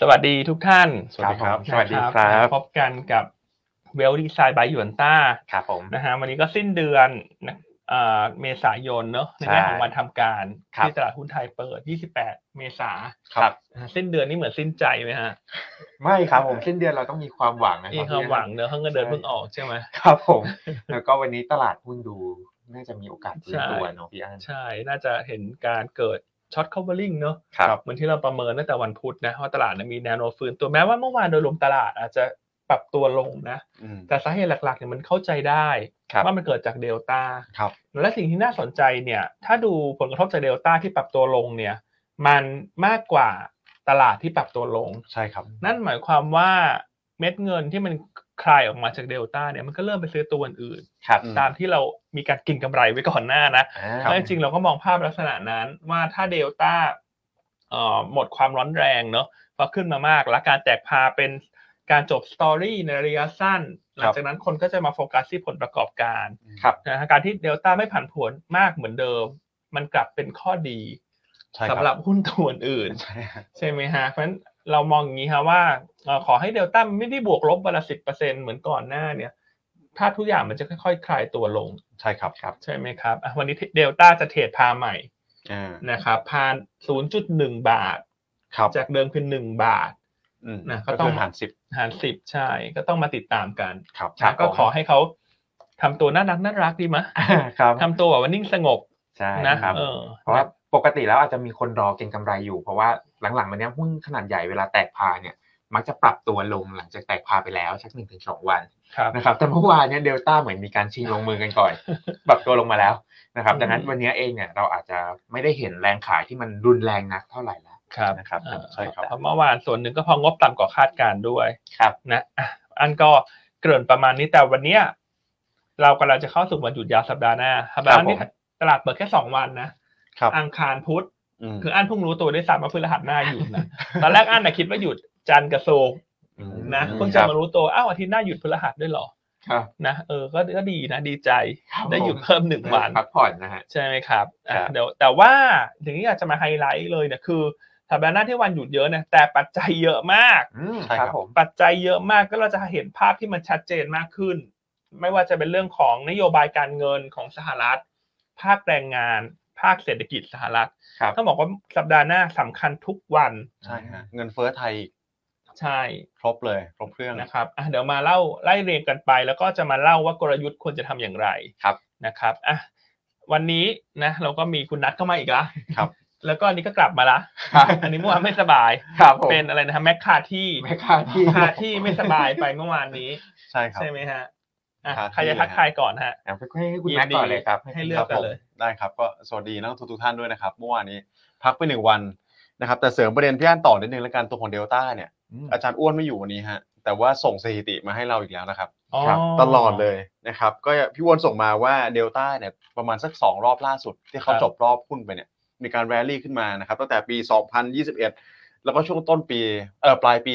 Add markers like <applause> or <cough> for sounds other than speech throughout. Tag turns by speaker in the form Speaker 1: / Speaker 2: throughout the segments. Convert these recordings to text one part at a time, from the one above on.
Speaker 1: สวัสดีทุกท่าน
Speaker 2: สวัสดีครับ
Speaker 1: ผม
Speaker 2: สวัสดีครับ
Speaker 1: พบกันกับเวลดีไซน์บายหยวนต้า
Speaker 2: ครับผม
Speaker 1: นะฮะวันนี้ก็สิ้นเดือนนะเอ่อเมษายนเนอะในแง่ของ
Speaker 2: ใช่
Speaker 1: วันทำการ
Speaker 2: ครับ
Speaker 1: ที่ตลาดหุ้นไทยเปิด 28 เมษา
Speaker 2: ครับ
Speaker 1: นะฮะสิ้นเดือนนี่เหมือนสิ้นใจไหมฮะ
Speaker 2: ไม่ครับผมสิ้นเดือนเราต้องมีความหวังนะค
Speaker 1: นี่ค
Speaker 2: รับ
Speaker 1: วามหวังเนอะเขาเงินเดือนเพิ่งออกใช่ไหม
Speaker 2: ครับผม แล้วก็วันนี้ตลาดหุ้นดูน่าจะมีโอกาสฟื้น
Speaker 1: ใช่
Speaker 2: ตัวเนาะพี่อัน
Speaker 1: ใช่ น่าจะเห็นการเกิดช็อต covering เนอะ
Speaker 2: ครับ
Speaker 1: เหมือนที่เราประเมินตั้งแต่วันพุธนะว่าตลาดเนี่ยมีแนวโน้มฟื้นตัวแม้ว่าเมื่อวานโดยรวมตลาดอาจจะปรับตัวลงนะ
Speaker 2: อืม
Speaker 1: แต่สาเหตุหลักๆเนี่ยมันเข้าใจได้
Speaker 2: ครับ
Speaker 1: ว่ามันเกิดจากเดลต้า
Speaker 2: ครับ
Speaker 1: และสิ่งที่น่าสนใจเนี่ย ถ้าดูผลกระทบจากเดลต้าที่ปรับตัวลงเนี่ย มันมากกว่าตลาดที่ปรับตัวลง
Speaker 2: ใช่ครับ
Speaker 1: นั่นหมายความว่าเม็ดเงินที่มันคลายออกมาจากเดลต้าเนี่ยมันก็เริ่มไปซื้อตัวอื่น
Speaker 2: ครับ
Speaker 1: ๆตามที่เรามีการกินกำไรไว้ก่อนหน้านะ
Speaker 2: อ่า
Speaker 1: แล้วจริงๆเราก็มองภาพลักษณะนั้นว่าถ้าเดลต้าเอ่อหมดความร้อนแรงเนอะพอขึ้นมามากและการแตกพาเป็นการจบสตอรี่ในระยะสั้น หลังจากนั้นคนก็จะมาโฟกัสที่ผลประกอบการ
Speaker 2: ครับ
Speaker 1: นะฮะการที่เดลต้าไม่ผันผวนมากเหมือนเดิม มันกลับเป็นข้อดี
Speaker 2: ใช่ค
Speaker 1: สำหรับหุ้นตัวอื่น
Speaker 2: ใช่ครับ
Speaker 1: ใช่ไหมฮะเพราะฉะนั้นเรามองอย่างนี้ฮะว่าเอ่อขอให้เดลต้ามันไม่ได้บวกลบวันละสิบเปอร์เซ็นเหมือนก่อนหน้าเนี่ยภาพทุกอย่างมันจะค่อยๆ คลายตัวลง
Speaker 2: ใช่ครับครับ
Speaker 1: ใช่ไหมครับอ่ะวันนี้เดลต้าจะเทรดพาใหม่
Speaker 2: อ่า
Speaker 1: นะครับพา0.1 บาท
Speaker 2: ครับ
Speaker 1: จากเดิมคือ1บาท
Speaker 2: อืม
Speaker 1: นะก็
Speaker 2: ก็
Speaker 1: ต้
Speaker 2: ต้
Speaker 1: อ
Speaker 2: อง งหารสิบ
Speaker 1: หารสิบใช่ ก็ต้องมาติดตามกัน
Speaker 2: ครับ
Speaker 1: นะก็ขอให้เขาทำตัวน่ารักน่ารักดี
Speaker 2: <laughs>
Speaker 1: มะ
Speaker 2: ครับ
Speaker 1: ทำตัวแบบว่านิ่งสงบ
Speaker 2: ใช่
Speaker 1: นะครับ เออ
Speaker 2: เพราะว่าปกติแล้วอาจจะมีคนรอเก็งกำไรอยู่ เพราะว่าหลังๆมาเนี้ยหุ้นขนาดใหญ่เวลาแตกพาเนี่ย มักจะปรับตัวลงหลังจากแตกพาไปแล้วสักหนึ่งถึงสองวัน
Speaker 1: ครับ
Speaker 2: นะครับแต่เมื่อว <laughs> านเนี่ยเดลต้าเหมือนมีการชิงลงมือกัน <laughs> ก่อน ปรับตัวลงมาแล้วนะครับ
Speaker 1: อืม
Speaker 2: ดังนั้นวันนี้เองเนี่ยเราอาจจะไม่ได้เห็นแรงขายที่มันรุนแรงนักเท่าไหร่แล้ว
Speaker 1: ครับ
Speaker 2: นะครับ
Speaker 1: เออ
Speaker 2: ใช่ครับ
Speaker 1: เพาะเมื่อวานส่วนหนึ่งก็เพองบต่ำกว่าคาดการณ์ด้วย
Speaker 2: ครับ
Speaker 1: นะอ่ะอันก็เกริ่นประมาณนี้แต่วันเนี้ยเรากำลังจะเข้าสู่วันหยุดยาวสัปดาห์หน้าสัปดาห์นี้
Speaker 2: ครับผม
Speaker 1: ตลาดเปิดแค่สองวันนะครับ อังคารพุธ
Speaker 2: ม
Speaker 1: คืออันเพิ่งรู้ตัวได้วยซ้ำว่าพฤหัสหน้าหยุดนะ ตอนแรกอันนะคิดว่าหยุดจันทร์กับโซกร์นะเพิ่งจะมารู้ตัวอ้าวอาทิตย์หน้าหยุดพฤหัสด้วยเหรอ
Speaker 2: ครับ
Speaker 1: นะเออก็ก็ดีนะดีใจ
Speaker 2: ครับ
Speaker 1: ได้หยุด
Speaker 2: ผม
Speaker 1: เพิ่มหนึ่งวัน
Speaker 2: พักผ่อนนะฮะ
Speaker 1: ใช่ไหมครับอ่ะ
Speaker 2: ครับ
Speaker 1: เดี๋ยวแต่ว่าถึงที่อยากจะมาไฮไลท์เลยเนี่ยคือสัปดาห์หน้าที่วันหยุดเยอะนะแต่ปัจจัยเยอะมาก
Speaker 2: อืม
Speaker 3: ใช่ครับ
Speaker 2: ผม
Speaker 1: ปัจจัยเยอะมากก็เราจะเห็นภาพที่มันชัดเจนมากขึ้น ไม่ว่าจะเป็นเรื่องของนโยบายการเงินของสหรัฐ ภาคแรงงาน ภาคเศรษฐกิจสหรัฐ
Speaker 2: ครับ
Speaker 1: ต้องบอกว่าสัปดาห์หน้าสำคัญทุกวัน
Speaker 3: ใช่ฮะเงินเฟ้อไทย
Speaker 1: ใช่
Speaker 3: ครบเลย ครบเครื่อง
Speaker 1: นะครับอ่ะเดี๋ยวมาเล่าไล่เรียงกันไป แล้วก็จะมาเล่าว่ากลยุทธ์ควรจะทำอย่างไร
Speaker 3: ครับ
Speaker 1: นะครับอ่ะวันนี้นะเราก็มีคุณนัทเข้ามาอีกละ
Speaker 3: ครับ
Speaker 1: <laughs> แล้วก็อันนี้ก็กลับมาละ
Speaker 2: ครับ
Speaker 1: อันนี้เมื่อวานไม่สบาย
Speaker 2: ครับผม
Speaker 1: เป็นอะไรนะฮะแมคคาที่
Speaker 2: ไม่ค่าที่
Speaker 1: คาที่ไม่สบายไปเมื่อวานนี้
Speaker 3: ใช่ครับ
Speaker 1: ใช่ไหมฮะอ่ะ
Speaker 3: ครับ
Speaker 1: ใครจะทักทายก่อนฮะ
Speaker 2: เอาไปให้คุณแม็กก่อนเลยครับ
Speaker 1: ให้เลือก
Speaker 3: ค
Speaker 1: กั
Speaker 3: รั
Speaker 1: น
Speaker 3: บผม
Speaker 1: เลย
Speaker 3: ได้ครับก็สวัสดีนักลงทุนทุกท่านด้วยนะครับเมื่อวานนี้พักไปหนึ่งวันนะครับ แต่เสริมประเด็นพี่อันต่อนิดนึงแล้วกันตัวของเดลต้าเนี่ย
Speaker 2: ม
Speaker 3: อาจารย์อ้วนไม่อยู่วันนี้ฮะแต่ว่าส่งสถิติมาให้เราอีกแล้วนะครับ
Speaker 1: อ๋อ
Speaker 2: ครับ
Speaker 3: ตลอดเลยนะครับ ก็พี่อ้วนส่งมาว่าเดลต้าเนี่ยประมาณสัก 2 รอบล่าสุด ที่เขาจบรอบหุ้นไปเนี่ยมีการแรลลี่ขึ้นมานะครับตั้งแต่ปี 2021 แล้วก็ช่วงต้นปีเออปลายปี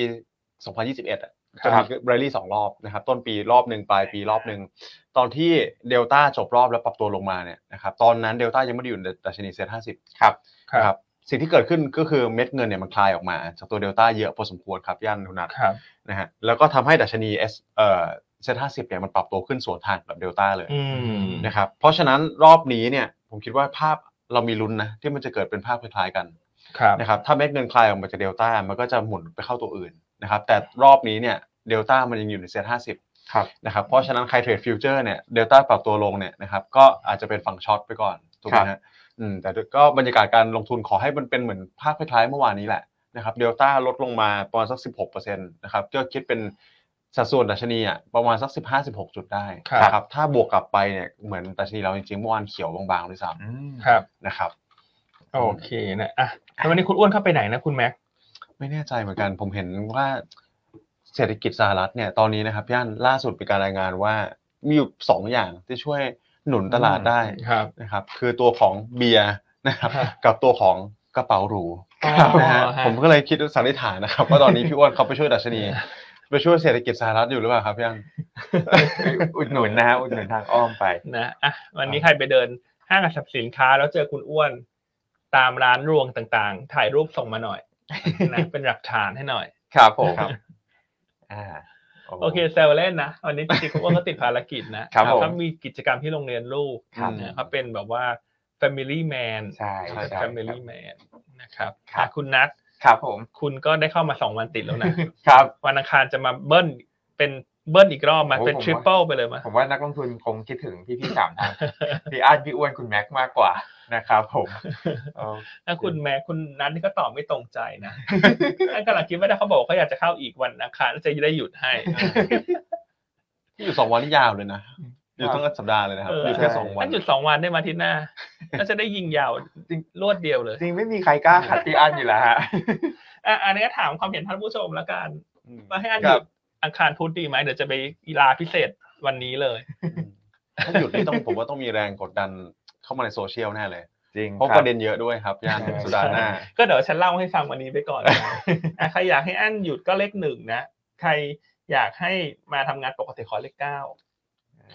Speaker 3: 2021อะ
Speaker 1: ค
Speaker 3: จะ
Speaker 1: รั
Speaker 3: มี
Speaker 1: บ
Speaker 3: แรลลี่สองรอบนะครับต้นปีรอบหนึ่งปลายปีรอบหนึ่งตอนที่เดลต้าจบรอบแล้วปรับตัวลงมาเนี่ยนะครับตอนนั้นเดลต้ายังไม่ได้อยู่ในดัชนีเซ็ตห้าสิบครับ
Speaker 1: ครับ
Speaker 3: นะครับสิ่งที่เกิดขึ้นก็คือเม็ดเงินเนี่ยมันคลายออกมาจากตัวเดลต้าเยอะพอสมควรครับย่านคุณนัท
Speaker 1: ครับ
Speaker 3: นะฮะแล้วก็ทำให้ดัชนีเอสเอ่อเซ็ตห้าสิบเนี่ยมันปรับตัวขึ้นสวนทางกับเดลต้าเลย
Speaker 1: อืม
Speaker 3: นะครับเพราะฉะนั้นรอบนี้เนี่ยผมคิดว่าภาพเรามีลุ้นนะที่มันจะเกิดเป็นภาพคล้ายๆกัน
Speaker 1: ครับ
Speaker 3: นะครับถ้าเม็ดเงินคลายออกมาจากเดลต้ามันก็จะหมุนไปเข้าตัวอื่นนะครับแต่รอบนี้เนี่ยเดลต้ามันยังอยู่ในเซ็ตห้าสิบ
Speaker 2: ครับ
Speaker 3: นะครับเพราะฉะนั้นใครเทรดฟิวเจอร์เนี่ยเดลต้าปรับตัวลงเนี่ยนะครับก็อาจจะเป็นฝั่งช็อตไปก่อนถูกไหมฮะอืมแต่ก็บรรยากาศการลงทุนขอให้มันเป็นเหมือนภาพคล้ายๆเมื่อวานนี้แหละนะครับเดลต้าลดลงมาประมาณสัก 16%นะครับก็คิดเป็นสัดส่วนดัชนีอ่ะประมาณสัก 15-16 จุดได้นะครับถ้าบวกกลับไปเนี่ยเหมือนดัชนีเราจริงๆเมื่อวานเขียวบางๆด้วยซ้
Speaker 2: อืม
Speaker 1: ครับ
Speaker 3: ำนะครับ
Speaker 1: โอเคนะอ่ะแล้ววันนี้คุณอ้วนเข้าไปไหนนะคุณแม็ก
Speaker 3: ไม่แน่ใจเหมือนกันผมเห็นว่าเศรษฐกิจสหรัฐเนี่ยตอนนี้นะครับย่านล่าสุดมีการรายงานว่ามีอยู่สองอย่างที่ช่วยหนุนตลาดได้
Speaker 1: ครับ
Speaker 3: นะครับ คือตัวของเบียร์นะครับ
Speaker 1: ฮะ
Speaker 3: กับตัวของกระเป๋าหรูนะฮะผมก็เลยคิดสันนิษฐานนะครับว่าตอนนี้พี่อ้วนเขาไปช่วยดัชนีไปช่วยเศรษฐกิจสหรัฐอยู่หรือเปล่าครับพี่อ้วน
Speaker 2: อุดหนุนนะฮะอุดหนุนทางอ้อมไป
Speaker 1: นะอ่ะวันนี้ใครไปเดินห้างสรรพสินค้า แล้วเจอคุณอ้วนตามร้านรวงต่างๆ ถ่ายรูปส่งมาหน่อยนะเป็นหลักฐานให้หน่อย
Speaker 2: ครับผม
Speaker 3: ครับ
Speaker 2: อ่า
Speaker 1: โอเคแซวเล่นนะวันนี้จริงๆคุณอ้วนก็ติดภารกิจนะครับ
Speaker 2: ผม
Speaker 1: ถ้ามีกิจกรรมที่โรงเรียนลูก
Speaker 2: ครับ
Speaker 1: นะครับเป็นแบบว่า Family Man
Speaker 2: ใช่
Speaker 1: ใช่
Speaker 2: ใช่ครับ
Speaker 1: Family Man นะครับ
Speaker 2: ครับ
Speaker 1: อ่ะคุณนัท
Speaker 2: ครับผม
Speaker 1: คุณก็ได้เข้ามาสองวันติดแล้วนะครับ วันอังคารจะมาเบิ้ลเป็นเบิ้ลอีกรอบมา
Speaker 2: โอ้
Speaker 1: เป็น
Speaker 2: ผมว่า
Speaker 1: ทริปเปิลไปเลยมา
Speaker 2: ผมว่านักลงทุนคงคิดถึงพี่พี่ๆสามท่าน <laughs> พี่อาร์ตพี่อ้วนคุณแม็กซ์มากกว่านะครับ <laughs> ผมโอ
Speaker 1: ถ้าคุณแม่คุณนัทนี่ก็ตอบไม่ตรงใจนะ ท่านกำลังคิดว่าถ้าเขาบอกเขาอยากจะเข้าอีกวันอังคารจะได้หยุดให้
Speaker 3: ที่อยู่สองวันนี่ยาวเลยนะอยู่ทั้งสัปดาห์เลยนะครับ
Speaker 1: เออ
Speaker 3: อยู่แค่สองวัน
Speaker 1: ท่านหยุดสองวันได้มาอาที่หน้าน่าจะได้ยิงยาวรวดเดียวเลย
Speaker 2: จริงไม่มีใครกล้า <laughs> ขัดพี่อาร์ตอยู่แล้วฮะ
Speaker 1: อ่ะอันนี้ก็ถามความเห็นท่านผู้ชมแล้วกันว่าให้อันห
Speaker 3: ครั
Speaker 1: ยุ
Speaker 3: บ
Speaker 1: ดอังคารพุธดีไหมเดี๋ยวจะไปอีลาพิเศษวันนี้เลย
Speaker 3: อืมถ้าหยุดนี่ต้องผมว่าต้องมีแรงกดดันเข้ามาในโซเชียลแน่เลย
Speaker 2: จริง
Speaker 3: เพราะ
Speaker 2: คบ
Speaker 3: ประเด็นเยอะด้วยครับย่าน
Speaker 2: ใช่
Speaker 3: สัปดาห์หน้า
Speaker 1: ก็เดี๋ยวฉันเล่าให้ฟังวันนี้ไปก่อนนะอ่ะใครอยากให้อันหยุดก็เลขหนึ่งนะ ใครอยากให้มาทำงานปกติขอเลขเก้า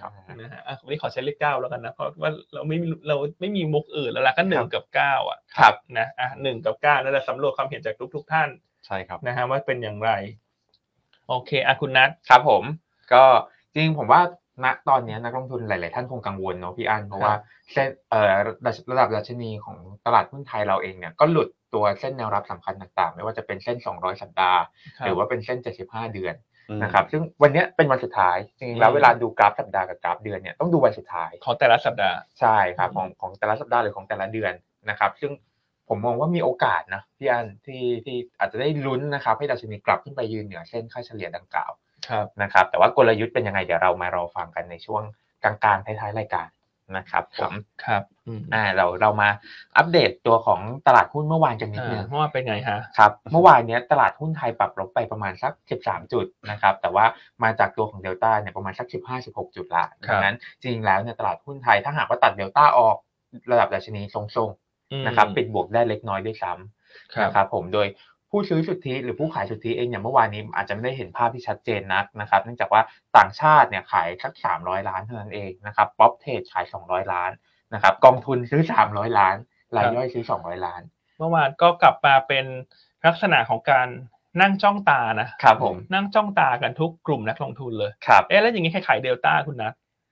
Speaker 2: ครับ
Speaker 1: นะฮะอ่ะวันนี้ขอใช้เลขเก้าแล้วกันนะเพราะว่าเราไม่มีเราไม่มีมุกอื่นแล้วล่ะก็หนึ่งกับเก้าอ่ะ
Speaker 2: ครับ
Speaker 1: นะอ่ะหนึ่งกับเก้าแล้วเราสำรวจความเห็นจากทุกทุกๆท่าน
Speaker 3: ใช่ครับ
Speaker 1: นะฮะว่าเป็นอย่างไร โอเคอ่ะคุณนัท
Speaker 2: ครับผมก็จริงผมว่าณตอนนี้นักลงทุนหลาย ๆ ท่านคงกังวลเนาะพี่อันเพราะว่าเส้นเอ่อระระดับดัชนีของตลาดหุ้นไทยเราเองเนี่ยก็หลุดตัวเส้นแนวรับสำคัญต่าง ๆ ไม่ว่าจะเป็นเส้น 200 สัปดาห์ หรือว่าเป็นเส้น 75 เดือนนะครับซึ่งวันเนี้ยเป็นวันสุดท้ายจริงๆแล้ว
Speaker 1: อืม
Speaker 2: เวลาดูกราฟสัปดาห์กับกราฟเดือนเนี่ยต้องดูวันสุดท้าย
Speaker 1: ของแต่ละสัปดาห์
Speaker 2: ใช่ครับ
Speaker 1: อืม
Speaker 2: ของของแต่ละสัปดาห์หรือของแต่ละเดือนนะครับ ซึ่งผมมองว่ามีโอกาสนะพี่อันที่ที่อาจจะได้ลุ้นนะครับ ให้ดัชนีกลับขึ้นไปยืนเหนือเส้นค่าเฉลี่ยดังกล่าว
Speaker 1: ครับ
Speaker 2: นะครับแต่ว่ากลยุทธ์เป็นยังไงเดี๋ยวเรามารอฟังกันในช่วงกลางๆท้ายๆรายการนะครับผม
Speaker 1: ครับอืม
Speaker 2: อ่าเราเรามาอัปเดตตัวของตลาดหุ้นเมื่อวานกันนิด
Speaker 1: อ่า
Speaker 2: นึง
Speaker 1: เมื่อวานเป็นไงฮะ
Speaker 2: ครับเมื่อวานเนี้ยตลาดหุ้นไทยปรับลบไปประมาณสัก 13 จุดนะครับแต่ว่ามาจากตัวของเดลต้าเนี่ยประมาณสัก 15-16 จุดละ
Speaker 1: ครับ
Speaker 2: ดังนั้นจริงแล้วเนี่ยตลาดหุ้นไทยถ้าหากว่าตัดเดลต้าออกระดับดัชนีทรงๆนะครับปิดบวกได้เล็กน้อยด้วยซ้ำ
Speaker 1: ครับ
Speaker 2: นะครับผมโดยผู้ซื้อสุทธิหรือผู้ขายสุทธิเองเนี่ยเมื่อวานนี้อาจจะไม่ได้เห็นภาพที่ชัดเจนนักนะครับเนื่องจากว่าต่างชาติเนี่ยขายสัก 300 ล้านเท่านั้นเองนะครับป๊อปเทรดขาย 200 ล้านนะครับกองทุนซื้อ 300 ล้านรายย่อยซื้อ 200 ล้าน
Speaker 1: เมื่อวานก็กลับมาเป็นลักษณะของการนั่งจ้องตานะ
Speaker 2: ครับผม
Speaker 1: นั่งจ้องตากันทุกกลุ่มนักลงทุนเลย
Speaker 2: ครับ
Speaker 1: เอ๊ะแล้วอย่างนี้ใครขายเดลต้าคุณนะ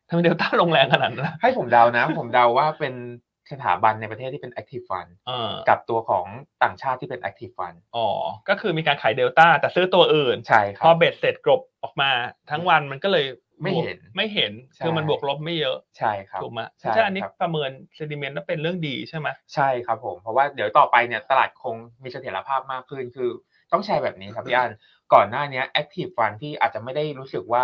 Speaker 1: ทำไมเดลต้าลงแรงขนาดนั้นล่ะ
Speaker 2: ให้ผมเดานะ ผมเดาว่าเป็นสถาบันในประเทศที่เป็น active fund
Speaker 1: เออ
Speaker 2: กับตัวของต่างชาติที่เป็น active fund
Speaker 1: อ๋อ ก็คือมีการขายเดลต้าแต่ซื้อตัวอื่น
Speaker 2: ใช่ค
Speaker 1: พอ
Speaker 2: รับ
Speaker 1: เบ็ดเสร็จกรบออกมาทั้งวันมันก็เลย
Speaker 2: ไม่เห็น
Speaker 1: บวกไม่เห็น
Speaker 2: ใช่
Speaker 1: คือมันบวกลบไม่เยอะ
Speaker 2: ใช่ครับ
Speaker 1: ถูกไหม
Speaker 2: ใช่
Speaker 1: ฉะนั้นอันนี้
Speaker 2: ครับ
Speaker 1: ประเมินเซดิเมนต์แล้วเป็นเรื่องดีใช่ไหม
Speaker 2: ใช่ครับผมเพราะว่าเดี๋ยวต่อไปเนี่ยตลาดคงมีเสถียรภาพมากขึ้นคือต้องแชร์แบบนี้ครับพี่อันก่อนหน้าเนี้ย Active Fund ที่อาจจะไม่ได้รู้สึกว่า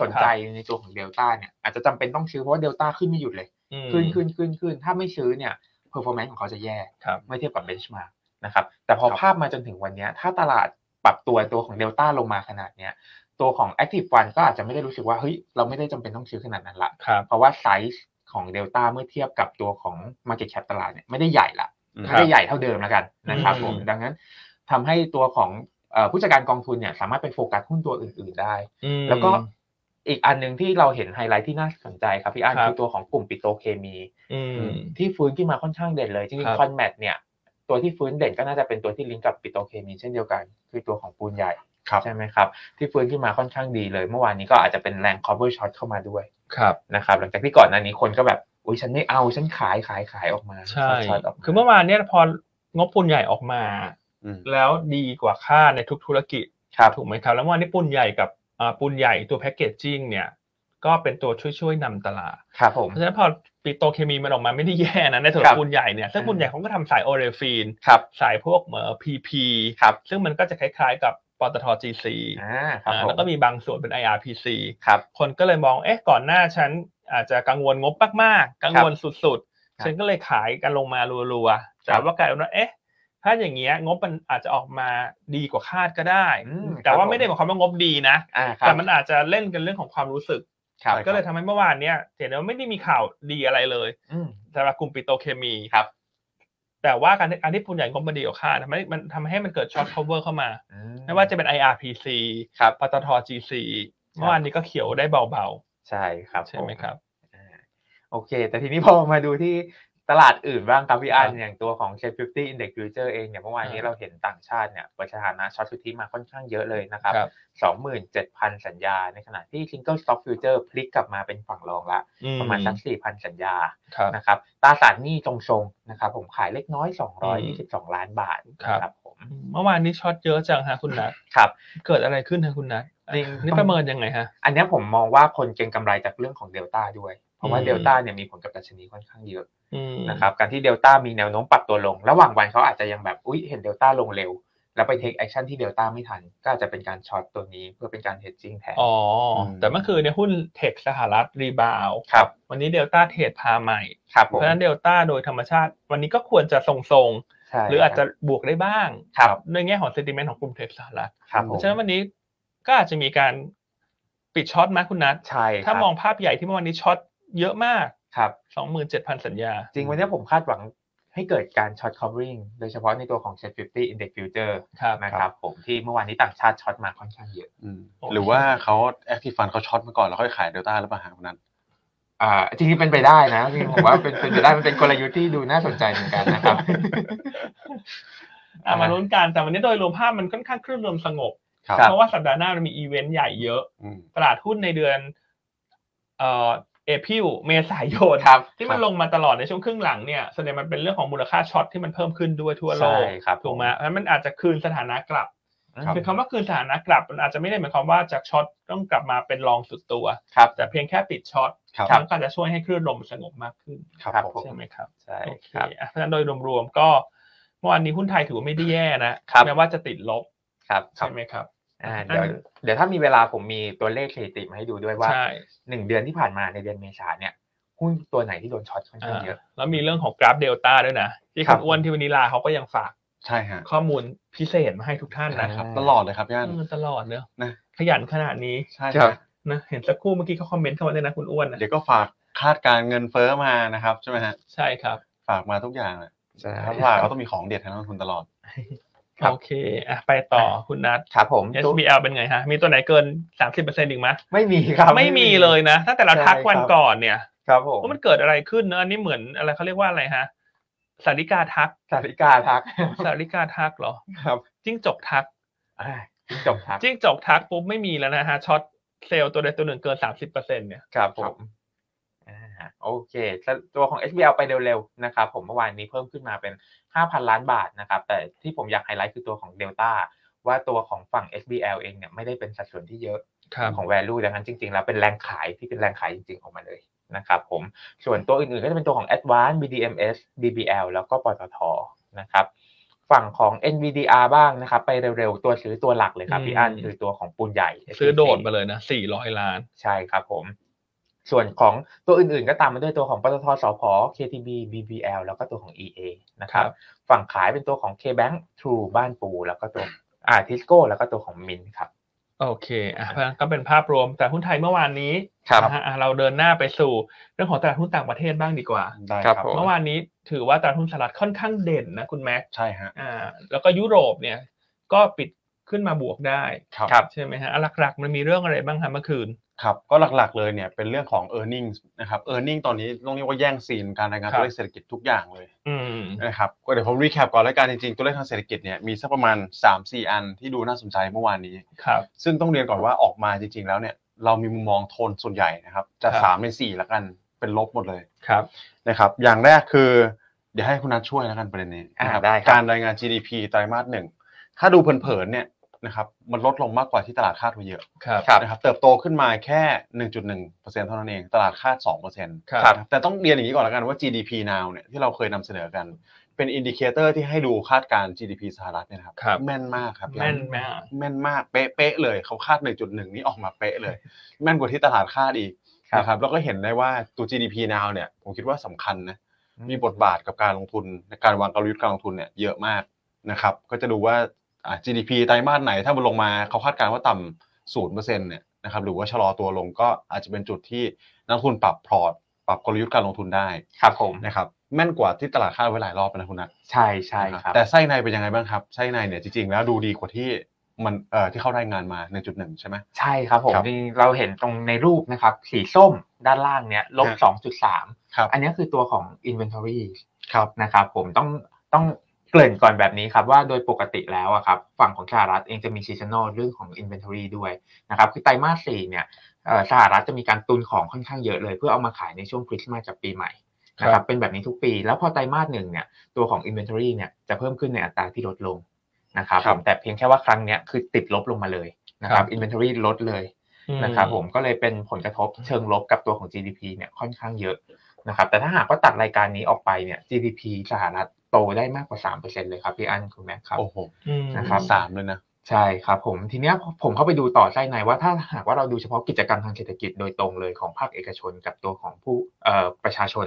Speaker 2: สนใจในตัวของเดลต้าเนี่ยอาจจะจำเป็นต้องซื้อเพราะว่าเดลต้าขึ้นไม่หยุดเลย
Speaker 1: อืม
Speaker 2: ขึ้นขึ้นขึ้นขึ้นถ้าไม่ซื้อเนี่ย performance ของเขาจะแย่
Speaker 1: ครับ
Speaker 2: เมื่อเทียบกับ benchmark นะครับแต่พอ
Speaker 1: ครับ
Speaker 2: ภาพมาจนถึงวันเนี้ยถ้าตลาดปรับตัวตัวของเดลต้าลงมาขนาดเนี้ยตัวของ Active Fund ก็อาจจะไม่ได้รู้สึกว่าเฮ้ยเราไม่ได้จำเป็นต้องซื้อขนาดนั้นละ
Speaker 1: ครับ
Speaker 2: เพราะว่าไซส์ของเดลต้าเมื่อเทียบกับตัวของ Market Cap ตลาดเนี่ยไม่ได้ใหญ่ละ
Speaker 1: ค
Speaker 2: ไม่
Speaker 1: รับ
Speaker 2: ได้ใหญ่เท่าเดิมแล้วกันนะครับ
Speaker 1: อืม
Speaker 2: ผมดังนั้นทำให้ตัวของเอ่อผู้จัดการกองทุนเนี่ยสามารถไปโฟกัสหุ้นตัวอื่น ๆได้
Speaker 1: อืม
Speaker 2: แล้วก็อีกอันหนึ่งที่เราเห็นไฮไลท์ที่น่าสนใจครับพี่อัน
Speaker 1: ครับ
Speaker 2: คือตัวของกลุ่มปิโตรเคมี
Speaker 1: อืม
Speaker 2: ที่ฟื้นขึ้นมาค่อนข้างเด่นเลยจริ
Speaker 1: ครั
Speaker 2: ง
Speaker 1: บ
Speaker 2: ๆคอนแมทเนี่ยตัวที่ฟื้นเด่นก็น่าจะเป็นตัวที่ลิงก์กับปิโตรเคมีเช่นเดียวกัน คือตัวของปูนใหญ่
Speaker 3: ครับ
Speaker 2: ใช่ไหมครับที่ฟื้นขึ้นมาค่อนข้างดีเลย เมื่อวานนี้ก็อาจจะเป็นแรง cover short เข้ามาด้วย
Speaker 1: ครับ
Speaker 2: นะครับหลังจากที่ก่อนหน้านี้คนก็แบบอุ้ยฉันไม่เอาฉันขายขายขายออกมา
Speaker 1: ใช่
Speaker 2: ช็อตๆก
Speaker 1: คือเมื่อวานเนี่ยพองบปูนใหญ่ออกมา
Speaker 3: อืม
Speaker 1: แล้วดีกว่าคาดในทุกธุรกิจ
Speaker 2: ครับ
Speaker 1: ถูกไหมครับ แล้วเมื่อวานนี้ปูนใหญ่กับอ่าปูนใหญ่ตัวแพคเกจจิ้งเนี่ยก็เป็นตัวช่วยๆนำตลาด
Speaker 2: ครับผม
Speaker 1: เพราะฉะนั้นพอปิโตรเคมีมันออกมาไม่ได้แย่นะในส่วน
Speaker 2: ครับ
Speaker 1: ปูนใหญ่เนี่ยซึ่งปูนใหญ่เขาก็ทำสายโอเรฟีน
Speaker 2: ครับ
Speaker 1: สายพวกเหมือพีพี
Speaker 2: ครับ
Speaker 1: ซึ่งมันก็จะคล้ายๆกับปตทจีซี
Speaker 2: อ่าครับผม
Speaker 1: แล้วก็มีบางส่วนเป็น IRPC
Speaker 2: ครับ
Speaker 1: คนก็เลยมอง เอ๊ะ ก่อนหน้าฉันอาจจะกังวลงบมากๆ กังวลสุด
Speaker 2: ครั
Speaker 1: ๆ
Speaker 2: บ
Speaker 1: ฉันก็เลยขายกันลงมารัวๆ แต่ว่ากลายเป็นว่า เอ๊ะ ถ้าอย่างเงี้ยงบมันอาจจะออกมาดีกว่าคาดก็ได้
Speaker 2: อืม
Speaker 1: แต่ว่า
Speaker 2: ครับผม
Speaker 1: ไม่ได้หมายความว่างบดีนะ
Speaker 2: อ่าครับ
Speaker 1: แต่มันอาจจะเล่นกันเรื่องของความรู้สึก
Speaker 2: ครับ
Speaker 1: ก็เลยทำให้เมื่อวานเนี้ยเห็นได้ว่าไม่ได้มีข่าวดีอะไรเลย
Speaker 2: อืม
Speaker 1: สำหรับกลุ่มปิโตรเคมี
Speaker 2: ครับ
Speaker 1: แต่ว่าการที่อันที่ปูนใหญ่งบมันดีกว่าคาดทำให้มันทำให้มันเกิดช็อต cover เข้ามา
Speaker 2: อื
Speaker 1: ไม่ว่าจะเป็น IRPC
Speaker 2: ครับ
Speaker 1: ปตท GC เมื่อวานนี้ก็เขียวได้เบา
Speaker 2: ใช่ครับ
Speaker 1: ๆ ใช่ไหม
Speaker 2: ผ
Speaker 1: ครับ
Speaker 2: อ่าโอเค แต่ทีนี้พอมาดูที่ ตลาดอื่นบ้างครับพี่อัน
Speaker 3: ครับ
Speaker 2: อย่างตัวของ s h a p e 50 Index Future เองเนี่ยเมื่อวานนี้
Speaker 1: ครับ
Speaker 2: เราเห็นต่างชาติเนี่ยเปิดสถานะช็อตสุทธิมาค่อนข้างเยอะเลยนะครับ
Speaker 3: ครับ
Speaker 2: 27,000 สัญญา ในขณะที่ Single Stock Future พลิกกลับมาเป็นฝั่งรองละ ประมาณสัก4,000 สัญญา
Speaker 3: ครับ
Speaker 2: นะครับตราสารหนี้ทรงๆนะครับผมขายเล็กน้อย 222 ล้านบาท
Speaker 3: ครับ
Speaker 2: นะครับผม
Speaker 1: เมื่อวานนี้ช็อตเยอะจังฮะคุณนัท
Speaker 2: ครับ
Speaker 1: เกิดอะไรขึ้นฮะคุณนัท
Speaker 2: จริง
Speaker 1: นี่ประเมินยังไงฮะ
Speaker 2: อันเนี้ยผมมองว่าคนเก็งกำไรจากเรื่องของเดลต้าด้วย เพราะว่า
Speaker 1: อืม
Speaker 2: เดลต้าเนี่ยมีผลกับดัชนีค่อนข้างเยอะ
Speaker 1: อืม
Speaker 2: นะครับการที่เดลต้ามีแนวโน้มปรับตัวลง ระหว่างวันเขาอาจจะยังแบบอุ้ยเห็นเดลต้าลงเร็ว แล้วไปเทคแอคชั่นที่เดลต้าไม่ทัน ก็อาจจะเป็นการช็อตตัวนี้เพื่อเป็นการเฮดจิ้งแทน
Speaker 1: อ๋ออ
Speaker 3: ม
Speaker 1: แต่เมื่อคืนเนี่ยหุ้นเทคสหรัฐรีบาวด์
Speaker 2: ครับ
Speaker 1: วันนี้เดลต้าเทรดพาใหม่
Speaker 2: ครับผ
Speaker 1: เพ
Speaker 2: ม
Speaker 1: ราะฉะนั้นเดลต้าโดยธรรมชาติ วันนี้ก็ควรจะทรง
Speaker 2: ใช่
Speaker 1: ๆ หรืออาจจะบวกได้บ้าง
Speaker 2: ครับ
Speaker 1: ในแง่ของ sentiment ของกลุ่มเทคสหรัฐ
Speaker 2: ครับผ
Speaker 1: เพ
Speaker 2: ม
Speaker 1: ราะฉะนั้นวันนี้ก็อาจจะมีการปิดช็อตไหมคุณนัท
Speaker 2: ใช่
Speaker 1: ถ้า
Speaker 2: ครับ
Speaker 1: มองภาพใหญ่ที่เมื่อวานนี้ช็อตเยอะมาก
Speaker 2: ครับ
Speaker 1: 27,000 สัญญา
Speaker 2: จริงวันนี้ผมคาดหวังให้เกิดการช็อต covering โดยเฉพาะในตัวของ Set 50 Index Future
Speaker 1: ครับ
Speaker 2: นะครับผมที่เมื่อวานนี้ต่างชาติช็อตมาค่อนข้างเยอะ
Speaker 3: อืม
Speaker 1: โอเค
Speaker 3: หรือว่าเขาแอคทีฟฟันเขาช็อตมาก่อนแล้วค่อยขายเดลต้าหรือเปล่าฮะคนนั้น
Speaker 2: อ่าจริงๆเป็นไปได้นะจริงๆผมว่า <laughs> เป็นเป็นไปได้มันเป็นกลยุทธ์ที่ดูน่าสนใจเหมือนกันนะครับ
Speaker 1: อ่ะมาลุ้นกันแต่วันนี้โดยรวมภาพมันค่อนข้างคลื่นลมสงบ
Speaker 3: ครับ
Speaker 1: เพราะว่าสัปดาห์หน้าเรามีอีเวนต์ใหญ่เยอะ
Speaker 3: อืม
Speaker 1: ตลาดหุ้นในเดือนเอ่อเอพิลเมษายน
Speaker 2: ครับ
Speaker 1: ที่มัน
Speaker 3: ครับ
Speaker 1: ลงมาตลอดในช่วงครึ่งหลังเนี่ยแสดงมันเป็นเรื่องของมูลค่าช็อตที่มันเพิ่มขึ้นด้วยทั่วโล
Speaker 2: ใช่
Speaker 1: ก
Speaker 2: ครับ
Speaker 1: ถูกไหมเพราะฉะนั้นมันอาจจะคืนสถานะกลับ
Speaker 3: ครับ
Speaker 1: คือคำว่าคืนสถานะกลับ มันอาจจะไม่ได้หมายความว่าจากช็อตต้องกลับมาเป็นรองสุดตัว
Speaker 2: ครับ
Speaker 1: แต่เพียงแค่ปิดช็อต
Speaker 3: ครับ
Speaker 1: มันก็จะช่วยให้คลื่นลมสงบมากขึ้น
Speaker 2: ครับ
Speaker 3: ผม
Speaker 1: ใช่ไหมครับ
Speaker 2: ใช่
Speaker 1: โอเค
Speaker 2: ครับ
Speaker 1: อ่ะเพราะฉะนั้นโดยรวมๆก็เมื่อวานนี้หุ้นไทยถือว่าไม่ได้แย่นะครับ แม้ว่าจะติดลบ
Speaker 2: ครับ
Speaker 1: ใช่ไหมครับ
Speaker 2: อ่าเดี๋ยวเดี๋ยวถ้ามีเวลาผมมีตัวเลขสถิติมาให้ดูด้วยว่า
Speaker 1: ใช่
Speaker 2: หนึ่งเดือนที่ผ่านมาในเดือนเมษาเนี่ยหุ้นตัวไหนที่โดนช็อตค่อนข้างเยอะ
Speaker 1: แล้วมีเรื่องของกราฟเดลต้าด้วยนะที่
Speaker 2: ครั
Speaker 1: คุณ
Speaker 2: บ
Speaker 1: อ้วนที่วันนี้ลาเขาก็ยังฝาก
Speaker 3: ใช่ฮะ
Speaker 1: ข้อมูลพิเศษมาให้ทุกท่านนะ
Speaker 3: นะครับ
Speaker 2: อ่า
Speaker 3: ตลอดเลยครับย่าน
Speaker 1: เออตลอดเนอะ
Speaker 3: นะ
Speaker 1: ขยันขนาดนี้
Speaker 3: ใช่
Speaker 2: ค
Speaker 3: ค
Speaker 2: รั
Speaker 3: รับ บ
Speaker 1: นะเห็นสักครู่เมื่อกี้เขาคอมเมนต์เข้ามาด้วยนะคุณอ้วนนะ
Speaker 3: เดี๋ยวก็ฝากคาดการณ์เงินเฟ้อมานะครับใช่ไหมฮะ
Speaker 1: ใช่ครับ
Speaker 3: ฝากมาทุกอย่างเลย
Speaker 2: ใช่
Speaker 3: นะครับฝากเขาต้องมีของเด็ดให้นักลงทุนตลอด
Speaker 2: ครับ
Speaker 1: โอเคอ่ะไปต่อคุณนัท
Speaker 2: ครับผม
Speaker 1: SBL เป็นไงฮะ มีตัวไหนเกิน 30%อีกไหม
Speaker 2: ไม่มีครับ
Speaker 1: ไม่มีเลยนะตั้งแต่เรา
Speaker 2: ใช่
Speaker 1: ทักวัน
Speaker 2: ครับ
Speaker 1: ก่อนเนี่ย
Speaker 2: ครับผม
Speaker 1: ว่ามันเกิดอะไรขึ้นเนอะอันนี้เหมือนอะไรเขาเรียกว่าอะไรฮะสาริกาทัก
Speaker 2: สาริกาทัก <laughs>
Speaker 1: สาริกาทักเหรอ
Speaker 2: ครับ
Speaker 1: จิ้งจกทัก
Speaker 2: อ่าจิ้งจบทัก
Speaker 1: จิ้งจกทักปุ๊บไม่มีแล้วนะฮะช็อตเซลล์ตัวใดตัวหนึ่งเกินสามสิบเปอร์เซ็นเนี่ย
Speaker 2: ครับผมอ่าโอเคตัวของ SBL ไปเร็วๆนะครับผมเมื่อวานนี้เพิ่มขึ้นมาเป็น 5,000 ล้านบาทนะครับแต่ที่ผมอยากไฮไลท์คือตัวของ Delta ว่าตัวของฝั่ง SBL เองเนี่ยไม่ได้เป็นสัดส่วนที่เยอะ ของ value ดังนั้นจริงๆ แล้วเป็นแรงขายที่เป็นแรงขายจริงๆ ออกมาเลยนะครับผมส่วนตัวอื่นๆ ก็จะเป็นตัวของ Advance BDMs BBL แล้วก็ปตทนะครับฝั่งของ NVDR บ้างนะครับ ไปเร็วๆ ตัวซื้อตัวหลักเลยครับพี่
Speaker 1: อืม
Speaker 2: อันคือตัวของปูนใหญ่ SPC
Speaker 1: ซื้อโดดมาเลยนะสี่ร้อยล้าน
Speaker 2: ใช่ครับผม ส่วนของตัวอื่นๆ ก็ตามมาด้วยตัวของปตทสพ KTB BBL แล้วก็ตัวของ EA นะครับ
Speaker 1: ครับ
Speaker 2: ฝั่งขายเป็นตัวของ KBank True บ้านปู แล้วก็ตัวอ่าทิสโก้แล้วก็ตัวของมินครับ
Speaker 1: โอเคอ่ะเพราะฉะนั้นก็เป็นภาพรวมแต่หุ้นไทยเมื่อวานนี้
Speaker 2: ครับ
Speaker 1: นะฮะอ่ะเราเดินหน้าไปสู่เรื่องของตลาดหุ้นต่างประเทศบ้างดีกว่า
Speaker 3: ได้
Speaker 2: ครับผม
Speaker 1: เมื่อวานนี้ถือว่าตลาดหุ้นสหรัฐค่อนข้างเด่นนะคุณแม็ก
Speaker 3: ใช่ฮะ
Speaker 1: อ่าแล้วก็ยุโรปเนี่ยก็ปิดขึ้นมาบวกได้
Speaker 3: ครับ
Speaker 2: ครับ
Speaker 1: ใช่ไหมฮะอ่ะหลักๆมันมีเรื่องอะไรบ้างฮะเมื่อคืน
Speaker 3: ครับก็หลักๆเลยเนี่ยเป็นเรื่องของ e a r n i n g นะครับ e a r n i n g ตอนนี้ต้องเรียกว่าแย่งซีนการรายงาน
Speaker 1: ครับ
Speaker 3: ตัวเลขเศรษฐกิจทุกอย่างเลย
Speaker 1: อืม
Speaker 3: นะครับก็เดี๋ยวผมรีแคปก่อนแล้วกันจริงๆ ตัวเลขทางเศรษฐกิจเนี่ยมีสักประมาณ 3-4 อันที่ดูน่าสนใจเมื่อวานนี้
Speaker 1: ครับ
Speaker 3: ซึ่งต้องเรียนก่อนว่าออกมาจริงๆแล้วเนี่ยเรามีมุมมองโทนส่วนใหญ่นะครับจะ
Speaker 1: ครับ
Speaker 3: สามในสี่ละกันเป็นลบหมดเลย
Speaker 1: ครับ
Speaker 3: นะครับอย่างแรกคือเดี๋ยวให้คุณนัทช่วยแล้วกันประเด็นนี้นะครั
Speaker 2: อ่าได้ครับ
Speaker 3: การรายงาน GDP ไตรมาสหนึ่งถ้าดูเผินๆเนี่ยนะครับมันลดลงมากกว่าที่ตลาดคาดไว้เยอะ
Speaker 1: ครับ
Speaker 2: ครับ
Speaker 3: นะครับเติบโตขึ้นมาแค่ 1.1%เท่านั้นเอง ตลาดคาด 2%
Speaker 1: ครับ
Speaker 3: นะครับแต่ต้องเรียนอย่างนี้ก่อนแล้วกันว่า GDP now เนี่ยที่เราเคยนำเสนอกัน เป็นอินดิเคเตอร์ที่ให้ดูคาดการณ์ GDP สหรัฐเนี่ยนะครับ
Speaker 1: ครับ
Speaker 3: แม่นมากครับ
Speaker 1: แม่นมาก
Speaker 3: แม่นมากเป๊ะๆเลยเขาคาด 1.1 นี้ออกมาเป๊ะ
Speaker 2: <laughs>
Speaker 3: เลย แม่นกว่าที่ตลาดคาดอีก
Speaker 2: ครับ
Speaker 3: นะครับแล้วก็เห็นได้ว่าตัว GDP now เนี่ยผมคิดว่าสำคัญนะ มีบทบาทกับการลงทุนในการวางกลยุทธ์การลงทุนเนี่ยเยอะมากนะครับ ก็จะดูว่าอ่า GDP ไตรมาสไหนถ้ามันลงมาเขาคาดการณ์ว่าต่ำศูนย์เปอร์เซ็นต์เนี่ยนะครับหรือว่าชะลอตัวลงก็อาจจะเป็นจุดที่นักลงทุนปรับพอร์ต ปรับกลยุทธ์การลงทุนได้
Speaker 2: ครับผม
Speaker 3: นะครับแม่นกว่าที่ตลาดคาดไว้หลายรอบนะคุณนัท
Speaker 2: ใช่ใช่ครับ
Speaker 3: แต่ไส้ในเป็นยังไงบ้างครับไส้ในเนี่ยจริงๆ แล้วดูดีกว่าที่มันเอ่อที่เข้ารายงานมาในจุดหนึ่งใช่ไหม
Speaker 2: ใช่ครับผม
Speaker 3: ครับ
Speaker 2: นี่เราเห็นตรงในรูปนะครับ สีส้มด้านล่างเนี่ยลบ
Speaker 3: ฮะ
Speaker 2: สองจุดสาม
Speaker 3: ครับ
Speaker 2: อันนี้คือตัวของ inventory
Speaker 3: ครับ
Speaker 2: นะครับผมต้องต้องเกริ่นก่อนแบบนี้ครับว่าโดยปกติแล้วอะครับฝั่งของสหรัฐเองจะมี seasonal เรื่องของ inventory ด้วยนะครับคือไตรมาสสี่เนี่ยเอ่อสหรัฐจะมีการตุนของค่อนข้างเยอะเลย เพื่อเอามาขายในช่วงคริสต์มาสกับปีใหม่นะค
Speaker 3: ครั
Speaker 2: รับบ เป็นแบบนี้ทุกปี แล้วพอไตรมาสหนึ่งเนี่ยตัวของ inventory เนี่ยจะเพิ่มขึ้นในอัตราที่ลดลงนะครับ
Speaker 3: ครับ
Speaker 2: ผมแต่เพียงแค่ว่าครั้งเนี้ยคือติดลบลงมาเลยนะค
Speaker 3: ครั
Speaker 2: รับ
Speaker 3: บ
Speaker 2: inventory ลดเลย นะครับผมก็เลยเป็นผลกระทบเชิงลบกับตัวของ GDP เนี่ยค่อนข้างเยอะนะครับแต่ถ้าหากว่าตัดรายการนี้ออกไปเนี่ย GDP สหรัฐโตได้มากกว่า 3%เลยครับพี่อันคุณแม่ครับ
Speaker 3: โอ้โห
Speaker 1: อืม
Speaker 2: นะครับ
Speaker 3: สามเลยนะ
Speaker 2: ใช่ครับผมทีเนี้ยผมเข้าไปดูต่อไส้ในว่าถ้าหากว่าเราดูเฉพาะกิจกรรมทางเศรษฐกิจโดยตรงเลยของภาคเอกชนกับตัวของผู้เอ่อประชาชน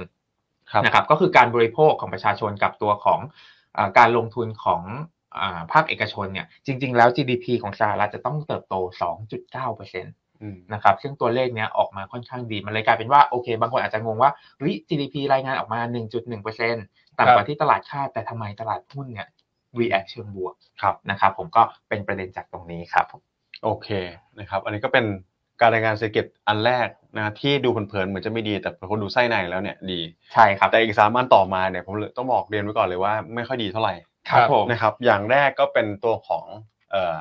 Speaker 3: ครับ
Speaker 2: นะครับก็คือการบริโภคของประชาชนกับตัวของเอ่อการลงทุนของอ่าภาคเอกชนเนี่ยจริง ๆ แล้ว GDP ของสหรัฐจะต้องเติบโต 2.9%
Speaker 3: อืม
Speaker 2: นะครับซึ่งตัวเลขเนี้ยออกมาค่อนข้างดี มันเลยกลายเป็นว่าโอเค บางคนอาจจะงงว่าเฮ้ย GDP รายงานออกมา 1.1%ต่ำกว่าที่ตลาดคาดแต่ทำไมตลาดหุ้นเนี่ย react เชิงบวก
Speaker 3: ครับ
Speaker 2: นะครับผมก็เป็นประเด็นจากตรงนี้ครับผม
Speaker 3: โอเคนะครับ อันนี้ก็เป็นการรายงานเศรษฐกิจอันแรกนะที่ดูเผินๆเหมือนจะไม่ดีแต่พอคนดูไส้ในแล้วเนี่ยดี
Speaker 2: ใช่ครับ
Speaker 3: แต่อีกสามอันต่อมาเนี่ยผมเลยต้องบอกเรียนไว้ก่อนเลยว่าไม่ค่อยดีเท่าไหร่
Speaker 2: ครับผม
Speaker 3: นะครับ อย่างแรกก็เป็นตัวของเอ่อ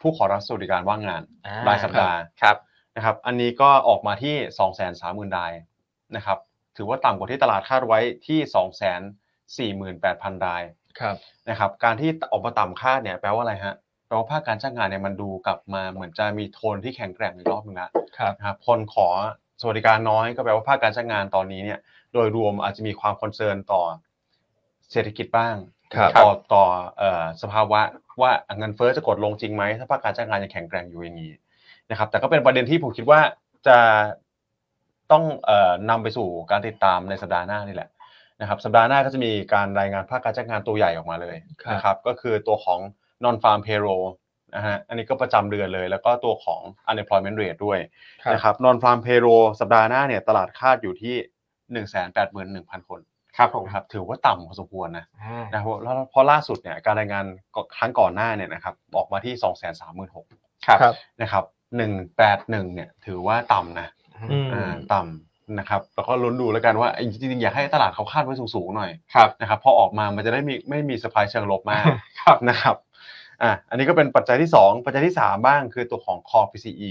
Speaker 3: ผู้ขอรับสวัสดิการว่างงาน
Speaker 2: อ่
Speaker 3: รายสัปดาห์
Speaker 2: ครับ
Speaker 3: นะครับ อันนี้ก็ออกมาที่ 2 3 0 0 0 0รายนะครับ ถือว่าต่ำกว่าที่ตลาดคาดไว้ที่ 2 4 8 0 0 0 ราย
Speaker 1: ครับ
Speaker 3: นะครับการที่ออกมาต่ำคาดเนี่ยแปลว่าอะไรฮะแปลว่าภาคการจ้างงานเนี่ยมันดูกลับมาเหมือนจะมีโทนที่แข็งแกร่งอีกรอบหนึงละ
Speaker 1: ครับ
Speaker 3: นะครับคนขอสวัสดิการน้อยก็แปลว่าภาคการจ้างงานตอนนี้เนี่ยโดยรวมอาจจะมีความคอนเซิร์นต่อเศรษฐกิจบ้าง
Speaker 1: ครับ
Speaker 3: ต่อต่อเอ่อสภาวะว่าเงินเฟ้อจะกดลงจริงไหมถ้าภาคการจ้างงานยังแข็งแกร่งอยู่อย่างนี้นะครับแต่ก็เป็นประเด็นที่ผมคิดว่าจะต้องเอ่อนำไปสู่การติดตามในสัปดาห์หน้านี่แหละ นะครับสัปดาห์หน้าก็จะมีการรายงานภาคการจ้างงานตัวใหญ่ออกมาเลย
Speaker 1: ครับ
Speaker 3: นะครับก็คือตัวของ non farm payroll นะฮะอันนี้ก็ประจำเดือนเลย แล้วก็ตัวของ unemployment rate ด้วยนะครับ non farm payroll สัปดาห์หน้าเนี่ยตลาดคาดอยู่ที่ 1 8 1 0 0 0 คน
Speaker 2: ครับผม
Speaker 3: นะครับถือว่าต่ำพอสมควรนะ
Speaker 2: อ่า
Speaker 3: นะครับเพราะเพราะล่าสุดเนี่ยการรายงานครั้งก่อนหน้าเนี่ยนะครับออกมาที่ 2 3 6 0 0
Speaker 2: ครับ
Speaker 1: ครับ
Speaker 3: 0นะครับ181เนี่ยถือว่าต่ำนะ
Speaker 1: อืม
Speaker 3: อ่าต่ำนะครับแล้วก็ลุ้นดูแล้วกันว่าไอ้จริงๆอยากให้ตลาดเขาคาดไว้สูงๆหน่อย
Speaker 2: ครับ
Speaker 3: นะครับพอออกมามันจะได้มีไม่มีสปายเชิงลบมาก
Speaker 2: ครับ
Speaker 3: นะครับอ่ะอันนี้ก็เป็นปัจจัยที่ 2 ปัจจัยที่ 3 บ้างคือตัวของคอ PCE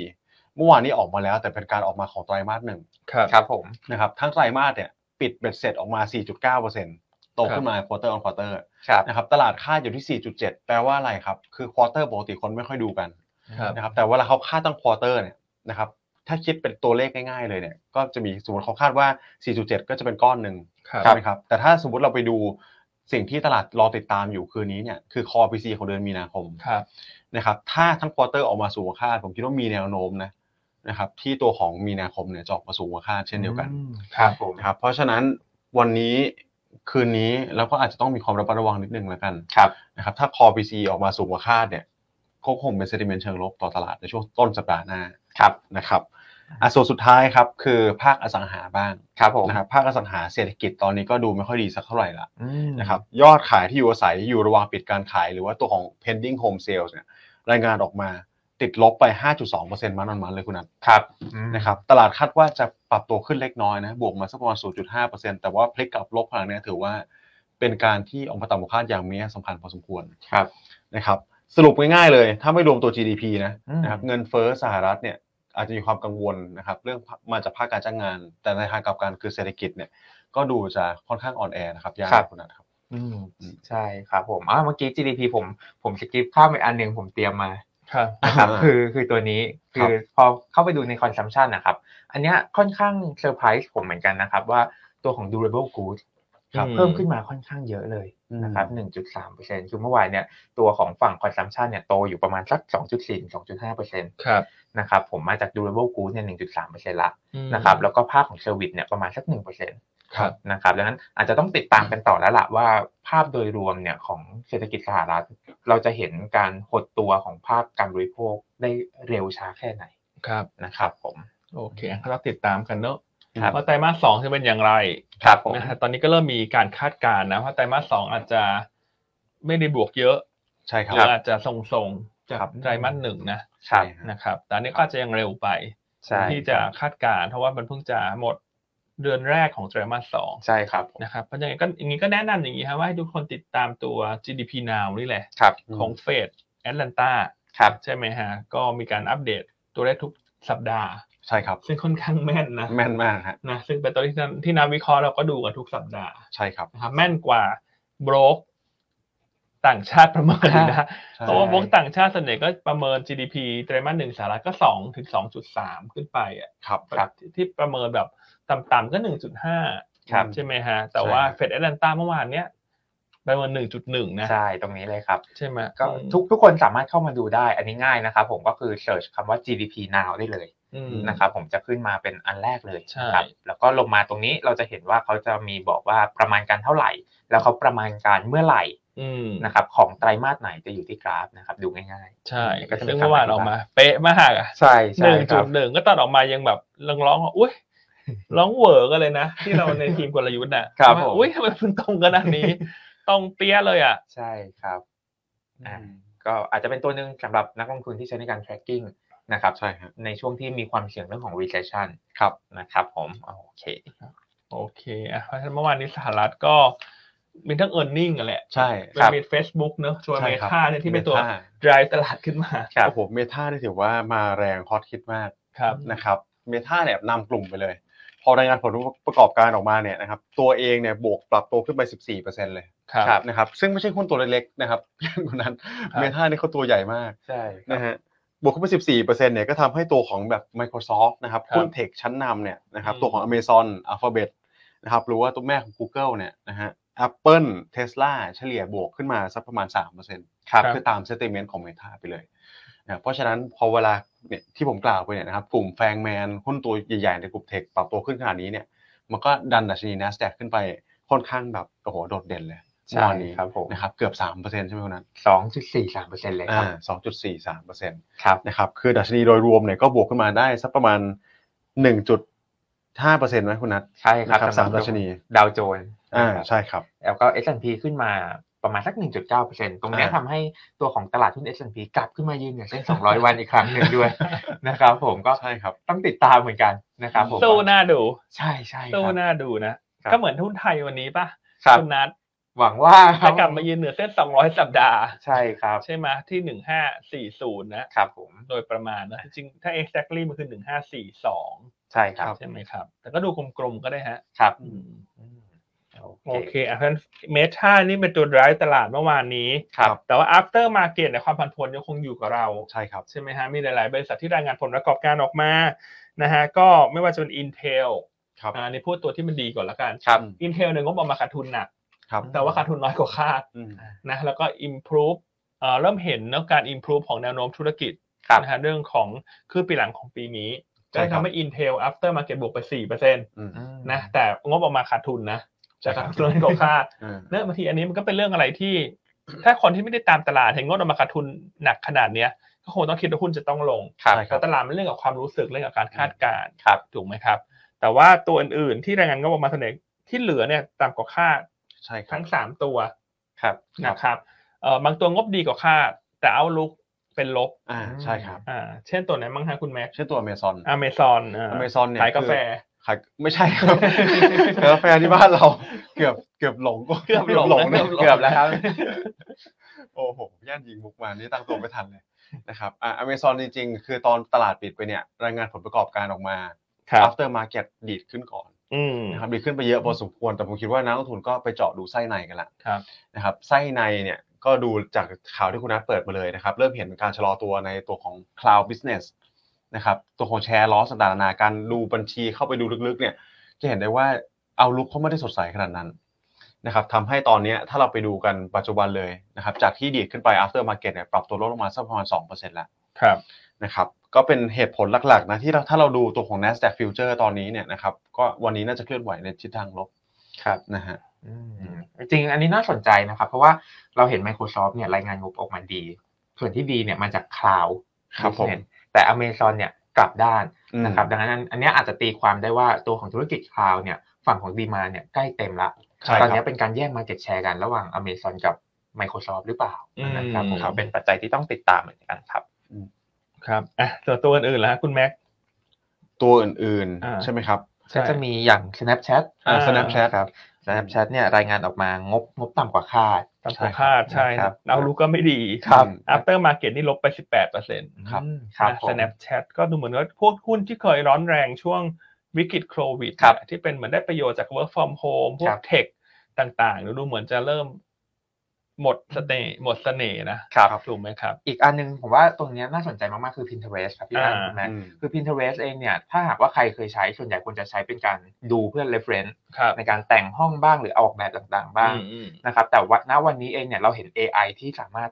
Speaker 3: เมื่อวานนี้ออกมาแล้วแต่เป็นการออกมาของไตรมาสหนึ่ง
Speaker 1: ครับ
Speaker 2: ครับผม
Speaker 3: นะครับทั้งไตรมาสเนี่ยปิดเบ็ดเสร็จออกมา 4.9%โตขึ้นมา quarter on quarter
Speaker 2: ครับ
Speaker 3: นะครับตลาดคาดอยู่ที่ 4.7 แปลว่าอะไรครับ คือ quarter ปกติคนไม่ค่อยดูกัน
Speaker 1: ครับ
Speaker 3: นะครับแต่เวลาเขาคาดตั้งควอเตอร์เนี่ยนะครับถ้าคิดเป็นตัวเลขง่ายๆเลยเนี่ยก็จะมีสมมติเขาคาดว่า 4.7 ก็จะเป็นก้อนหนึ่ง
Speaker 1: ครับ
Speaker 3: ใช่ไหมครับแต่ถ้าสมมติเราไปดูสิ่งที่ตลาดรอติดตามอยู่คืนนี้เนี่ยคือคอ PC ของเดือนมีนาคม
Speaker 1: ครับ
Speaker 3: นะครับถ้าทั้งควอเตอร์ออกมาสูงกว่าคาด ผมคิดว่ามีแนวโน้มนะนะครับที่ตัวของมีนาคมเนี่ยจะออกมาสูงกว่าคาดเช่นเดียวกัน
Speaker 2: อืมครับผม
Speaker 3: นะครับเพราะฉะนั้นวันนี้คืนนี้เราก็อาจจะต้องมีความระมัดระวังนิดนึงแล้วกัน
Speaker 2: ครับ
Speaker 3: นะครับถ้าคอ PC ออกมาสูงกว่าคาดเนี่ยก็คงเป็น sentiment เชิงลบต่อตลาดในช่วงต้นสัปดาห์หน้า
Speaker 2: ครับ
Speaker 3: นะครับอ่ะส่วนสุดท้ายครับคือภาคอสังหาบ้าง
Speaker 2: ครับผม
Speaker 3: นะครับภาคอสังหาเศรษฐกิจตอนนี้ก็ดูไม่ค่อยดีสักเท่าไหร่ละ
Speaker 2: อืม
Speaker 3: นะครับยอดขายที่อยู่อาศัยอยู่ระหว่างปิดการขายหรือว่าตัวของ pending home sales เนี่ยรายงานออกมาติดลบไป 5.2%มันนอนมันเลยคุณนัท
Speaker 2: ครับ
Speaker 3: นะครับตลาดคาดว่าจะปรับตัวขึ้นเล็กน้อยนะบวกมาสักประมาณ 0.5%แต่ว่าพลิกกลับลบครั้งเนี้ยถือว่าเป็นการที่ออกมาต่ำกว่าคาดอย่างมีนัยสำคัญพอสมควร
Speaker 2: ครับ
Speaker 3: นะครับสรุปง่ายๆเลยถ้าไม่รวมตัว GDP นะ
Speaker 2: อืม
Speaker 3: นะครับเงินเฟ้อสหรัฐเนี่ยอาจจะมีความกังวลนะครับเรื่องมาจากภาคการจ้างงาน แต่ในทางกลับกันคือเศรษฐกิจเนี่ยก็ดูจะค่อนข้างอ่อนแอนะครับยากคุณนัทครับ
Speaker 2: อืม
Speaker 3: อืม
Speaker 2: ใช่ครับผมอ่าเมื่อกี้ GDP ผมผมสกิปข้ามไปอันหนึ่งผมเตรียมมา
Speaker 1: ครับ
Speaker 2: นะครับ
Speaker 3: อ่า
Speaker 2: คือคือตัวนี้
Speaker 3: ค
Speaker 2: คื
Speaker 3: รับ
Speaker 2: อพอเข้าไปดูใน consumption นะครับอันเนี้ยค่อนข้างเซอร์ไพรส์ผมเหมือนกันนะครับว่าตัวของ durable goods
Speaker 1: ครับอืม
Speaker 2: เพิ่มขึ้นมาค่อนข้างเยอะเลยนะครับ1.3%คือเมื่อวานเนี่ยตัวของฝั่ง consumption เนี่ยโตอยู่ประมาณสัก 2.4-2.5%น
Speaker 1: ครับ
Speaker 2: ะครับผมมาจาก durable goods เนี่ย1.3%ละ
Speaker 1: อืม
Speaker 2: นะครับแล้วก็ภาคของ service เนี่ยประมาณสัก 1%
Speaker 1: ครับ
Speaker 2: นะครับดังนั้นอาจจะต้องติดตามกันต่อแล้วล่ะว่าภาพโดยรวมเนี่ยของเศรษฐกิจสหรัฐ เราจะเห็นการหดตัวของภาพการบริโภคได้เร็วช้าแค่ไหน
Speaker 1: ครับ
Speaker 2: นะครับผม
Speaker 1: โอเคก็เราติดตามกันเนอะ
Speaker 3: ครับ
Speaker 1: ว่าไตรมาสสองจะเป็นอย่างไร
Speaker 2: ครับผม
Speaker 1: นะฮะตอนนี้ก็เริ่มมีการคาดการณ์นะว่าไตรมาสสองอาจจะไม่ได้บวกเยอะ
Speaker 3: ใช่ค
Speaker 1: ห
Speaker 3: รับ
Speaker 1: รืออาจจะทรงๆจาก
Speaker 2: ครับ
Speaker 1: ไตรมาสหนึ่งนะ
Speaker 2: ใช่
Speaker 3: ครับ
Speaker 1: นะครับแต่อันนี้ก็อาจจะยังเร็วไป
Speaker 2: ใช่
Speaker 1: ที่จะคาดการณ์เพราะว่ามันเพิ่งจะหมด เดือนแรกของไตรมาสสอง
Speaker 2: ใช่ครับผม
Speaker 1: นะครับเพราะฉะนั้นก็อย่างนี้ก็แนะนำอย่างนี้ครับว่าให้ทุกคนติดตามตัว GDP Now นี่แหละ
Speaker 2: ครับ
Speaker 1: ของเฟดแอตแลนตา
Speaker 2: ครับ
Speaker 1: ใช่ไหมฮะ ก็มีการอัปเดตตัวเลขทุกสัปดาห์
Speaker 3: ใช่ครับ
Speaker 1: ซึ่งค่อนข้างแม่นนะ
Speaker 3: แม่นมากฮะ
Speaker 1: นะซึ่งเป็นตัวเลขที่นำที่นักวิเคราะห์เราก็ดูกันทุกสัปดาห์
Speaker 3: ใช่ครับ
Speaker 1: นะครับแม่นกว่าโบรกต่างชาติประเมิน
Speaker 2: ครับ
Speaker 1: นะ
Speaker 3: ใช่
Speaker 1: เพราะว่าโบรกต่างชาติส่วนใหญ่ก็ประเมิน GDP ไตรมาสหนึ่งสหรัฐก็สองถึงสองจุดสามขึ้นไปอ่ะ
Speaker 3: ครับ
Speaker 1: ที่ที่ประเมินแบบต่ำๆก็หนึ่งจุดห้า
Speaker 2: ครับ
Speaker 1: ใช่ไหมฮะ แต่ว่าเฟดแอตแลนตาเมื่อวานเนี้ยประเมินหนึ่งจุดหนึ่งนะ
Speaker 2: ใช่ตรงนี้เลยครับ
Speaker 1: ใช่ไหม
Speaker 2: ก็ทุกทุกคนสามารถเข้ามาดูได้ อันนี้ง่ายนะครับผมก็คือเ e ิร์ชคำว่า GDP now ได้เลย
Speaker 1: อืม
Speaker 2: นะครับผมจะขึ้นมาเป็นอันแรกเลย
Speaker 1: ใช่
Speaker 2: นะครับ แล้วก็ลงมาตรงนี้เราจะเห็นว่าเขาจะมีบอกว่าประมาณการเท่าไหร่ แล้วเขาประมาณการเมื่อไหร่
Speaker 1: อืม
Speaker 2: นะครับ ของไตรมาสไหนจะอยู่ที่กราฟนะครับ ดูง่าย
Speaker 1: ใช่
Speaker 2: ก็จะมี
Speaker 1: ซึ่งเมื่อวานออกมา เป๊ะมากอ่ะ
Speaker 2: ๆ ใช่
Speaker 1: ห
Speaker 2: ใช่
Speaker 1: นึ่ง
Speaker 2: ค
Speaker 1: จุ
Speaker 2: รับ
Speaker 1: ดหนึ่งก็ตอนออกมายังแบบร้องๆว่าอุ้ยร้องเหวอกันเลยนะ ที่เราในทีมกลยุทธ์น่ะ
Speaker 2: ครับ
Speaker 1: ว่า
Speaker 2: ผม
Speaker 1: อุ้ยทำไมมันตรงขนาดนี้ ตรงเปี้ยเลยอ่ะ
Speaker 2: ใช่ครับ อ่า ก็อาจจะเป็นตัวหนึ่งสำหรับนักลงทุนที่ใช้ในการ tracking นะครับ
Speaker 3: ใช่ฮะ
Speaker 2: ในช่วงที่มีความเสี่ยงเรื่องของ recession
Speaker 3: ครับ
Speaker 2: นะครับผมโอเค
Speaker 1: โอเคอ่ะเพราะฉะนั้นเมื่อวานนี้สหรัฐก็ มีทั้งเอ r n i n g กันแหละ
Speaker 3: ใช่
Speaker 1: เป็
Speaker 2: คน รับ
Speaker 1: มี Facebook เนอะชวน
Speaker 3: ใช่
Speaker 1: เม
Speaker 3: ครับ
Speaker 1: ทาเนี่ยที่เป็นตัว
Speaker 3: มทา
Speaker 1: drive ตลาดขึ้นมา
Speaker 2: ครับ
Speaker 3: โอ้โหเมตานี่ถือว่ามาแรงฮอตฮิตมาก
Speaker 1: ครับ
Speaker 3: นะครับเมตาเนี่ยนำกลุ่มไปเลย พอรายงานผลประกอบการออกมาเนี่ยนะครับตัวเองเนี่ยบวกปรับตัวขึ้นไป 14%เลย
Speaker 1: ครับ
Speaker 2: ครับ
Speaker 3: นะครับซึ่งไม่ใช่หุ้นตัวเล็กๆนะครับ <laughs> เพื่อนคนนั้น
Speaker 1: ครับ
Speaker 3: เมตานี่เขาตัวใหญ่มาก
Speaker 2: ใช่ครับ
Speaker 3: นะฮะบวกขึ้นไป 14%เนี่ยก็ทำให้ตัวของแบบ Microsoft นะครับ
Speaker 1: ครับ
Speaker 3: หุ้นเทคชั้นนำเนี่ยนะครับ
Speaker 1: อืม
Speaker 3: ตัวของ Amazon Alphabet นะครับหรือว่าตัวแม่ของ Google เนี่ยนะฮะ Apple Tesla เฉลี่ยบวกขึ้นมาสักประมาณ 3%
Speaker 2: ครับ
Speaker 1: ครับ
Speaker 3: คือตามเซติมเมนต์ของเมตาไปเลยนะครับเพราะฉะนั้นพอเวลาเนี่ยที่ผมกล่าวไปเนี่ยนะครับกลุ่มแฟงแมนหุ้นตัวใหญ่ๆในกลุ่มเทคปรับตัวขึ้นขนาดนี้เนี่ยมันก็ดันดัชนี n a s d a q ขึ้นไปค่อนข้างแบบโอ้โหโดดเด่นเลย
Speaker 2: ใช่
Speaker 3: เมื่อวานนี้
Speaker 2: ครับผม
Speaker 3: นะครับเกือบ 3%ใช่ไหมคนนั้น
Speaker 2: สองจุดสี่สามเปอร์เซ็นต์เลยครับ
Speaker 3: สองจุดสี่สามเปอร์เซ็นต์
Speaker 2: ครับ
Speaker 3: นะครับคือดัชนีโดยรวมเนี่ยก็บวกขึ้นมาได้สักประมาณหนึ่งจุดห้าเปอร์เซ็นต์ไหมคุณนัท
Speaker 2: ใช่ครับ
Speaker 3: นะครับ
Speaker 2: สำหรับ
Speaker 3: สามดัชนี
Speaker 2: ดาวโจนส์
Speaker 3: อ่า
Speaker 2: นะครับ
Speaker 3: ใช่ครับ
Speaker 2: แล้วก็ S&P ขึ้นมาประมาณสัก 1.9%ตรงเนี้ย
Speaker 3: อ่า
Speaker 2: ทำให้ตัวของตลาดหุ้น S&P กลับขึ้นมายืนเหนือเส้น 200 วันอีกครั้งหนึ่งด้วย นะครับผมก็
Speaker 3: ใช่ครับ
Speaker 2: ต้องติดตามเหมือนกันนะครับผม
Speaker 1: สู้หน้าดู
Speaker 2: ใช่ใช่ค
Speaker 1: สู้
Speaker 2: รับ
Speaker 1: หน้าดูนะ
Speaker 2: ครับ
Speaker 1: ก็เหมือนหุ้นไทยวันนี้ป่ะ
Speaker 2: ครับ
Speaker 1: ณนัท
Speaker 2: หวังว่า
Speaker 1: จะกลับมายืนเหนือเส้น 200 สัปดาห์
Speaker 2: ใช่ครับ
Speaker 1: ใช่ไหมที่ 1540 นะ
Speaker 2: ครับผม
Speaker 1: โดยประมาณนะจริงๆถ้า exactly มันคือหนึ่งห้าสี่สอง
Speaker 2: ใช่ครับ
Speaker 1: ใช่ไหมครับ แต่ก็ดูกลมๆก็ได้ฮะ
Speaker 2: ครับ
Speaker 1: โอเคอ่ะเพราะฉะนั้นเมทานี่เป็นตัวร้ายตลาดเมื่อวานนี้
Speaker 2: ครับ
Speaker 1: แต่ว่า after market เนี่ยความผันผวนยังคงอยู่กับเรา
Speaker 3: ใช่ครับ
Speaker 1: ใช่ไหมฮะ มีหลายๆ บริษัทที่รายงานผลประกอบการออกมานะฮะก็ไม่ว่าจะเป็น Intel
Speaker 3: ครับ
Speaker 1: อ่าในพูดตัวที่มันดีก่อนละกัน
Speaker 2: ครับ
Speaker 1: Intel เนี่ยงบออกมาขาดทุนหนัก
Speaker 3: ครับ
Speaker 1: แต่ว่าขาดทุนน้อยกว่าคาด
Speaker 3: อืม
Speaker 1: นะแล้วก็ improve เอ่อเริ่มเห็นเนอะการ improve ของแนวโน้มธุรกิจ
Speaker 2: ครับ
Speaker 1: นะฮะเรื่องของครึ่งปีหลังของปีนี้ก็
Speaker 3: ใช่ครับ
Speaker 1: ทำให้ Intel after market บวกไป 4%
Speaker 3: อืม
Speaker 1: นะแต่งบออกมาขาดทุนนะจากการ <laughs> เรื่องของค่าด
Speaker 3: อืม
Speaker 1: เรื่องบางทีอันนี้มันก็เป็นเรื่องอะไรที่ ถ้าคนที่ไม่ได้ตามตลาดเห็นงบออกมาขาดทุนหนักขนาดเนี้ยก็คงต้องคิดว่าหุ้นจะต้องลง
Speaker 2: ครับ
Speaker 3: ใช่
Speaker 1: แต่ตลาดมันเรื่องกับความรู้สึกเรื่องกับการคาดการณ์
Speaker 2: ครับ
Speaker 1: ถูกไหมครับ แต่ว่าตัวอื่นๆ ที่รายงานงบออกมาเสนอที่เหลือเนี่ยต่ำกว่าคาด
Speaker 3: ใช่ครับ
Speaker 1: ทั้งสามตัว
Speaker 2: ครับ
Speaker 1: นะครับเอ่อบางตัวงบดีกว่าคาด แต่เอาลุกเป็นลบ
Speaker 3: อ่าใช่ครับ
Speaker 1: อ่าเช่นตัวไหนบ้างฮะคุณแม็ก
Speaker 3: เช่นตัว Amazon
Speaker 1: อเมซอน
Speaker 3: Amazon เนี่ย
Speaker 1: ขายกาแฟ
Speaker 3: คือขายไม่ใช่ครับ ขายกาแฟที่บ้านเรา เกือบเกือบหลงก็
Speaker 1: เกือบหลงนะ
Speaker 3: นะ
Speaker 2: เกือบแล้วครับ
Speaker 3: โอ้โหย่านยิงมุกมานี่ตั้งตัวไม่ทันเลยนะครับอ่า Amazon จริงๆ คือตอนตลาดปิดไปเนี่ย รายงานผลประกอบการออกมา after market ดีดขึ้นก่อน
Speaker 1: อืม
Speaker 3: นะครับดีดขึ้นไปเยอะพอสมควร แต่ผมคิดว่านักลงทุนก็ไปเจาะดูไส้ในกันละ
Speaker 1: ครับ
Speaker 3: นะครับไส้ในเนี่ยก็ดูจากข่าวที่คุณนัทเปิดมาเลยนะครับ เริ่มเห็นการชะลอตัวในตัวของ cloud business นะครับตัวของแชร์ลอสต่างๆนานาการดูบัญชีเข้าไปดูลึกๆเนี่ยจะเห็นได้ว่าเอาลุกเขาไม่ได้สดใสขนาดนั้นนะครับทำให้ตอนเนี้ยถ้าเราไปดูกันปัจจุบันเลยนะครับจากที่ดีดขึ้นไป after market เนี่ยปรับตัวลดลงมาสักประมาณ2%แล้ว
Speaker 1: ครับ
Speaker 3: นะครับก็เป็นเหตุผลหลักๆนะที่เราถ้าเราดูตัวของ NASDAQ Future ตอนนี้เนี่ยนะครับก็วันนี้น่าจะเคลื่อนไหวในทิศทางลบ
Speaker 2: ครับ
Speaker 3: นะฮะ
Speaker 2: อืมจริงๆอันนี้น่าสนใจนะครับ เพราะว่าเราเห็น Microsoft เนี่ยรายงานงบออกมาดี ส่วนที่ดีเนี่ยมาจาก Cloud
Speaker 3: ครับผม
Speaker 2: Business แต่ Amazon เนี่ยกลับด้านนะครับดังนั้นอันอันเนี้ยอาจจะตีความได้ว่าตัวของธุรกิจ Cloud เนี่ยฝั่งของดีมาเนี่ยใกล้เต็มละ
Speaker 3: ใช่
Speaker 2: ตอน
Speaker 3: ค
Speaker 2: เนี้
Speaker 3: รั
Speaker 2: ย
Speaker 3: บ
Speaker 2: เป็นการแย่ง Market Share กันระหว่าง Amazon กับ Microsoft หรือเปล่านะครับ
Speaker 1: อืม
Speaker 2: ผมเป็นปัจจัยที่ต้องติดตามเหมือนกันครับ
Speaker 1: ครับอ่ะส่วนตัวอื่นๆแล้วคุณแม็ก
Speaker 3: ตัวอื่น
Speaker 1: อ่า
Speaker 3: ๆ ใช่ไหมครับ
Speaker 1: ใช่
Speaker 2: ก็จะมีอย่าง Snapchat
Speaker 1: อ่า
Speaker 3: Snapchat
Speaker 2: ครับ Snapchat เนี่ยรายงานออกมางบงบต่ำกว่าคาด
Speaker 1: ตามสัมภาษณ์ใช่
Speaker 2: ครับ
Speaker 1: เรารู้ก็ไม่ดี
Speaker 2: ครับ
Speaker 1: after market นี่ลบไป 18เปอร์เซ็นต์
Speaker 3: ครับ
Speaker 2: ครับผม
Speaker 1: Snapchat ก็ดูเหมือนว่าพวกหุ้นที่เคยร้อนแรงช่วงวิกฤตโควิด
Speaker 2: ครับ
Speaker 1: เนี่ยที่เป็นเหมือนได้ประโยชน์จาก work from home พว
Speaker 2: ครั
Speaker 1: ก
Speaker 2: บ
Speaker 1: เทคต่างๆ ดูเหมือนจะเริ่มหมดเสน่ห์หมดเสน่ห์นะครับ ถูกไหมครับ
Speaker 2: อีกอันนึงผมว่าตรงเนี้ยน่าสนใจมากๆ คือ Pinterest ครับพี่อัน
Speaker 1: อ่า
Speaker 2: คุณแม่
Speaker 3: อืม
Speaker 2: คือ Pinterest เองเนี่ยถ้าหากว่าใครเคยใช้ส่วนใหญ่ควรจะใช้เป็นการดูเพื่อ reference
Speaker 1: ครับ
Speaker 2: ในการแต่งห้องบ้างหรือเอาออกแบบต่างๆ บ้าง
Speaker 1: อืมอืม
Speaker 2: นะครับแต่ว่าณวันนี้เองเนี่ยเราเห็น AI ที่สามารถ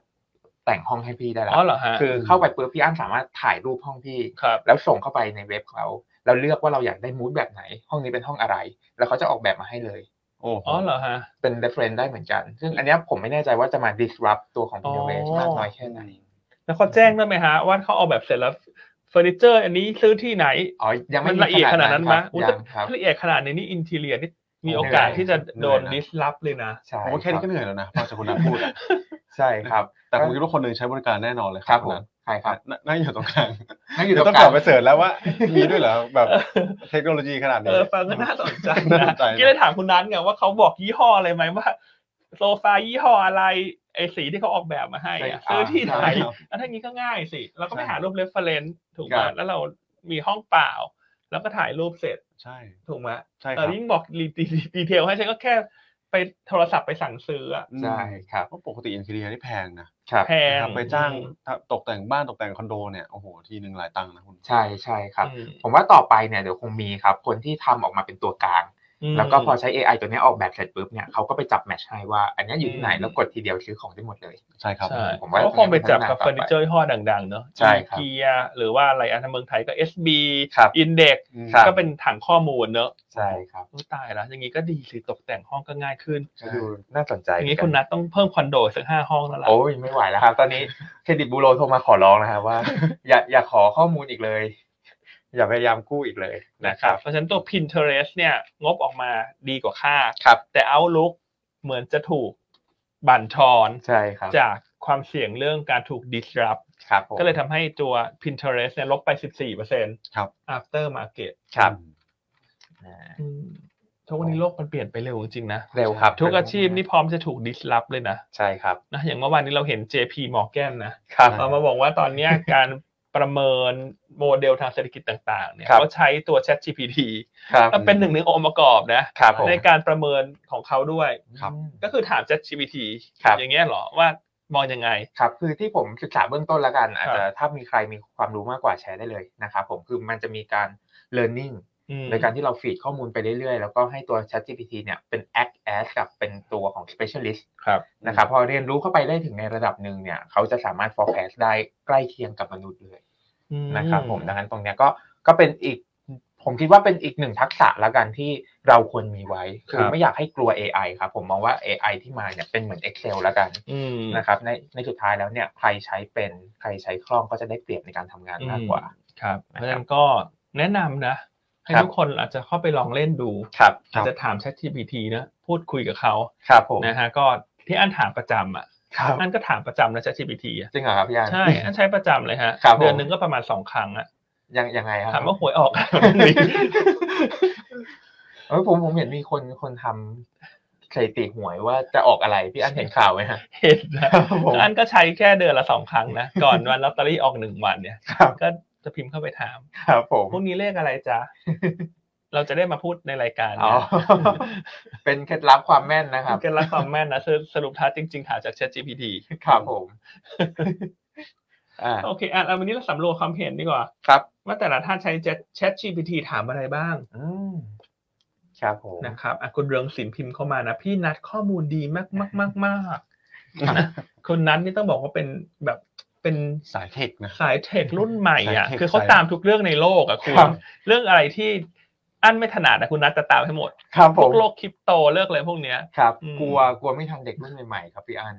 Speaker 2: แต่งห้องให้พี่ได้แล้ว
Speaker 1: อ๋อเหรอฮะ
Speaker 2: คือเข้าไปปุ๊บพี่อันสามารถถ่ายรูปห้องพี่
Speaker 1: ครับ
Speaker 2: แล้วส่งเข้าไปในเว็บเขาแล้วเลือกว่าเราอยากได้มูดแบบไหน ห้องนี้เป็นห้องอะไร แล้วเขาจะออกแบบมาให้เลย
Speaker 3: โอ้โห
Speaker 1: อ๋อเหรอฮะ
Speaker 2: เป็น reference ได้เหมือนกัน ซึ่งอันเนี้ยผมไม่แน่ใจว่าจะมา disrupt ตัวของ Pinterest
Speaker 1: อ๋อ
Speaker 2: มากน้อยแค่ไหน
Speaker 1: แล้วเขาแจ้งได้ไหมฮะว่าเขาเอาแบบเสร็จแล้วเฟอร์นิเจอร์ อันนี้ซื้อที่ไหน
Speaker 2: อ๋อ ยังไม่
Speaker 1: มันละเอียดขนาดนั้น
Speaker 2: ค
Speaker 1: มะ
Speaker 2: รับ
Speaker 1: อุ๊ย
Speaker 2: ยังครับ
Speaker 1: ละเอียดขนาดนี้นี่อินทีเรียนี่มีโอกาส
Speaker 2: โอ้ย
Speaker 1: ที่จะโดน
Speaker 3: เหนื่อยนะ
Speaker 1: ดิสลอฟเลยนะ
Speaker 2: ใช่
Speaker 3: ผมว่าแค่นี้ก็เหนื่อยแล้วนะพอจากคุณนัทพูดอะ
Speaker 2: ใช่ครับ
Speaker 3: แต่ผมคิดว่าคนหนึ่งใช้บริการแน่นอนเลยค
Speaker 2: ครั
Speaker 3: รั
Speaker 2: บบ ผ
Speaker 3: คุ
Speaker 2: ม
Speaker 3: ณนัท
Speaker 2: ใช่ครับ
Speaker 3: นั่งนั่งอยู่ตรงกลาง
Speaker 2: นั่นอยู่
Speaker 3: เดี๋ยว
Speaker 2: ตร
Speaker 3: ต้
Speaker 2: ง
Speaker 3: อง
Speaker 2: ก
Speaker 3: ก
Speaker 2: ลา
Speaker 3: ลั
Speaker 2: ง
Speaker 3: บไปเสิร์ชแล้วว่ามีด้วยเหรอแบบเทคโนโลยีขนาด
Speaker 1: เอ
Speaker 3: นี้
Speaker 1: อฟังก็น่าสนใจ
Speaker 3: น่าส
Speaker 1: นะ
Speaker 3: นใจนะ
Speaker 1: กี่เลยถามคุณนัทไงว่าเขาบอกยี่ห้ออะไรไหมว่าโซฟายี่ห้ออะไรไอ้สีที่เขาออกแบบมาให้อะซื้อที่ไหน
Speaker 3: ใช่ครับ
Speaker 1: แล้วถ้างี้ก็ง่ายสิเราก็ไป
Speaker 3: ใช่
Speaker 1: หารูปเรฟเฟรนซ์ถูกไหม
Speaker 3: ครับ
Speaker 1: แล้วเรามีห้องเปล่า แล้วก็ถ่ายรูปเสร็จ
Speaker 3: ใช่
Speaker 1: ถูกไหม
Speaker 3: ใช่ค
Speaker 1: เอ
Speaker 3: รับ
Speaker 1: อยิ่งบอกดีเทลให้ฉันก็แค่ไปโทรศัพท์ไปสั่งซื้ออะ
Speaker 3: อืม
Speaker 2: ใช่ครับ
Speaker 3: เพราะปกติอินทีเรียนี่แพงนะครับ
Speaker 1: แพง
Speaker 3: นะครับไปจ้างตกแต่งบ้านตกแต่งคอนโดเนี่ยโอ้โหทีหนึ่งหลายตังค์นะคุณ
Speaker 2: ใช่ใช่ครับ
Speaker 1: อืม
Speaker 2: ผมว่าต่อไปเนี่ยเดี๋ยวคงมีครับ คนที่ทำออกมาเป็นตัวกลาง
Speaker 1: ม
Speaker 2: แล้วก็พอใช้ AI ตัวเนี้ยออกแบบเสร็จปุ๊บเนี่ยเขาก็ไปจับแมทชให้ว่าอันเนี้ยอยู่ที่ไหน
Speaker 1: อืม
Speaker 2: แล้วกดทีเดียวซื้อของได้หมดเลย
Speaker 3: ใช่ครับ
Speaker 1: ใช่
Speaker 2: ผมว่า
Speaker 1: ก็คงไปจับกับเฟอร์นิเจอร์ยี่ห้อดังๆ เนอะ
Speaker 2: ใช่ครับ
Speaker 1: เกียหรือว่าอะไรอันเมืองไทยก็ SB
Speaker 2: ครับ
Speaker 1: อินเด็ก
Speaker 2: ครับ
Speaker 1: ก็เป็นถังข้อมูลเนอะ
Speaker 2: ใช่ครับ
Speaker 1: โอ้ตายแล้วอย่างนี้ก็ดีสิตกแต่งห้องก็ง่ายขึ้น
Speaker 2: ก็ดูน่าสนใจ
Speaker 1: อย่างนี้คุณนัทต้องเพิ่มคอนโดสักห้าห้องแล้วล่ะ
Speaker 2: โอ้ยไม่ไหวแล้วครับ ตอนนี้เครดิตบูโรโทรมาขอร้องนะครับว่า <laughs> อย่าอย่าขอข้อมูลอีกเลย อย่าพยายามกู้อีกเลย
Speaker 1: นะ
Speaker 2: นะ
Speaker 1: ค
Speaker 2: ค
Speaker 1: รั
Speaker 2: รั
Speaker 1: บบ เพราะฉะนั้นตัว Pinterest เนี่ยงบออกมาดีกว่าคาด
Speaker 2: ครับ
Speaker 1: แต่ Outlook เหมือนจะถูกบั่นทอน
Speaker 2: ใช่ครับ
Speaker 1: จากความเสี่ยงเรื่องการถูก disrupt
Speaker 2: ครับผม
Speaker 1: ก็เลยทำให้ตัว Pinterest เนี่ยลบไป 14%
Speaker 3: ครับ
Speaker 1: after market
Speaker 2: ครับอ่า
Speaker 1: อืมทุกวันนี้โลกมันเปลี่ยนไปเร็วจริงๆนะ
Speaker 2: เร็วครับ
Speaker 1: ทุกอาชีพนี่พร้อมจะถูกดิสลอฟเลยนะ
Speaker 2: ใช่ครับ
Speaker 1: นะ อย่างเมื่อวานนี้เราเห็น JP Morgan นะ
Speaker 2: ครับ
Speaker 1: เอามาบอกว่าตอนเนี้ย <laughs> การประเมินโมเดลทางเศรษฐกิจต่างๆเนี่ย
Speaker 2: ครับ
Speaker 1: เขาใช้ตัว Chat GPT
Speaker 2: ครับ
Speaker 1: มันเป็นหนึ่งในองค์ประกอบนะครับ
Speaker 2: ผม
Speaker 1: ในการประเมินของเขาด้วย
Speaker 3: ครับ
Speaker 1: ก็คือถาม Chat GPT
Speaker 2: ครับ
Speaker 1: อย่างเงี้ยเหรอว่ามองยังไง
Speaker 2: ครับคือที่ผมศึกษาเบื้องต้นแล้วกัน อาจจะ
Speaker 1: ครับ
Speaker 2: ถ้ามีใครมีความรู้มากกว่าแชร์ได้เลยนะครับผมคือมันจะมีการ learning
Speaker 1: อืม
Speaker 2: โดยการที่เราฟีดข้อมูลไปเรื่อยๆ แล้วก็ให้ตัว Chat GPT เนี่ยเป็น act as กับเป็นตัวของ specialist
Speaker 1: ครับ
Speaker 2: นะครับพอเรียนรู้เข้าไปได้ถึงในระดับหนึ่งเนี่ยเขาจะสามารถ forecast ได้ใกล้เคียงกับมนุษย์เลยนะครับผมดังนั้นตรงเนี้ยก็ก็เป็นอีก ผมคิดว่าเป็นอีกหนึ่งทักษะละกันที่เราควรมีไว้ คื
Speaker 1: ค
Speaker 2: อ
Speaker 1: รับ
Speaker 2: ไม่อยากให้กลัว AI ครับผมมองว่า AI ที่มาเนี่ยเป็นเหมือน Excel ละกัน
Speaker 1: อืม
Speaker 2: นะครับในในสุดท้ายแล้วเนี่ยใครใช้เป็นใครใช้คล่องก็จะได้เปรียบในการทำงานมากกว่า
Speaker 1: ครับเพ
Speaker 2: นะครับ
Speaker 1: ราะฉะนั้นก็แนะนำนะ ให้
Speaker 2: ครับ
Speaker 1: ทุกคนอาจจะเข้าไปลองเล่นดู
Speaker 2: ครับ
Speaker 1: อาจจะถาม Chat GPT นะพูดคุยกับเขา
Speaker 2: ครับผม
Speaker 1: นะฮะก็ที่อันถามประจำอ่ะ
Speaker 2: ครับ
Speaker 1: อันก็ถามประจำนะ ChatGPT อะ
Speaker 2: จริงเหรอครับพี่อัน
Speaker 1: ใช่ อันใช้ประจำเลยฮะ
Speaker 2: ครับผม
Speaker 1: เดือนหนึ่งก็ประมาณสองครั้งอะ
Speaker 2: ยังยังไงครับ
Speaker 1: ถามว่าหวยออก
Speaker 2: <laughs>
Speaker 1: ไหม
Speaker 2: เอ้ยผมผมเห็นมีคนคนทำสถิติหวยว่าจะออกอะไรพี่อันเห็นข่าวไหมฮะ
Speaker 1: เห็นนะครับ
Speaker 2: ผม
Speaker 1: อันก็ใช้แค่เดือนละสองครั้งนะ ก่อนวันลอตเตอรี่ออกหนึ่งวันเนี่ย
Speaker 2: ครับ
Speaker 1: ก็จะพิมพ์เข้าไปถาม
Speaker 2: ครับผม
Speaker 1: พรุ่งนี้เลขอะไรจ๊ะ เราจะได้มาพูดในรายการ <laughs>
Speaker 2: อ๋อ
Speaker 1: นะ
Speaker 2: เป็นเคล็ดลับความแม่นนะครับ
Speaker 1: เป็นรับความแม่นนะสรุปท้ายจริงๆหาจาก ChatGPT
Speaker 2: ครับผมอ่า
Speaker 1: โอเคอ่ะเอาวันนี้เราสำรวจความเห็นดีกว่า
Speaker 2: ครับ
Speaker 1: ว่าแต่ละท่านใช้ Chat- ChatGPT ถามอะไรบ้าง
Speaker 2: อืมครับผม
Speaker 1: นะครับอ่ะคุณเรืองศิลป์พิมพ์เข้ามานะ พี่นัดข้อมูลดีมากมากมากมากนะคนนัดนี่ต้องบอกว่าเป็นแบบเป็น
Speaker 3: สายเทคนะ
Speaker 1: สายเทครุ่นใหม่อ่ะ
Speaker 3: สายเทค
Speaker 1: คือเขาตามทุกเรื่องในโลกอ่ะคุณ
Speaker 2: ครับ
Speaker 1: เรื่องอะไรที่อันไม่ถนัดนะคุณนัดจะตามให้หมด
Speaker 2: ครับ
Speaker 1: พ
Speaker 2: ผ
Speaker 1: ว
Speaker 2: ม
Speaker 1: กโลกคริปโตเลือกอะไรพวกเนี้ย
Speaker 2: ครับ
Speaker 1: อืม
Speaker 2: กลัวกลัวไม่ทันเด็กรุ่นใหม่ๆครับพี่อัน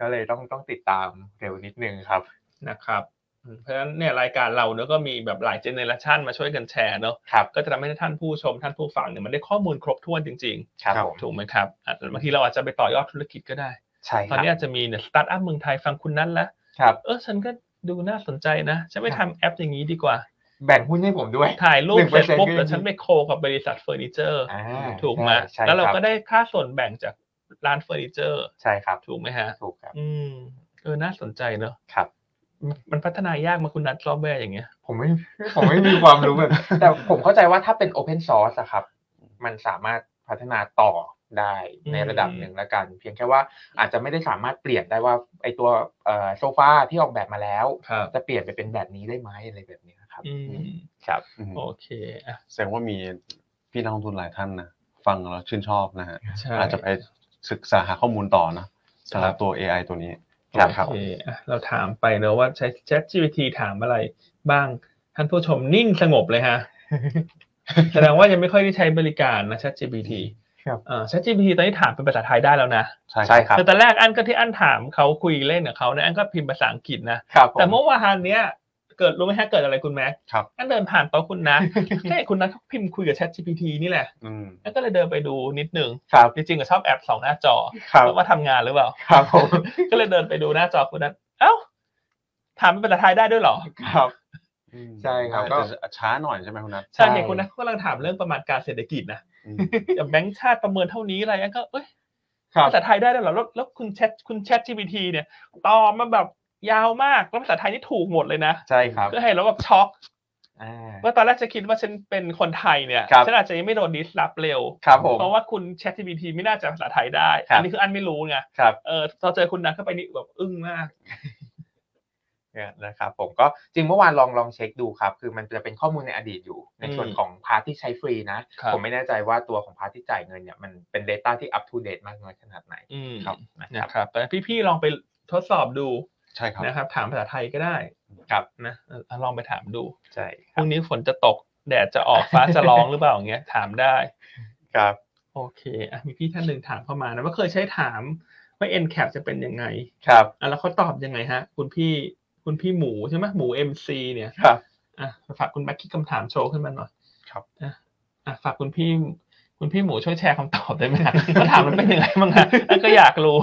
Speaker 2: ก็เลยต้องต้องติดตามเร็วนิดนึงครับ
Speaker 1: นะครับอืมเพราะฉะนั้นเนี่ยรายการเราเนอะก็มีแบบหลายเจเนอเรชันมาช่วยกันแชร์เนอะ
Speaker 2: ครับ
Speaker 1: ก็จะทำให้ท่านผู้ชมท่านผู้ฟังเนี่ยมันได้ข้อมูลครบถ้วนจริง
Speaker 2: ครับผม
Speaker 1: ๆ ถูกไหมครับอ่ะบางทีเราอาจจะไปต่อยอดธุรกิจก็ได้
Speaker 2: ใช่ค
Speaker 1: ตอ
Speaker 2: รั
Speaker 1: น
Speaker 2: บ
Speaker 1: นี้อาจจะมีเนี่ยสตาร์ทอัพเมืองไทยฟังคุณนัทแล้ว
Speaker 2: ครับ
Speaker 1: เออฉันก็ดูน่าสนใจนะ ฉันไปทำแอปอย่างนี้ดีกว่า
Speaker 2: แบ่งหุ้นให้ผมด้วย
Speaker 1: ถ่ายรูปเสร็จปุ๊บ
Speaker 2: 1%
Speaker 1: แล้วฉันไปโคกับบริษัทเฟอร์นิเจอร์
Speaker 2: อ่า
Speaker 1: ถูกไหม
Speaker 2: ใช่ใช่
Speaker 1: แล้วเรา
Speaker 2: คบ
Speaker 1: ก็ได้ค่าส่วนแบ่งจากร้านเฟอร์นิเจอร์
Speaker 2: ใช่ครับ
Speaker 1: ถูกไหมฮะ
Speaker 2: ถูกครับ
Speaker 1: อืมเออน่าสนใจเนอะ
Speaker 2: ครับ
Speaker 1: มันมันพัฒนายากมาคุณนัทซอฟต์แวร์อย่างเงี้ย
Speaker 2: ผมไม่ผมไม่มีความรู้แบบนั้นแต่ผมเข้าใจว่าถ้าเป็น Open Source อะครับ มันสามารถพัฒนาต่อได้ในระดับหนึ่งละกัน เพียงแค่ว่าอาจจะไม่ได้สามารถเปลี่ยนได้ว่าไอตัวเอ่อโซฟาที่ออกแบบมาแล้ว
Speaker 3: ครับ
Speaker 2: จะเปลี่ยนไปเป็นแบบนี้ได้ไหมอะไรแบบนี้นะครับ
Speaker 1: อืม
Speaker 2: ครับ
Speaker 3: อืม
Speaker 1: โอเคอ่ะ
Speaker 3: แสดงว่ามีพี่นักลงทุนหลายท่านนะฟังแล้วชื่นชอบนะฮะ
Speaker 1: ใช่
Speaker 3: อาจจะไปศึกษาหาข้อมูลต่อนะสำหรับตัว AI ตัวนี้
Speaker 1: โอเคอ่ะเราถามไปเนอะว่าใช้ Chat GPT ถามอะไรบ้างท่านผู้ชมนิ่งสงบเลย
Speaker 2: <laughs>
Speaker 1: ฮะ แสดงว่ายังไม่ค่อยได้ใช้บริการนะ Chat GPT
Speaker 2: ครับ
Speaker 1: อ่า Chat GPT ตอนนี้ถามเป็นภาษาไทยได้แล้วนะ
Speaker 2: ใช่ครับ
Speaker 1: คือตอนแรกอันก็ที่อันถามเขาคุยเล่นกับเขาเนี่ยอันก็พิมพ์ภาษาอังกฤษนะ
Speaker 2: ครับผม
Speaker 1: แต่เมื่อวานเนี้ยเกิดรู้ไหมฮะเกิดอะไรคุณแม็ก
Speaker 3: ครับ
Speaker 1: อันเดินผ่านโต๊ะคุณ
Speaker 2: <laughs>
Speaker 1: นะ ใช่คุณนะเขาพิมพ์คุยกับ Chat GPT นี่แหละ
Speaker 3: อืม
Speaker 1: อันก็เลยเดินไปดูนิดนึง
Speaker 2: ครับ
Speaker 1: จริงๆก็ชอบแอบสองหน้าจอ
Speaker 2: ครับ
Speaker 1: ว่าทำงานหรือเปล่า
Speaker 2: ครับผม
Speaker 1: ก็เลยเดินไปดูหน้าจอคุณนั้นเอ้า ถามเป็นภาษาไทยได้ด้วยเหรอ
Speaker 2: ครับ ใช่ครับก็
Speaker 3: แต่ช้าหน่อยใช่ไหมคุณนัท
Speaker 1: ใช่เนี่ยคุณนะเขากำลังถามเรื่องประมาณการเศรษฐกิจนะ
Speaker 3: อืม
Speaker 1: อย่างแบงค์ชาติประเมินเท่านี้อะไรอันก็เอ้ย
Speaker 2: ครับ
Speaker 1: ภาษาไทยได้ด้วยเหรอแล้วแล้วคุณแชทคุณแชท GPT เนี่ยตอบมาแบบยาวมากแล้วภาษาไทยนี่ถูกหมดเลยนะ
Speaker 2: ใช่ครับ
Speaker 1: เพื่อให้เราแบบช็อก
Speaker 2: อ่า
Speaker 1: ว่าตอนแรกจะคิดว่าฉันเป็นคนไทยเนี่ย
Speaker 2: ครับ
Speaker 1: ฉันอาจจะยังไม่โดนดิสรับเร็ว
Speaker 2: ครับผม
Speaker 1: เพราะว่าคุณ Chat GPT ไม่น่าจะภาษาไทยได้
Speaker 2: ครับ
Speaker 1: อันี้คืออันไม่รู้ไง
Speaker 2: ครับ
Speaker 1: เออตอนเจอคุณนัทเข้าไปนี่แบบอึ้งมาก
Speaker 2: เนี่ยนะครับผมก็จริงเมื่อวานลองลองเช็คดูครับ คือมันจะเป็นข้อมูลในอดีตอยู่ ในส่วน
Speaker 1: อืม
Speaker 2: ของพาร์ทที่ใช้ฟรีนะ
Speaker 1: ครับ
Speaker 2: ผมไม่แน่ใจว่าตัวของพาร์ทที่จ่ายเงินเนี่ยมันเป็น Data ที่ up to date มากน้อยขนาดไหน
Speaker 1: อืม
Speaker 2: ครับนะ
Speaker 1: นะ
Speaker 2: ค
Speaker 1: ครับ รับแต่พี่ๆลองไปทดสอบดู
Speaker 3: ใช่ครับ
Speaker 1: นะครับ ถามภาษาไทยก็ได้
Speaker 2: ครับ
Speaker 1: นะเออลองไปถามดู
Speaker 2: ใช่
Speaker 1: พรุ่งนี้ฝนจะตกแดดจะออก <laughs> ฟ้าจะร้องหรือเปล่าอย่างเงี้ยถามได้
Speaker 2: ครับ
Speaker 1: โอเคอ่ะมีพี่ท่านหนึ่งถามเข้ามานะว่าเคยใช้ถามว่า NCAP จะเป็นยังไง
Speaker 2: ครับ
Speaker 1: อ่ะแล้วเขาตอบยังไงฮะ คุณพี่คุณพี่หมูใช่ไหมหมู MC เนี่ย
Speaker 2: ครับ
Speaker 1: อ่ะฝากคุณแม็กกี้คำถามโชว์ขึ้นมาหน่อย
Speaker 2: ครับ
Speaker 1: อ่ะอ่ะฝากคุณพี่ คุณพี่หมูช่วยแชร์คำตอบได้ไหมฮะ <laughs> ว่าถามมันเป็นยังไงบ้างฮะ <laughs> อันก็อยากรู้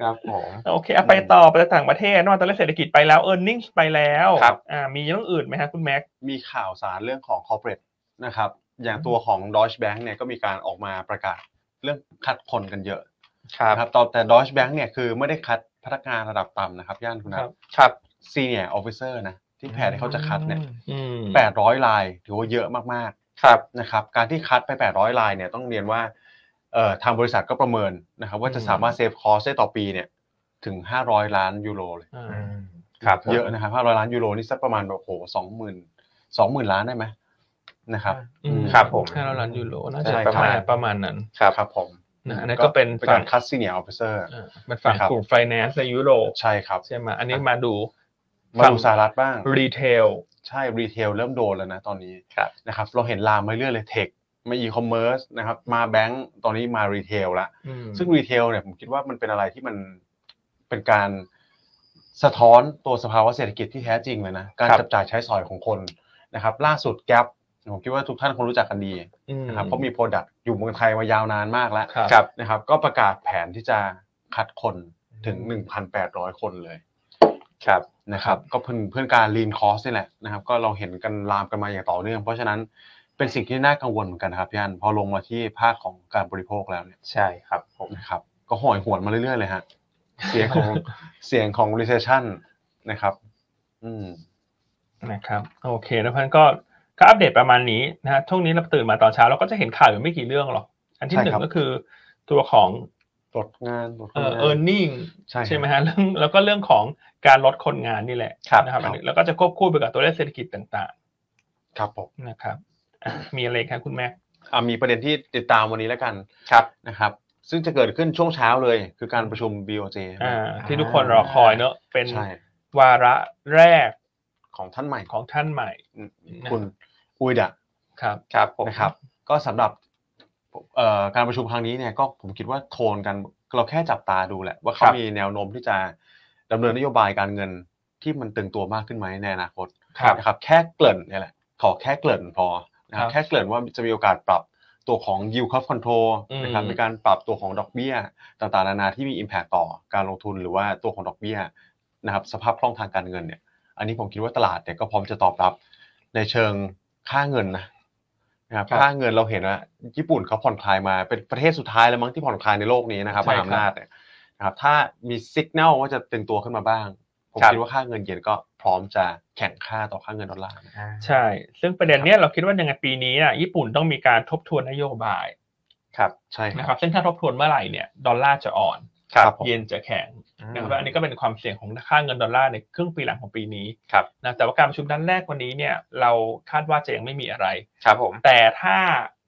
Speaker 2: ครับผม
Speaker 1: โอเคเอาไปต่อไปต่างประเทศนอกจากเรื่องเศรษฐกิจไปแล้ว e a r n i n g ไปแล้ว
Speaker 2: ครับ
Speaker 1: อ่ามีเรื่องอื่นไหมฮะคุณแม็ก
Speaker 3: มีข่าวสารเรื่องของ corporate นะครับ อย่างตัวของ Deutsche Bank เนี่ยก็มีการออกมาประกาศเรื่องคัดคนกันเยอะ
Speaker 2: ครับ
Speaker 3: นะครับตอนแต่ Deutsche Bank เนี่ยคือไม่ได้คัดพนักงานระดับต่ำนะครับ ย่านคุณนะครับ
Speaker 2: ครับ
Speaker 3: senior officer นะที่แผนที่เขาจะคัดเนี่ย
Speaker 1: อืม
Speaker 3: 800ลายถือว่าเยอะมาก
Speaker 2: ครับ
Speaker 3: ๆนะครับ การที่คัดไป 800ลายเนี่ยต้องเรียนว่าเอ่อทางบริษัทก็ประเมินนะครับว่าจะสามารถเซฟคอสได้ต่อปีเนี่ยถึง 500 ล้านยูโรเลย
Speaker 1: อ่า
Speaker 2: ครับผม
Speaker 3: เยอะนะครับห้าร้อยล้านยูโรนี่สักประมาณแบบโอ้โหสองหมื่นสองหมื่นล้านได้ไหมนะครับ
Speaker 1: อืม
Speaker 2: ครับผม
Speaker 1: ห้าร้อยล้านยูโรน่าจะ
Speaker 3: ใช่
Speaker 1: ประ
Speaker 3: ครับ
Speaker 1: มาณประมาณนั้น
Speaker 2: ครับ
Speaker 3: ครับผม
Speaker 1: นะอันนั้นก็เป็น
Speaker 3: เป็น
Speaker 1: ฝั่
Speaker 3: กาง รคัดซีเนียร์ออฟฟิเซอร์
Speaker 1: อ่าเป็นฝั่ง
Speaker 3: นะครับ
Speaker 1: กลุ่มไฟแนนซ์ในยุโรป
Speaker 3: ใช่ครับ
Speaker 1: ใช่ไหมอันนี้มาดู
Speaker 3: มาดูสหรัฐบ้าง
Speaker 1: รีเทล
Speaker 3: ใช่รีเทลเริ่มโดนแล้วนะตอนนี้
Speaker 2: ครับ
Speaker 3: นะครับเราเห็นลามมาเรื่อยเลยเทคมาอีคอมเมิร์ซนะครับมาแบงก์ตอนนี้มารีเทลละซึ่งรีเทลเนี่ยผมคิดว่ามันเป็นอะไรที่มันเป็นการสะท้อนตัวสภาวะเศรษฐกิจที่แท้จริงเลยนะการ
Speaker 2: ครับ
Speaker 3: จับจ่ายใช้สอยของคนนะครับล่าสุดแกลผมคิดว่าทุกท่านคงรู้จักกันดี นะครับเพราะมีโปรดักต์อยู่เมืองไทยมายาวนานมากแล้ว
Speaker 1: ครับ
Speaker 2: ครับ
Speaker 3: นะครับก็ประกาศแผนที่จะคัดคนถึง 1,800 คนเลย
Speaker 2: ครับ
Speaker 3: นะครับก็เพื่อนเพื่อนการลีนคอสนี่แหละนะครับก็เราเห็นกันลามกันมาอย่างต่อเนื่อง เพราะฉะนั้นเป็นสิ่งที่น่ากังวลเหมือนกันนะครับพี่อันพอลงมาที่ภาคของการบริโภคแล้วเนี่ย
Speaker 2: ใช่ครับผม
Speaker 3: นะครับก็ห่อยหวนมาเรื่อยๆเลยฮะเสียง
Speaker 1: <laughs>
Speaker 3: ของ เสียงของ recession นะครับอืม
Speaker 1: นะครับโอเคแล้วพันก็ก็อัปเดตประมาณนี้นะฮะช่วงนี้เราตื่นมาตอนเช้าเราก็จะเห็นข่าวอยู่ไม่กี่เรื่องหรอก อันที่
Speaker 3: ใช่
Speaker 1: หนึ่
Speaker 3: ครั
Speaker 1: ง
Speaker 3: บ
Speaker 1: ก็คือตัวของ
Speaker 3: ลดงานลดค
Speaker 1: เอ่อง
Speaker 3: นาน
Speaker 1: เออร์เน็ง
Speaker 3: ใช่
Speaker 1: ใช่ไหม
Speaker 3: ครับ
Speaker 1: ฮะเรื่องแล้วก็เรื่องของการลดคนงานนี่แหละ
Speaker 2: ครับ
Speaker 1: นะครับ
Speaker 3: ครับ
Speaker 1: แล้วก็จะควบคู่ไปกับตัวเลขเศรษฐกิจต่าง
Speaker 3: ครับผม
Speaker 1: ๆนะครับอ่ะมีอะไรครับคุณแม่
Speaker 3: อ่ะมีประเด็นที่ติดตามวันนี้แล้วกัน
Speaker 2: ครับ
Speaker 3: นะครับซึ่งจะเกิดขึ้นช่วงเช้าเลย คือการประชุม BOJ นะ
Speaker 1: อ่าที่ทุกคนรอคอยเนอะเป็น
Speaker 3: ใช่
Speaker 1: วาระแรก
Speaker 3: ของท่านใหม่
Speaker 1: ของท่านใหม่
Speaker 3: อืม
Speaker 1: นะ
Speaker 3: คุณอุยดะ
Speaker 1: ครับ
Speaker 2: ครับผม
Speaker 3: นะครับ ก็สำหรับเอ่อการประชุมครั้งนี้เนี่ยก็ผมคิดว่าโทนกันเราแค่จับตาดูแหละ ว่าเขามีแนวโน้มที่จะดำเนินนโยบายการเงินที่มันตึงตัวมากขึ้นไหมในอนาคต
Speaker 2: ครับ
Speaker 3: นะครับ แค่เกริ่นเนี่ยแหละ ขอแค่เกริ่นพอนะครับแค่เกริ่นว่าจะมีโอกาสปรับตัวของ yield curve control นะครับ
Speaker 2: อืม
Speaker 3: มีการปรับตัวของดอกเบี้ย ต่างๆนานาที่มี Impact ต่อการลงทุนหรือว่าตัวของดอกเบี้ยนะครับสภาพคล่องทางการเงินเนี่ยอันนี้ผมคิดว่าตลาดเนี่ยก็พร้อมจะตอบรับ ในเชิงค่าเงินนะนะครับ
Speaker 2: ครับ
Speaker 3: ค่าเงินเราเห็นว่าญี่ปุ่นเขาผ่อนคลายมาเป็นประเทศสุดท้ายแล้วมั้งที่ผ่อนคลายในโลกนี้นะครับ
Speaker 2: ใช่
Speaker 3: ม
Speaker 2: ครั
Speaker 3: หา
Speaker 2: บ
Speaker 3: อำนาจเนี่ยนะครับถ้ามีสัญญาณว่าจะตึงตัวขึ้นมาบ้าง ผม
Speaker 2: ครับ
Speaker 3: คิดว่าค่าเงินเยนก็พร้อมจะแข่งค่าต่อค่าเงินดอลลาร์นะ
Speaker 2: อ่า
Speaker 1: ใช่ ซึ่งประเด็นเนี้ยเราคิดว่ายังไงปีนี้อ่ะญี่ปุ่นต้องมีการทบทวนนโยบาย
Speaker 3: ใช่ค
Speaker 1: นะค
Speaker 3: รั
Speaker 1: รั
Speaker 3: บบ
Speaker 1: ซึ่งถ้าทบทวนเมื่อไหร่เนี่ยดอลลาร์จะอ่อน
Speaker 3: ครับผม
Speaker 1: เยนจะแข็งนะครับแล้วอันนี้ก็เป็นความเสี่ยงของค่าเงินดอลลาร์ในครึ่งปีหลังของปีนี้
Speaker 2: ครับ
Speaker 1: นะแต่ว่าการประชุมนัดแรกวันนี้เนี่ยเราคาดว่าจะยังไม่มีอะไร
Speaker 2: ครับผม
Speaker 1: แต่ถ้า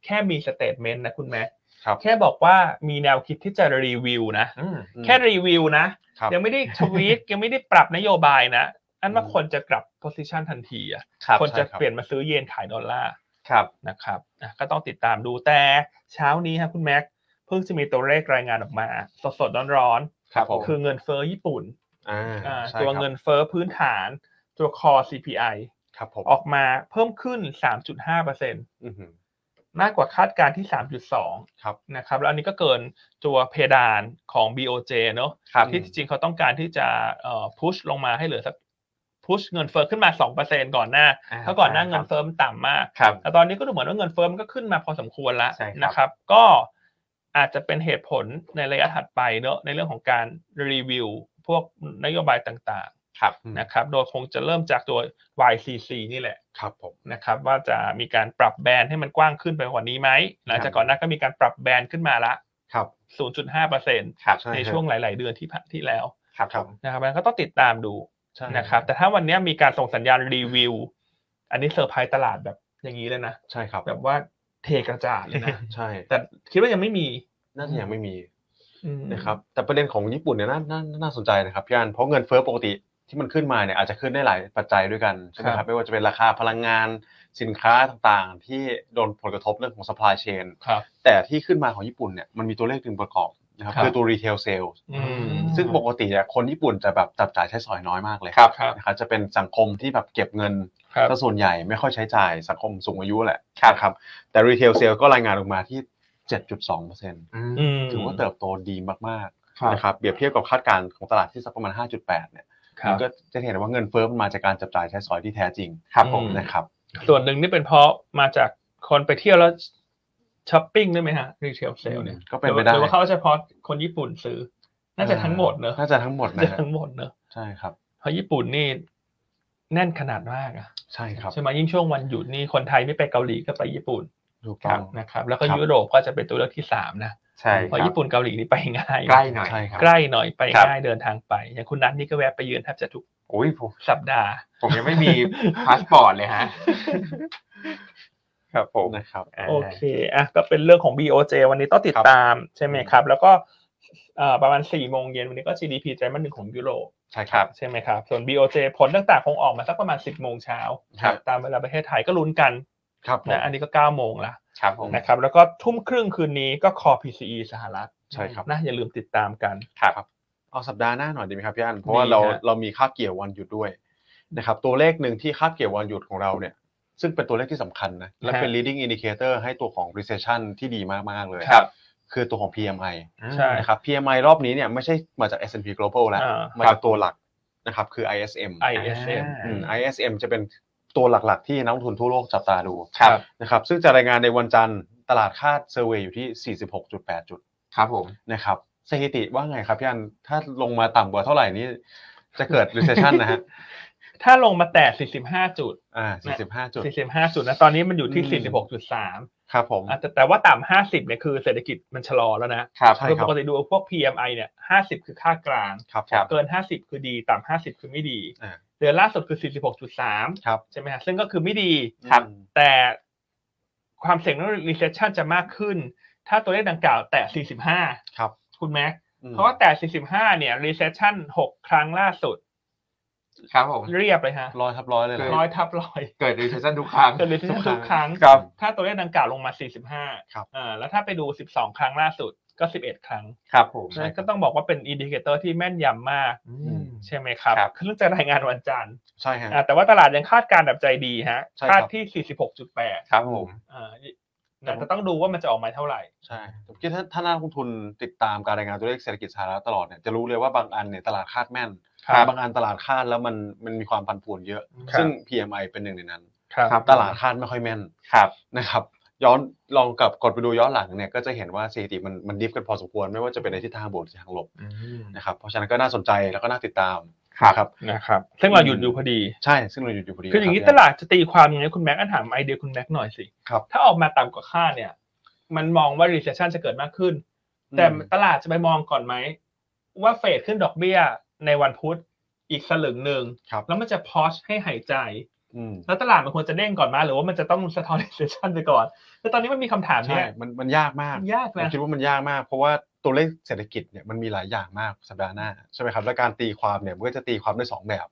Speaker 1: แค่มีสเตทเมนต์นะคุณแม่
Speaker 3: ครับ
Speaker 1: แค่บอกว่ามีแนวคิดที่จะรีวิวนะ
Speaker 2: อืม
Speaker 1: แค่รีวิวนะ
Speaker 3: ครับ
Speaker 1: ยังไม่ได้ทวีต <laughs> ยังไม่ได้ปรับนโยบายนะ อันว่า
Speaker 3: อืม
Speaker 1: คนจะกลับโพซิชันทันทีอะ
Speaker 2: ครับ
Speaker 1: คนจะ
Speaker 3: ใช่ครับ
Speaker 1: เปลี่ยนมาซื้อเยนขายดอลลาร์
Speaker 2: ครับ
Speaker 1: นะครับอ่ะก็ต้องติดตามดูแต่เช้านี้ครับคุณแม็กเพิ่งจะมีตัวเลขรายงานออกมา สดสดๆร้อน
Speaker 3: ครับผม
Speaker 1: ๆ คือเงินเฟ้อญี่ปุ่น
Speaker 3: อ่า
Speaker 1: อ่า
Speaker 3: ใช่
Speaker 1: ตัว
Speaker 3: ครับ
Speaker 1: เงินเฟ้อพื้นฐานตัวคอ CPI
Speaker 3: ครับผม
Speaker 1: ออกมาเพิ่มขึ้น 3.5%
Speaker 3: อื้อหือ
Speaker 1: มากกว่าคาดการณ์ที่ 3.2
Speaker 3: ครับ
Speaker 1: นะครับแล้วอันนี้ก็เกินตัวเพดานของ BOJ เนอะ
Speaker 2: ครับ
Speaker 1: ที่จริงเขาต้องการที่จะเอ่อพุชลงมาให้เหลือสักพุชเงินเฟ้อขึ้นมา 2%ก่อนหน้า
Speaker 2: อ่า
Speaker 1: เพราะก่อนหน้า
Speaker 2: ใช่ครับ
Speaker 1: เงินเฟ้อมันต่ำมาก
Speaker 2: ครับ
Speaker 1: แต่ตอนนี้ก็ดูเหมือนว่าเงินเฟ้อมันก็ขึ้นมาพอสมควรแล้ว
Speaker 2: ใช่ครับ
Speaker 1: นะครับ ก็อาจจะเป็นเหตุผลในระยะถัดไปเนอะในเรื่องของการรีวิวพวกนโยบายต่าง
Speaker 2: ครับ
Speaker 1: ๆนะครับโดยคงจะเริ่มจากตัว YCC นี่แหละ
Speaker 3: ครับผม
Speaker 1: นะครับว่าจะมีการปรับแบนให้มันกว้างขึ้นไปกว่านี้ไหมหลังจากก่อนหน้าก็มีการปรับแบนขึ้นมาละ
Speaker 3: ครับ
Speaker 1: 0.5%
Speaker 2: ครับ
Speaker 3: ใช่
Speaker 1: ในช่วงหลาย ๆ เดือนที่ผ่านที่แล้ว
Speaker 2: ครับผม
Speaker 1: นะครับแล้วก็ต้องติดตามดู
Speaker 3: ใช่
Speaker 1: นะครับ แต่ถ้าวันนี้มีการส่งสัญญาณรีวิว อันนี้เซอร์ไพรส์ตลาดแบบอย่างนี้เลยนะ
Speaker 3: ใช่ครับ
Speaker 1: แบบว่าเทกระจาดเลยนะ
Speaker 3: ใช่
Speaker 1: แต่คิดว่ายังไม่มี
Speaker 3: น่าจะยังไม่มี
Speaker 1: อืม
Speaker 3: นะครับแต่ประเด็นของญี่ปุ่นเนี่ยน่าน่าน่าสนใจนะครับพี่อันเพราะเงินเฟ้อปกติที่มันขึ้นมาเนี่ยอาจจะขึ้นได้หลายปัจจัยด้วยกันใช่ไหมครับไม่ว่าจะเป็นราคาพลังงานสินค้าต่างๆ ที่โดนผลกระทบเรื่องของ supply chain
Speaker 1: ครับ
Speaker 3: แต่ที่ขึ้นมาของญี่ปุ่นเนี่ยมันมีตัวเลขหนึ่งประกอบนะครับ
Speaker 1: ครับ
Speaker 3: คือตัว retail sales
Speaker 1: อืม
Speaker 3: ซึ่งปกติอะคนญี่ปุ่นจะแบบจับจ่ายใช้สอยน้อยมากเลย
Speaker 1: ครับครับ
Speaker 3: นะครับจะเป็นสังคมที่แบบเก็บเงิน
Speaker 1: ครับ
Speaker 3: ซะส่วนใหญ่ไม่ค่อยใช้จ่ายสังคมสูงอายุแหละนะครับแต่รีเทลเซลก็รายงานออกมาที่ 7.2%
Speaker 2: อื
Speaker 1: อื
Speaker 2: ม
Speaker 1: ม
Speaker 3: ถือว่าเติบโตดีมาก
Speaker 2: ครั
Speaker 3: ๆนะ
Speaker 2: บ
Speaker 3: ครับเปรียบเทียบกับคาดการณ์ของตลาดที่สักประมาณ 5.8 เนี่ย
Speaker 1: ครั
Speaker 3: มั
Speaker 1: บ
Speaker 3: นก็จะเห็นว่าเงินเฟ้อมันมาจากการจับจ่ายใช้สอยที่แท้จริง
Speaker 2: ครับผม
Speaker 1: อืม
Speaker 3: นะครับ
Speaker 1: ส่วนหนึ่งนี่เป็นเพราะมาจากคนไปเที่ยวแล้วช้อปปิ้งด้วยไหมฮะรีเทลเซลเนี่ย
Speaker 3: ก็เป็นไปได้
Speaker 1: หรือว่าเขาเฉพาะคนญี่ปุ่นซื้อ น่าจะทั้งหมดเนอะ
Speaker 3: น่าจะทั้งหมดนะ
Speaker 1: จะ
Speaker 3: ฮะ
Speaker 1: ทั้งหมดเนอะ
Speaker 3: ใช่ครับ
Speaker 1: เพราะญี่ปุ่นนี่แน่นขนาดมากอะ
Speaker 3: ใช่ครับ
Speaker 1: ใช่ไหมยิ่งช่วงวันหยุดนี่คนไทยไม่ไปเกาหลีก็ไปญี่ปุ่น
Speaker 3: ถูกต้อง
Speaker 1: นะครับ แล้วก็
Speaker 3: ครับ
Speaker 1: ยุโรปก็จะเป็นตัวเลือกที่สามนะ
Speaker 2: ใช่
Speaker 1: เพ
Speaker 2: ครั
Speaker 1: ราะ
Speaker 2: บ
Speaker 1: ญี่ปุ่นเกาหลีนี่ไปง่าย
Speaker 2: ใกล้หน่อย
Speaker 3: ใช่ครับ
Speaker 1: ใกล้หน่อยไป
Speaker 2: ครับ
Speaker 1: ง่ายเดินทางไป อย่างคุณนัทนี่ก็แวะไปเยือนแทบจะทุก
Speaker 2: โอ้ยผม
Speaker 1: สัปดาห์
Speaker 2: ผมยังไม่มีพาสปอร์ตเลยฮะ ครับผม
Speaker 3: นะครับ
Speaker 2: า
Speaker 1: โอเค อ่ะ ก็เป็นเรื่องของ BOJ วันนี้ต้องติดตามใช่ไหมครับ แล้วก็เอ่อประมาณ4โมงเย็นวันนี้ก็ GDP ไตรมาสหนึ่งของยุโรป
Speaker 2: ใช่ครับ
Speaker 1: ใช่ไหมครับ ส่วน BOJ ผลต่างๆ คงออกมาสักประมาณ 10 โมงเช้า
Speaker 3: ครับ
Speaker 1: ตามเวลาประเทศไทยก็ลุ้นกัน
Speaker 3: ครับผม
Speaker 1: นะอันนี้ก็ 9 โมงละ
Speaker 2: ครับผม
Speaker 1: นะครับ แล้วก็ทุ่มครึ่งคืนนี้ก็คอ PCE สหรัฐ
Speaker 3: ใช่ครับ
Speaker 1: นะอย่าลืมติดตามกัน
Speaker 2: ครับ
Speaker 3: เอาสัปดาห์หน้าหน่อยดีไหมครับพี่อันเพราะว่าเรา
Speaker 1: ดีฮะ
Speaker 3: เรามีคาบเกี่ยววันหยุดด้วยนะครับตัวเลขหนึ่งที่คาบเกี่ยววันหยุดของเราเนี่ยซึ่งเป็นตัวเลขที่สำคัญนะและเป็น leading indicator ให้ตัวของ recession ที่ดีมาก ๆ เลย
Speaker 2: ครับ
Speaker 3: คือตัวของ PMI
Speaker 1: ใช่
Speaker 3: นะครับ PMI รอบนี้เนี่ยไม่ใช่มาจาก S&P Global แล้ว
Speaker 1: อ่า
Speaker 3: มาจากตัวหลักนะครับคือ ISM
Speaker 1: ISM
Speaker 3: อืม ISM จะเป็นตัวหลัก ๆ ที่นักลงทุนทั่วโลกจับตาดู
Speaker 2: ครับ
Speaker 3: นะครับซึ่งจะรายงานในวันจันทร์ตลาดคาดเซอร์เวยอยู่ที่ 46.8 จุด
Speaker 2: ครับผม
Speaker 3: นะครับสถิติว่าไงครับพี่อันถ้าลงมาต่ำกว่าเท่าไหร่นี่จะเกิด recession นะฮะ
Speaker 1: <laughs> ถ้าลงมาแตะ45 จุด <laughs>
Speaker 3: อ่า45 จุด
Speaker 1: 45 จุดนะ ตอนนี้มันอยู่ที่
Speaker 3: อืม
Speaker 1: 46.3
Speaker 3: ครับผม
Speaker 1: อ่ะแต่แต่ว่าต่ำ50เนี่ยคือเศรษฐกิจมันชะลอแล้วนะครับ
Speaker 3: ใช่
Speaker 1: คือ
Speaker 3: ครับ
Speaker 1: ปกติดูพวก PMI เนี่ย50 คือค่ากลาง
Speaker 3: ครับ
Speaker 2: ครับ
Speaker 3: ผม
Speaker 1: เกิน 50 คือดีต่ำ50 คือไม่ดี
Speaker 3: อ่า
Speaker 1: เดือนล่าสุดคือ
Speaker 3: ครับ
Speaker 1: 46.3 ใช่ไหมฮะซึ่งก็คือไม่ดี
Speaker 2: ครับ
Speaker 3: อืม
Speaker 1: แต่ความเสี่ยงเรื่อง recession จะมากขึ้น ถ้าตัวเลขดังกล่าวแตะ 45
Speaker 3: ครับ
Speaker 1: คุณแม็ก
Speaker 3: อืม
Speaker 1: เพราะว่าแตะ 45 เนี่ย recession 6 ครั้งล่าสุด
Speaker 2: ครับผม
Speaker 1: เรียบเลยฮะ
Speaker 3: ร้อยทับร้อยเลยเหร
Speaker 1: ร้อ
Speaker 3: อ
Speaker 1: ยทับร้อย
Speaker 2: เกิดรีเซชชันทุกครั้ง
Speaker 1: เกิด recession ทุกครั้ง
Speaker 2: ครับ
Speaker 1: ถ้าตัวเลขดังกล่าวลงมา 45
Speaker 3: ครับ
Speaker 1: อ่าแล้วถ้าไปดู 12 ครั้งล่าสุดก็ 11 ครั้ง
Speaker 2: ครับผม
Speaker 1: ฉะนั้นก็ต้องบอกว่าเป็น indicator ที่แม่นยำมาก
Speaker 2: อืม
Speaker 1: ใช่ไหมครับ
Speaker 2: ครับ
Speaker 1: คือเรื่องจะรายงานวันจันทร์
Speaker 3: ใช่ฮะ
Speaker 1: อ่าแต่ว่าตลาดยังคาดการณ์แบบใจดีฮะ
Speaker 3: ใช่ครับ
Speaker 1: คาดที่ 46.8
Speaker 2: ครับผม
Speaker 1: อ่าแต่จะต้องดูว่ามันจะออกมาเท่าไหร่
Speaker 3: ใช่ผมคิดถ้าถ้านักลงทุนติดตามการรายงานตัวเลขเศรษฐกิจสหรัฐตลอดเนี่ยจะรู้เลยว่าบางอันเนี่ยตลาดคาดแม่น
Speaker 1: ครับ
Speaker 3: บางอันตลาดคาดแล้วมันมันมีความผันผวนเยอะ
Speaker 1: ครับ
Speaker 3: ซึ่ง PMI เป็นหนึ่งในนั้น
Speaker 1: ครับ
Speaker 2: ครับ
Speaker 3: ตลาดคาดไม่ค่อยแม่น
Speaker 2: ครับ
Speaker 3: นะครับ ย้อนลองกลับกดไปดูย้อนหลังเนี่ยก็จะเห็นว่าสถิติมันมันดิฟกันพอสมควรไม่ว่าจะเป็นในทิศทางบวกหรือทิศทางลบนะครับเพราะฉะนั้นก็น่าสนใจแล้วก็น่าติดตาม
Speaker 2: ครับ
Speaker 3: ครับ
Speaker 1: นะครับ ซึ่งเราหยุด
Speaker 3: อืม
Speaker 1: อยู่พอดี
Speaker 3: ใช่ซึ่งเราอยู่อยู่พอดี
Speaker 1: คืออย่างนี้
Speaker 3: นี้
Speaker 1: ตลาดจะตีความยังไงคุณแม็กก็ถามไอเดียคุณแม็กหน่อยสิ
Speaker 3: ครับ
Speaker 1: ถ้าออกมาต่ำกว่าคาดเนี่ย มันมองว่า recession จะเกิดมากขึ้น แต่
Speaker 3: อืม
Speaker 1: ตลาดจะไปมองก่อนไหม ว่าเฟดขึ้นดอกเบี้ยในวันพุธอีกสลึงหนึ่ง
Speaker 3: ครับ
Speaker 1: แล้วมันจะพอชให้หายใจ
Speaker 3: อืม
Speaker 1: แล้วตลาดมันควรจะเด้งก่อนไหมาหรือว่ามันจะต้องสะท้อน recession ไปก่อนแต่ตอนนี้มันมีคำถาม
Speaker 3: ใช่
Speaker 1: เนี่ย
Speaker 3: มันมันยากมาก
Speaker 1: ยาก
Speaker 3: ผม
Speaker 1: นะ
Speaker 3: คิดว่ามันยากมาก เพราะว่าตัวเลขเศรษฐกิจเนี่ยมันมีหลายอย่างมากสัปดาห์หน้าใช่ไหมครับและการตีความเนี่ยมันก็จะตีความได้สองแบบ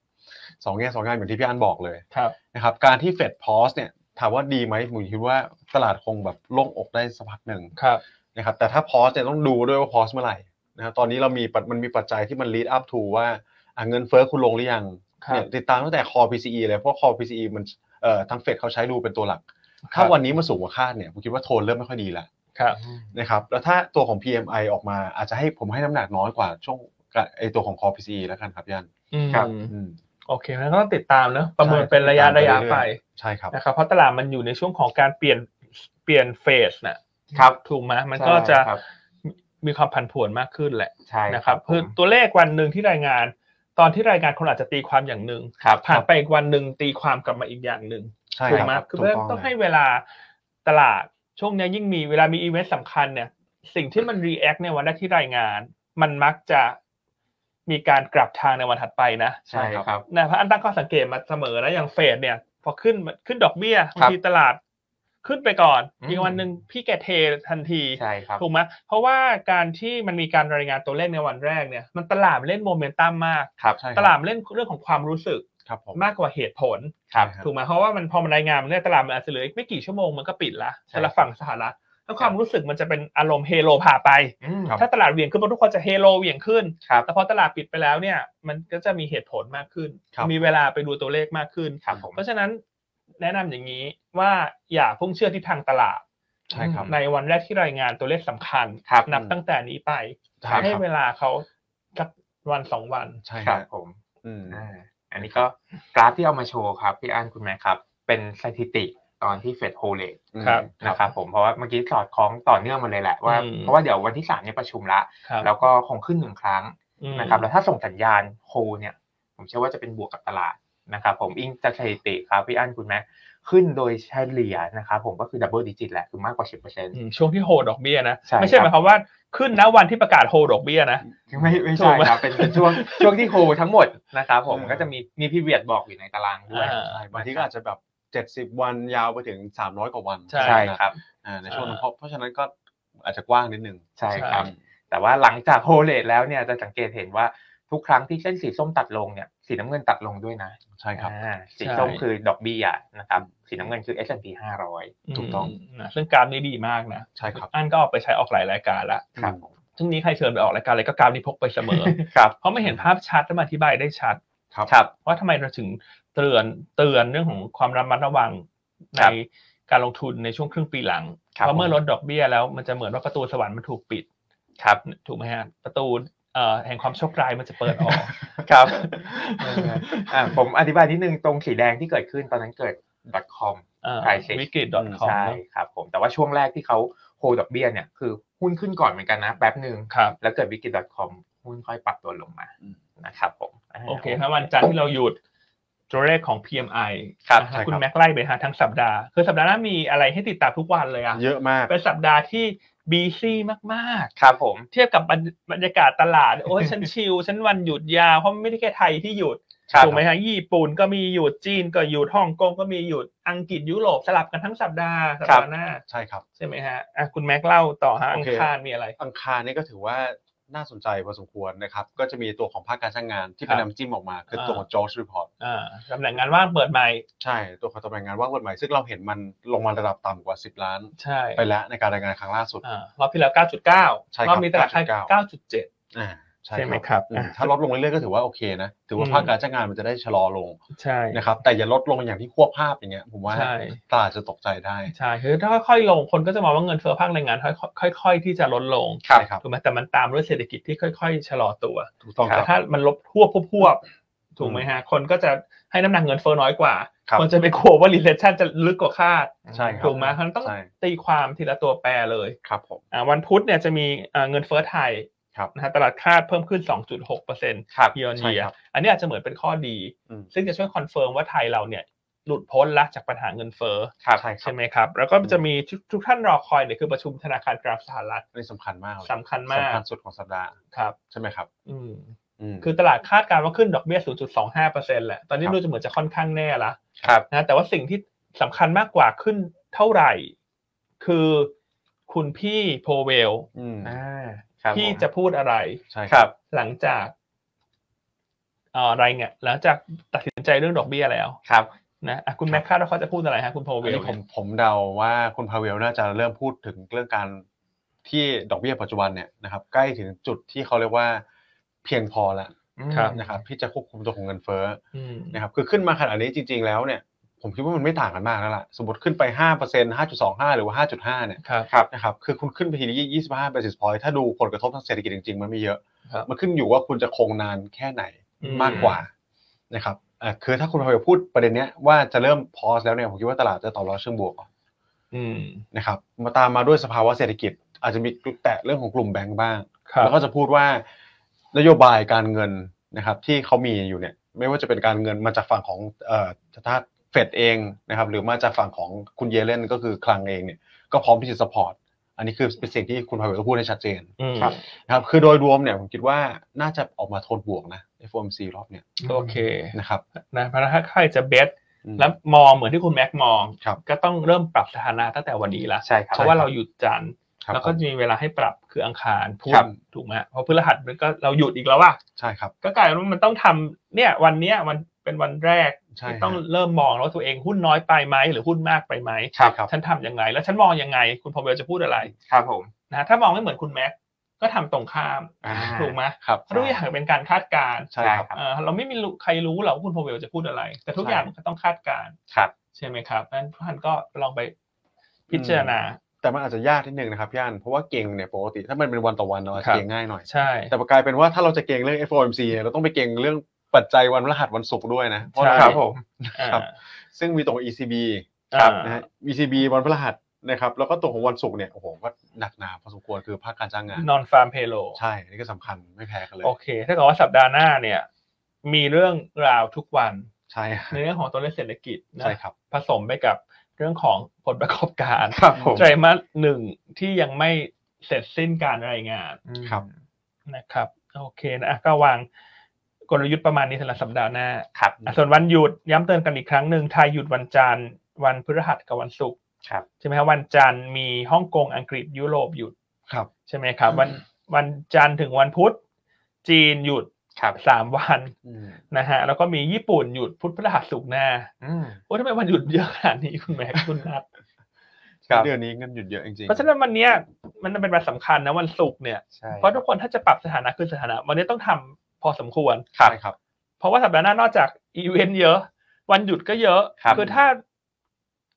Speaker 3: สองแง่สองงานอย่างที่พี่อันบอกเลย
Speaker 1: ครับ
Speaker 3: นะครับการที่เฟดพอสเนี่ยถามว่าดีไหมผมคิดว่าตลาดคงแบบโล่งอกได้สักพักหนึ่ง
Speaker 1: ครับ
Speaker 3: นะครับแต่ถ้าพอสเนี่ยต้องดูด้วยว่าพอสเมื่อไหร่นะครับตอนนี้เรามีปัจมันมีปัจจัยที่มัน lead up to ว่าอ่ะเงินเฟ้อคุณลงหรือยัง
Speaker 1: ครับ
Speaker 3: เนี่ยติดตามตั้งแต่ core PCE เลยเพราะ core PCE มันเอ่อทางเฟดเขาใช้ดูเป็นตัวหลัก ถ้าวันนี้มันสูงกว่าคาดเนี่ยผมคิดว่าโทนเริ่มไม่ค่อยดีละ
Speaker 1: ครับ
Speaker 3: นะครับแล้วถ้าตัวของ PMI ออกมาอาจจะให้ผมให้น้ำหนักน้อยกว่าช่วงกับไอตัวของ Core PCE แล้วกันครับย่าน
Speaker 1: อืม
Speaker 2: ครับ
Speaker 3: อืม
Speaker 1: โอเคงั้นก็ต้องติดตามเนอะประเมิน
Speaker 3: ใช่
Speaker 1: เป็นระยะ
Speaker 3: ติดตาม
Speaker 1: ระยะ
Speaker 3: ไปเรื่อย
Speaker 1: ไป
Speaker 3: ใช่ครับ
Speaker 1: นะครับเพราะตลาดมันอยู่ในช่วงของการเปลี่ยนเปลี่ยนเฟสน่ะ
Speaker 2: ครับ
Speaker 1: ถูกไหมมันก็จะ
Speaker 2: ใช่ครับ
Speaker 1: มีความผันผวนมากขึ้นแหละ
Speaker 2: ใช่
Speaker 1: นะครับ
Speaker 2: ผม
Speaker 1: คือตัวเลขวันหนึ่งที่รายงาน ตอนที่รายงานคนอาจจะตีความอย่างหนึ่ง
Speaker 2: ครับ
Speaker 1: ผ่านไปอีกวันหนึ่งตีความกลับมาอีกอย่างหนึ่ง
Speaker 3: ใช่
Speaker 1: ถูก
Speaker 3: ค
Speaker 1: ไหม
Speaker 3: รับ
Speaker 1: คือ
Speaker 3: ถูก
Speaker 1: เพื่อน
Speaker 3: ต้
Speaker 1: ต้อ
Speaker 3: อ
Speaker 1: ง ง
Speaker 3: เล
Speaker 1: ให้
Speaker 3: ย
Speaker 1: เวลาตลาดช่วงเนี้ยยิ่งมีเวลามีอีเวนต์สำคัญเนี่ย สิ่งที่มันรีแอคในวันแรกที่รายงาน มันมักจะมีการกลับทางในวันถัดไปนะ
Speaker 2: ใช่ครับ
Speaker 1: นะเพราะอันตั้งข้อสังเกตมาเสมอนะอย่างเฟดเนี่ย พอขึ้นขึ้นดอกเบี้ยบางทีตลาดขึ้นไปก่อน
Speaker 2: อืม
Speaker 1: อีกวันหนึ่งพี่แกเททันที
Speaker 2: ใช่ครับ
Speaker 1: ถูกไหมเพราะว่าการที่มันมีการรายงานตัวเลขในวันแรกเนี่ย มันตลาดเล่นโมเมนตัมมาก
Speaker 2: ครับ
Speaker 3: ใช่ครับ
Speaker 1: ตลาดเล่นเรื่องของความรู้สึก
Speaker 3: ครับผม
Speaker 1: มากกว่าเหตุผล
Speaker 2: ครับ
Speaker 3: ใช่
Speaker 1: ถูกไหมเพราะว่ามันพอมันรายงานมันเนี่ยตลาดมันอาจจะเหลืออีกไม่กี่ชั่วโมงมันก็ปิดละ
Speaker 2: ใช่
Speaker 1: สำหรับฝั่งสหรัฐแล้วความรู้สึกมันจะเป็นอารมณ์เฮโลพาไป
Speaker 2: อืม
Speaker 3: ครับ
Speaker 1: ถ้าตลาดเหวี่ยงขึ้นทุกคนจะเฮโลเหวี่ยงขึ้น
Speaker 2: ครับ
Speaker 1: แต่พอตลาดปิดไปแล้วเนี่ย มันก็จะมีเหตุผลมากขึ้น
Speaker 3: ครับ
Speaker 1: มีเวลาไปดูตัวเลขมากขึ้น
Speaker 2: ครับผม
Speaker 1: เพราะฉะนั้นแนะนำอย่างนี้ว่าอย่าเพุ่งเชื่อที่ทางตลาด
Speaker 3: ใช่ครับ
Speaker 1: ในวันแรกที่รายงานตัวเลขสำคัญ
Speaker 2: ครับ
Speaker 1: นับตั้งแต่นี้ไป
Speaker 3: ใช่
Speaker 1: ให้
Speaker 3: ครับ
Speaker 1: เวลาเขาสักวันสองวัน
Speaker 3: ใช่
Speaker 2: ค
Speaker 3: ค
Speaker 2: รั
Speaker 3: รั
Speaker 2: บบ ผม
Speaker 3: อืม
Speaker 2: อ่าอันนี้ก็กราฟที่เอามาโชว์ครับพี่อันคุณแม่ครับ เป็นสถิติตอนที่เฟดโฮเลต
Speaker 1: ครับ
Speaker 2: นะครับผมเพราะว่าเมื่อกี้สอดคล้องต่อเนื่องมาเลยแหละว่า
Speaker 1: อืม
Speaker 2: เพราะว่าเดี๋ยววันที่สามเนี่ยประชุมละ
Speaker 1: ครับ
Speaker 2: แล้วก็คงขึ้นหนึ่งครั้ง
Speaker 1: อืม
Speaker 2: นะครับ แล้วถ้าส่งสัญญาณโฮเนี่ย ผมเชื่อว่าจะเป็นบวกกับตลาดนะครับ ผมอิงจากสถิติครับพี่อันคุณแม่ขึ้นโดยเฉลี่ยนะครับผมก็คือดับเบิลดิจิตแหละคือมากกว่าสิบเปอร์เซ็นต์
Speaker 1: อืมช่วงที่โฮดอกเบี้ยนะ
Speaker 2: ใช่ครับ
Speaker 1: ไม่ใช่หมายความว่าขึ้นนะวันที่ประกาศโฮดอกเบี้ยนะ
Speaker 2: ไม่ไม่
Speaker 1: ถู
Speaker 2: ใช่
Speaker 1: กไหม
Speaker 2: ครับเป็นเป็นช่วง <laughs> ช่วงที่โฮทั้งหมดนะครับผม
Speaker 3: อืม
Speaker 2: ก็จะมีมีพิเวียดบอกอยู่ในตารางด้วย
Speaker 1: อ่า
Speaker 3: ใช่บางทีก็อาจจะแบบ 70 วันยาวไปถึง 300 กว่าวัน
Speaker 1: ใช่
Speaker 2: ใช่
Speaker 3: นะครับ อ่าในช่วงนั้นเพราะเพราะฉะนั้นก็อาจจะกว้างนิดนึง
Speaker 2: ใช่
Speaker 1: ใช่
Speaker 2: ครับ แต่ว่าหลังจากโฮเลตแล้วเนี่ยจะสังเกตเห็นว่าทุกครั้งที่เส้นสีส้มตัดลงเนี่ยสีน้ำเงินตัดลงด้วยนะ
Speaker 3: ใช่ครับ
Speaker 2: อ่าสี
Speaker 1: ใช่
Speaker 2: ส้มคือดอกเบี้ยนะครับสีน้ำเงินคือ S&P 500
Speaker 3: ถูกต้อง
Speaker 1: มนะซึ่งกราฟนี้ดีมากนะ
Speaker 3: ใช่ครับ
Speaker 1: อันก็เอาไปใช้ออกหลายรายการละ
Speaker 2: ครับ
Speaker 3: อืม
Speaker 1: ซึ่งนี้ใครเชิญไปออกรายการอะไรก็กราฟนี้พกไปเสมอ
Speaker 2: ครับ
Speaker 1: เพราะไม่เห็นภาพชัดและมาอธิบายได้ชัด
Speaker 3: ครับ
Speaker 2: ครับ
Speaker 1: ว่าทำไมเราถึงเตือนเตือนเรื่องของความระมัดระวังใน
Speaker 2: ครับ
Speaker 1: การลงทุนในช่วงครึ่งปีหลัง
Speaker 2: ครับ
Speaker 1: เพราะเมื่อ
Speaker 2: ผม
Speaker 1: ลดดอกเบี้ยแล้วมันจะเหมือนว่าประตูสวรรค์มันถูกปิด
Speaker 2: ครับ
Speaker 1: ถูกไหมฮะประตูเอ่อแห่งความโชคร้ายมันจะเปิดออก
Speaker 2: ครับอ่าผมอธิบายนิดนึงตรงสีแดงที่เกิดขึ้นตอนนั้นเกิด .com
Speaker 1: เอ่อ
Speaker 2: Crisis
Speaker 1: วิกฤต .com
Speaker 2: ใช่
Speaker 1: เนอะ
Speaker 2: ครับผมแต่ว่าช่วงแรกที่เขาโฮดอกเบี้ยเนี่ยคือหุ้นขึ้นก่อนเหมือนกันนะแป๊บหนึ่ง
Speaker 1: ครับ
Speaker 2: แล้วเกิดวิกฤต .com หุ้นค่อยปรับตัวลงมา
Speaker 3: อืม
Speaker 2: นะครับผมา
Speaker 1: โอเคครับวันจันทร์ที่เราหยุดตัวเลขของ PMI
Speaker 2: ครับ
Speaker 1: นะฮะ
Speaker 2: ใช่ครับ
Speaker 1: คุณแม็กไล่ไปฮะทั้งสัปดาห์ คือสัปดาห์หน้ามีอะไรให้ติดตามทุกวันเลยอะ
Speaker 3: เยอะมาก
Speaker 1: เป็นสัปดาห์ที่ BC มาก
Speaker 2: ครับผม
Speaker 1: ๆ เทียบกับบรรบรรยากาศตลาด โอ้ยฉันชิลฉันวันหยุดยาว เพราะไม่ได้แค่ไทยที่หยุด
Speaker 2: ครับ
Speaker 1: ถูกไหมฮะญี่ปุ่นก็มีหยุดจีนก็หยุดฮ่องกงก็มีหยุดอังกฤษยุโรปสลับกันทั้งสัปดาห์สัปดาห์หน้า
Speaker 3: ใช่ครับ
Speaker 1: ใช่ไหมฮะอ่ะคุณแม็กเล่าต่อฮะ
Speaker 3: โอ
Speaker 1: อัง
Speaker 3: เค
Speaker 1: คารมีอะไร
Speaker 3: อังคารนี่ก็ถือว่าน่าสนใจพอสมควรนะครับ ก็จะมีตัวของภาคการจ้างงานที่เป็น
Speaker 1: ครับ
Speaker 3: น้ำจิ้มออกมา คือตัวของ Jobs Report
Speaker 1: อ่าตำแหน่งงานว่างเปิดใหม่
Speaker 3: ใช่ตัวของตำแหน่งงานว่างกฎหมายซึ่งเราเห็นมันลงมาระดับต่ำกว่า 10 ล้าน
Speaker 1: ใช่
Speaker 3: ไปแล้วในการรายงานครั้งล่าสุด
Speaker 1: อ่ารอบที่แล้ว9.9
Speaker 3: ใช่ครับ
Speaker 1: รอบนี้ตลาดคาด
Speaker 3: 9.9
Speaker 1: 9.7
Speaker 3: อ่า
Speaker 1: ใช่ไหมครับ
Speaker 3: อืม
Speaker 1: อ่ะ
Speaker 3: ถ้าลดลงเรื่อยๆก็ถือว่าโอเคนะ ถือว่า
Speaker 1: อืม
Speaker 3: ภาคการจ้างงานมันจะได้ชะลอลง
Speaker 1: ใช่
Speaker 3: นะครับ แต่อย่าลดลงอย่างที่ควบภาพอย่างเงี้ย ผมว่า
Speaker 1: ใช่
Speaker 3: <laughs> ตลาดจะตกใจได้
Speaker 1: ใช่คือถ้าค่อยๆลงคนก็จะมองว่าเงินเฟ้อภาคแรงงานค่อยๆค่อย ๆ ที่จะลดลง
Speaker 3: ใช่ครับ
Speaker 1: ถูกไหมแต่มันตามด้วยเศรษฐกิจที่ค่อย ๆ ชะลอตัว
Speaker 3: ถูกต้อง
Speaker 1: แต่
Speaker 3: ค
Speaker 1: ถ้า
Speaker 3: รับ
Speaker 1: มันลบพวบพวบถูกไหมฮะคนก็จะให้น้ำหนักเงินเฟ้อน้อยกว่า
Speaker 3: ครับ
Speaker 1: มันจะไปกลัวว่า recession จะลึกกว่าคาด
Speaker 3: ใช่ครับ
Speaker 1: ถูกไหมเพราะฉะนั้นต้อง
Speaker 3: ใช่
Speaker 1: ตีความทีละตัวแปรเลย
Speaker 3: ครับผม
Speaker 1: อ่าวันพุธเนี่ยจะมีอ่าเงินเฟ้อไทย
Speaker 3: ครับ
Speaker 1: นะฮะตลาดคาดเพิ่มขึ้น 2.6เปอร์เซ็นต์
Speaker 3: ครับ
Speaker 1: ยีออน
Speaker 3: ใช่
Speaker 1: เยีย
Speaker 3: ครับ
Speaker 1: อันนี้อาจจะเหมือนเป็นข้อดี
Speaker 3: อืม
Speaker 1: ซึ่งจะช่วยคอนเฟิร์มว่าไทยเราเนี่ยหลุดพ้นละจากปัญหาเงินเฟ้อ
Speaker 3: ครับใช่ครั
Speaker 1: ใช่
Speaker 3: บ
Speaker 1: ไหมครับ แล้วก็จะมีทุกทุกท่านรอคอยเนี่ยคือประชุมธนาคารกลางสหรัฐ
Speaker 3: อันนี้สำคัญมากเลย
Speaker 1: สำคัญมาก
Speaker 3: สำคัญสุดของสัปดาห์
Speaker 1: ครับ
Speaker 3: ใช่ไหมครับ
Speaker 1: อืม
Speaker 3: อืม
Speaker 1: คือตลาดคาดการณ์ว่าขึ้นดอกเบี้ย 0.25%แหละ ตอนนี้
Speaker 3: ครับ
Speaker 1: ดูจะเหมือนจะค่อนข้างแน่ละ
Speaker 3: ครับ
Speaker 1: นะแต่ว่าสิ่งที่สำคัญมากกว่าขึ้นเท่าไหร่ คือคุณพี่โพเวล
Speaker 3: อืม
Speaker 2: อ่าครับ
Speaker 1: พี่
Speaker 2: ผม
Speaker 1: จะพูดอะไร
Speaker 3: ใช่
Speaker 2: ครับ
Speaker 1: หลังจากเอ่ออะไรเนี่ยหลังจากตัดสินใจเรื่องดอกเบี้ยแล้ว
Speaker 2: ครับ
Speaker 1: นะอ่ะคุณแม็กคาดว่าเขาจะพูดอะไรฮะคุณโพ
Speaker 3: อั
Speaker 1: เวน ล
Speaker 3: นี้ผมผมเดาว่าคุณพาเวลน่าจะเริ่มพูดถึงเรื่องการที่ดอกเบี้ยปัจจุบันเนี่ยนะครับ ใกล้ถึงจุดที่เขาเรียกว่าเพียงพอแล้ว
Speaker 2: ครับ
Speaker 3: นะครับที่จะควบคุมตัวของเงินเฟ้อ
Speaker 1: อืม
Speaker 3: นะครับคือขึ้นมาขนาดนี้จริง ๆ แล้วเนี่ยผมคิดว่ามันไม่ต่างกันมากแล้วล่ะสมมติขึ้นไป5% 5.25 หรือว่า 5.5เนี่ย
Speaker 1: ครับ
Speaker 2: ครับ
Speaker 3: นะครับคือคุณขึ้นไปทีนี้25 basis point ถ้าดูผลกระทบทางเศรษฐกิจจริงๆ มันไม่เยอะ
Speaker 1: ครับ
Speaker 3: มันขึ้นอยู่ว่าคุณจะคงนานแค่ไหน
Speaker 1: อืม
Speaker 3: มากกว่านะครับอ่ะคือถ้าคุณพาเวลพูดประเด็นเนี้ยว่าจะเริ่มพอสแล้วเนี่ยผมคิดว่าตลาดจะตอบรับเชิงบวกก่อน
Speaker 1: อืม
Speaker 3: นะครับมาตามมาด้วยสภาวะเศรษฐกิจ อาจจะมีแตะเรื่องของกลุ่มแบงก์บ้าง
Speaker 1: ครับ
Speaker 3: แล้วก็จะพูดว่านโยบายการเงินนะครับที่เขามีอยู่เนี่ยไม่ว่าจะเป็นการเงินมาจากฝั่งของเอ่อถ้าเฟดเองนะครับหรือมาจากฝั่งของคุณเยเลนก็คือคลังเองเนี่ยก็พร้อมที่จะสปอร์ตอันนี้คือเป็นสิ่งที่คุณพาเวลก็พูดให้ชัดเจน
Speaker 1: อืม
Speaker 2: ครับ
Speaker 3: นะครับคือโดยรวมเนี่ยผมคิดว่าน่าจะออกมาโทนบวกนะ FOMC รอบเนี่ย
Speaker 1: โอเค
Speaker 3: นะครับ
Speaker 1: นะเพราะฉะนั้นถ้าใครจะเบส
Speaker 3: อืม
Speaker 1: แล้วมองเหมือนที่คุณแม็กมอง
Speaker 3: ครับ
Speaker 1: ก็ต้องเริ่มปรับสถานะตั้งแต่วันนี้ละ
Speaker 2: ใช่ครับ
Speaker 1: เพราะว่าเราหยุดจันทร์
Speaker 3: ครับ
Speaker 1: แล้วก็จะมีเวลาให้ปรับคืออังคารพุธ
Speaker 3: ครับ
Speaker 1: ถูกไหมเพราะพฤหัสมันก็เราหยุดอีกแล้วว่ะ
Speaker 3: ใช่ครับ
Speaker 1: ก็กลายเป็นว่ามันต้องทำเนี่ยวันเนี้ยมันเป็นวันแรก
Speaker 3: ใช่
Speaker 1: ที่
Speaker 3: ฮะ
Speaker 1: ต้องเริ่มมองแล้ววาตัวเองหุ้นน้อยไปไหมหรือหุ้นมากไปไหม
Speaker 3: ใช่ครับ
Speaker 1: ฉันทำยังไง แล้วฉันมองยังไง คุณพอเวลจะพูดอะไร
Speaker 2: ครับผม
Speaker 1: นะถ้ามองไม่เหมือนคุณแม็กก็ทำตรงข้าม
Speaker 2: อ่า
Speaker 1: ถูกไหม
Speaker 3: ครับ
Speaker 1: เพราะทุกอย่างเป็นการคาดการณ์
Speaker 3: ใช่ครับ
Speaker 1: เอ่อเราไม่มีรู้ใครรู้หรอกว่าคุณโพเวลจะพูดอะไร แต่ทุก
Speaker 2: ใช่
Speaker 1: อย่างมันก็ต้องคาดการณ์
Speaker 2: ครับ
Speaker 1: ใช่ไหมครับนั้นท่านก็ลองไปพิจารณา
Speaker 3: แต่มันอาจจะยากนิดนึงนะครับพี่อันเพราะว่าเก่งเนี่ยปกติถ้ามันเป็นวันต่อวันเนาะ
Speaker 1: ครับ
Speaker 3: เก่งง่ายหน่อย
Speaker 1: ใช่
Speaker 3: แต่กลายเป็นว่าถ้าเราจะเก่งเรื่อง FOMC เนี่ยเราต้องไปเก่งเรื่องปัจจัยวันพฤหัสวันศุกร์ด้วยนะเพราะ
Speaker 2: ค
Speaker 3: เรา
Speaker 2: รับผม
Speaker 1: อ่า
Speaker 3: ครับซึ่งมีตรง ECB
Speaker 2: ครับ
Speaker 3: นะฮะ ECB วันพฤหัสนะครับแล้วก็ตัวของวันศุกร์เนี่ยโอ้โหก็หนักหนาพอสมควรคือภาคการจ้างงาน
Speaker 1: นอนฟาร์มเพโล
Speaker 3: ใช่อันนี่ก็สำคัญไม่แพ้กันเลย
Speaker 1: โอเค ถ้าเกิดว่าสัปดาห์หน้าเนี่ย มีเรื่องราวทุกวัน
Speaker 3: ใช่
Speaker 1: ในเรื่องของตัวเลขเศรษฐกิจนะ
Speaker 3: ใช่ครับ
Speaker 1: ผสมไปกับเรื่องของผลประกอบการ
Speaker 2: ครับผม
Speaker 1: ไตรมาสหนึ่งที่ยังไม่เสร็จสิ้นการรายงาน
Speaker 3: ครับ
Speaker 1: นะครับโอเคนะอ่ะก็วางกลยุทธ์ประมาณนี้สำหรับสัปดาห์หน้า
Speaker 2: ครับ
Speaker 1: อ่ะส่วนวันหยุดย้ำเตือนกันอีกครั้งหนึ่งไทยหยุดวันจันทร์วันพฤหัสกับวันศุกร์
Speaker 2: ครับ
Speaker 1: ใช่ไหมครับวันจันทร์มีฮ่องกงอังกฤษยุโรปหยุด
Speaker 3: ครับ
Speaker 1: ใช่ไหมครับวันวันจันทร์ถึงวันพุธจีนหยุด
Speaker 2: ครับ
Speaker 1: สามวัน
Speaker 3: อืม
Speaker 1: นะฮะแล้วก็มีญี่ปุ่นหยุดพุธพฤหัสศุกร์หน้า
Speaker 2: อืม
Speaker 1: โอ้ยทำไมวันหยุดเยอะขนาดนี้คุณแม่คุณนัท
Speaker 2: ครับ
Speaker 3: เดือนนี้เงินหยุดเย <laughs> อะจริงๆ
Speaker 1: เพราะฉะนั้นวันเนี้ยมันเป็นวันสำคัญนะวันศุกร์เนี่ย
Speaker 2: ใช่
Speaker 1: เพราะทุกคนถ้าจะปรับสถานะคือสถานะ วันนี้ต้องทำพอสมควร
Speaker 3: ใช่ครับ
Speaker 1: เพราะว่าสัปดาห์หน้านอกจากอีเวนต์เยอะ วันหยุดก็เยอะ
Speaker 2: ครับ
Speaker 1: อถ้า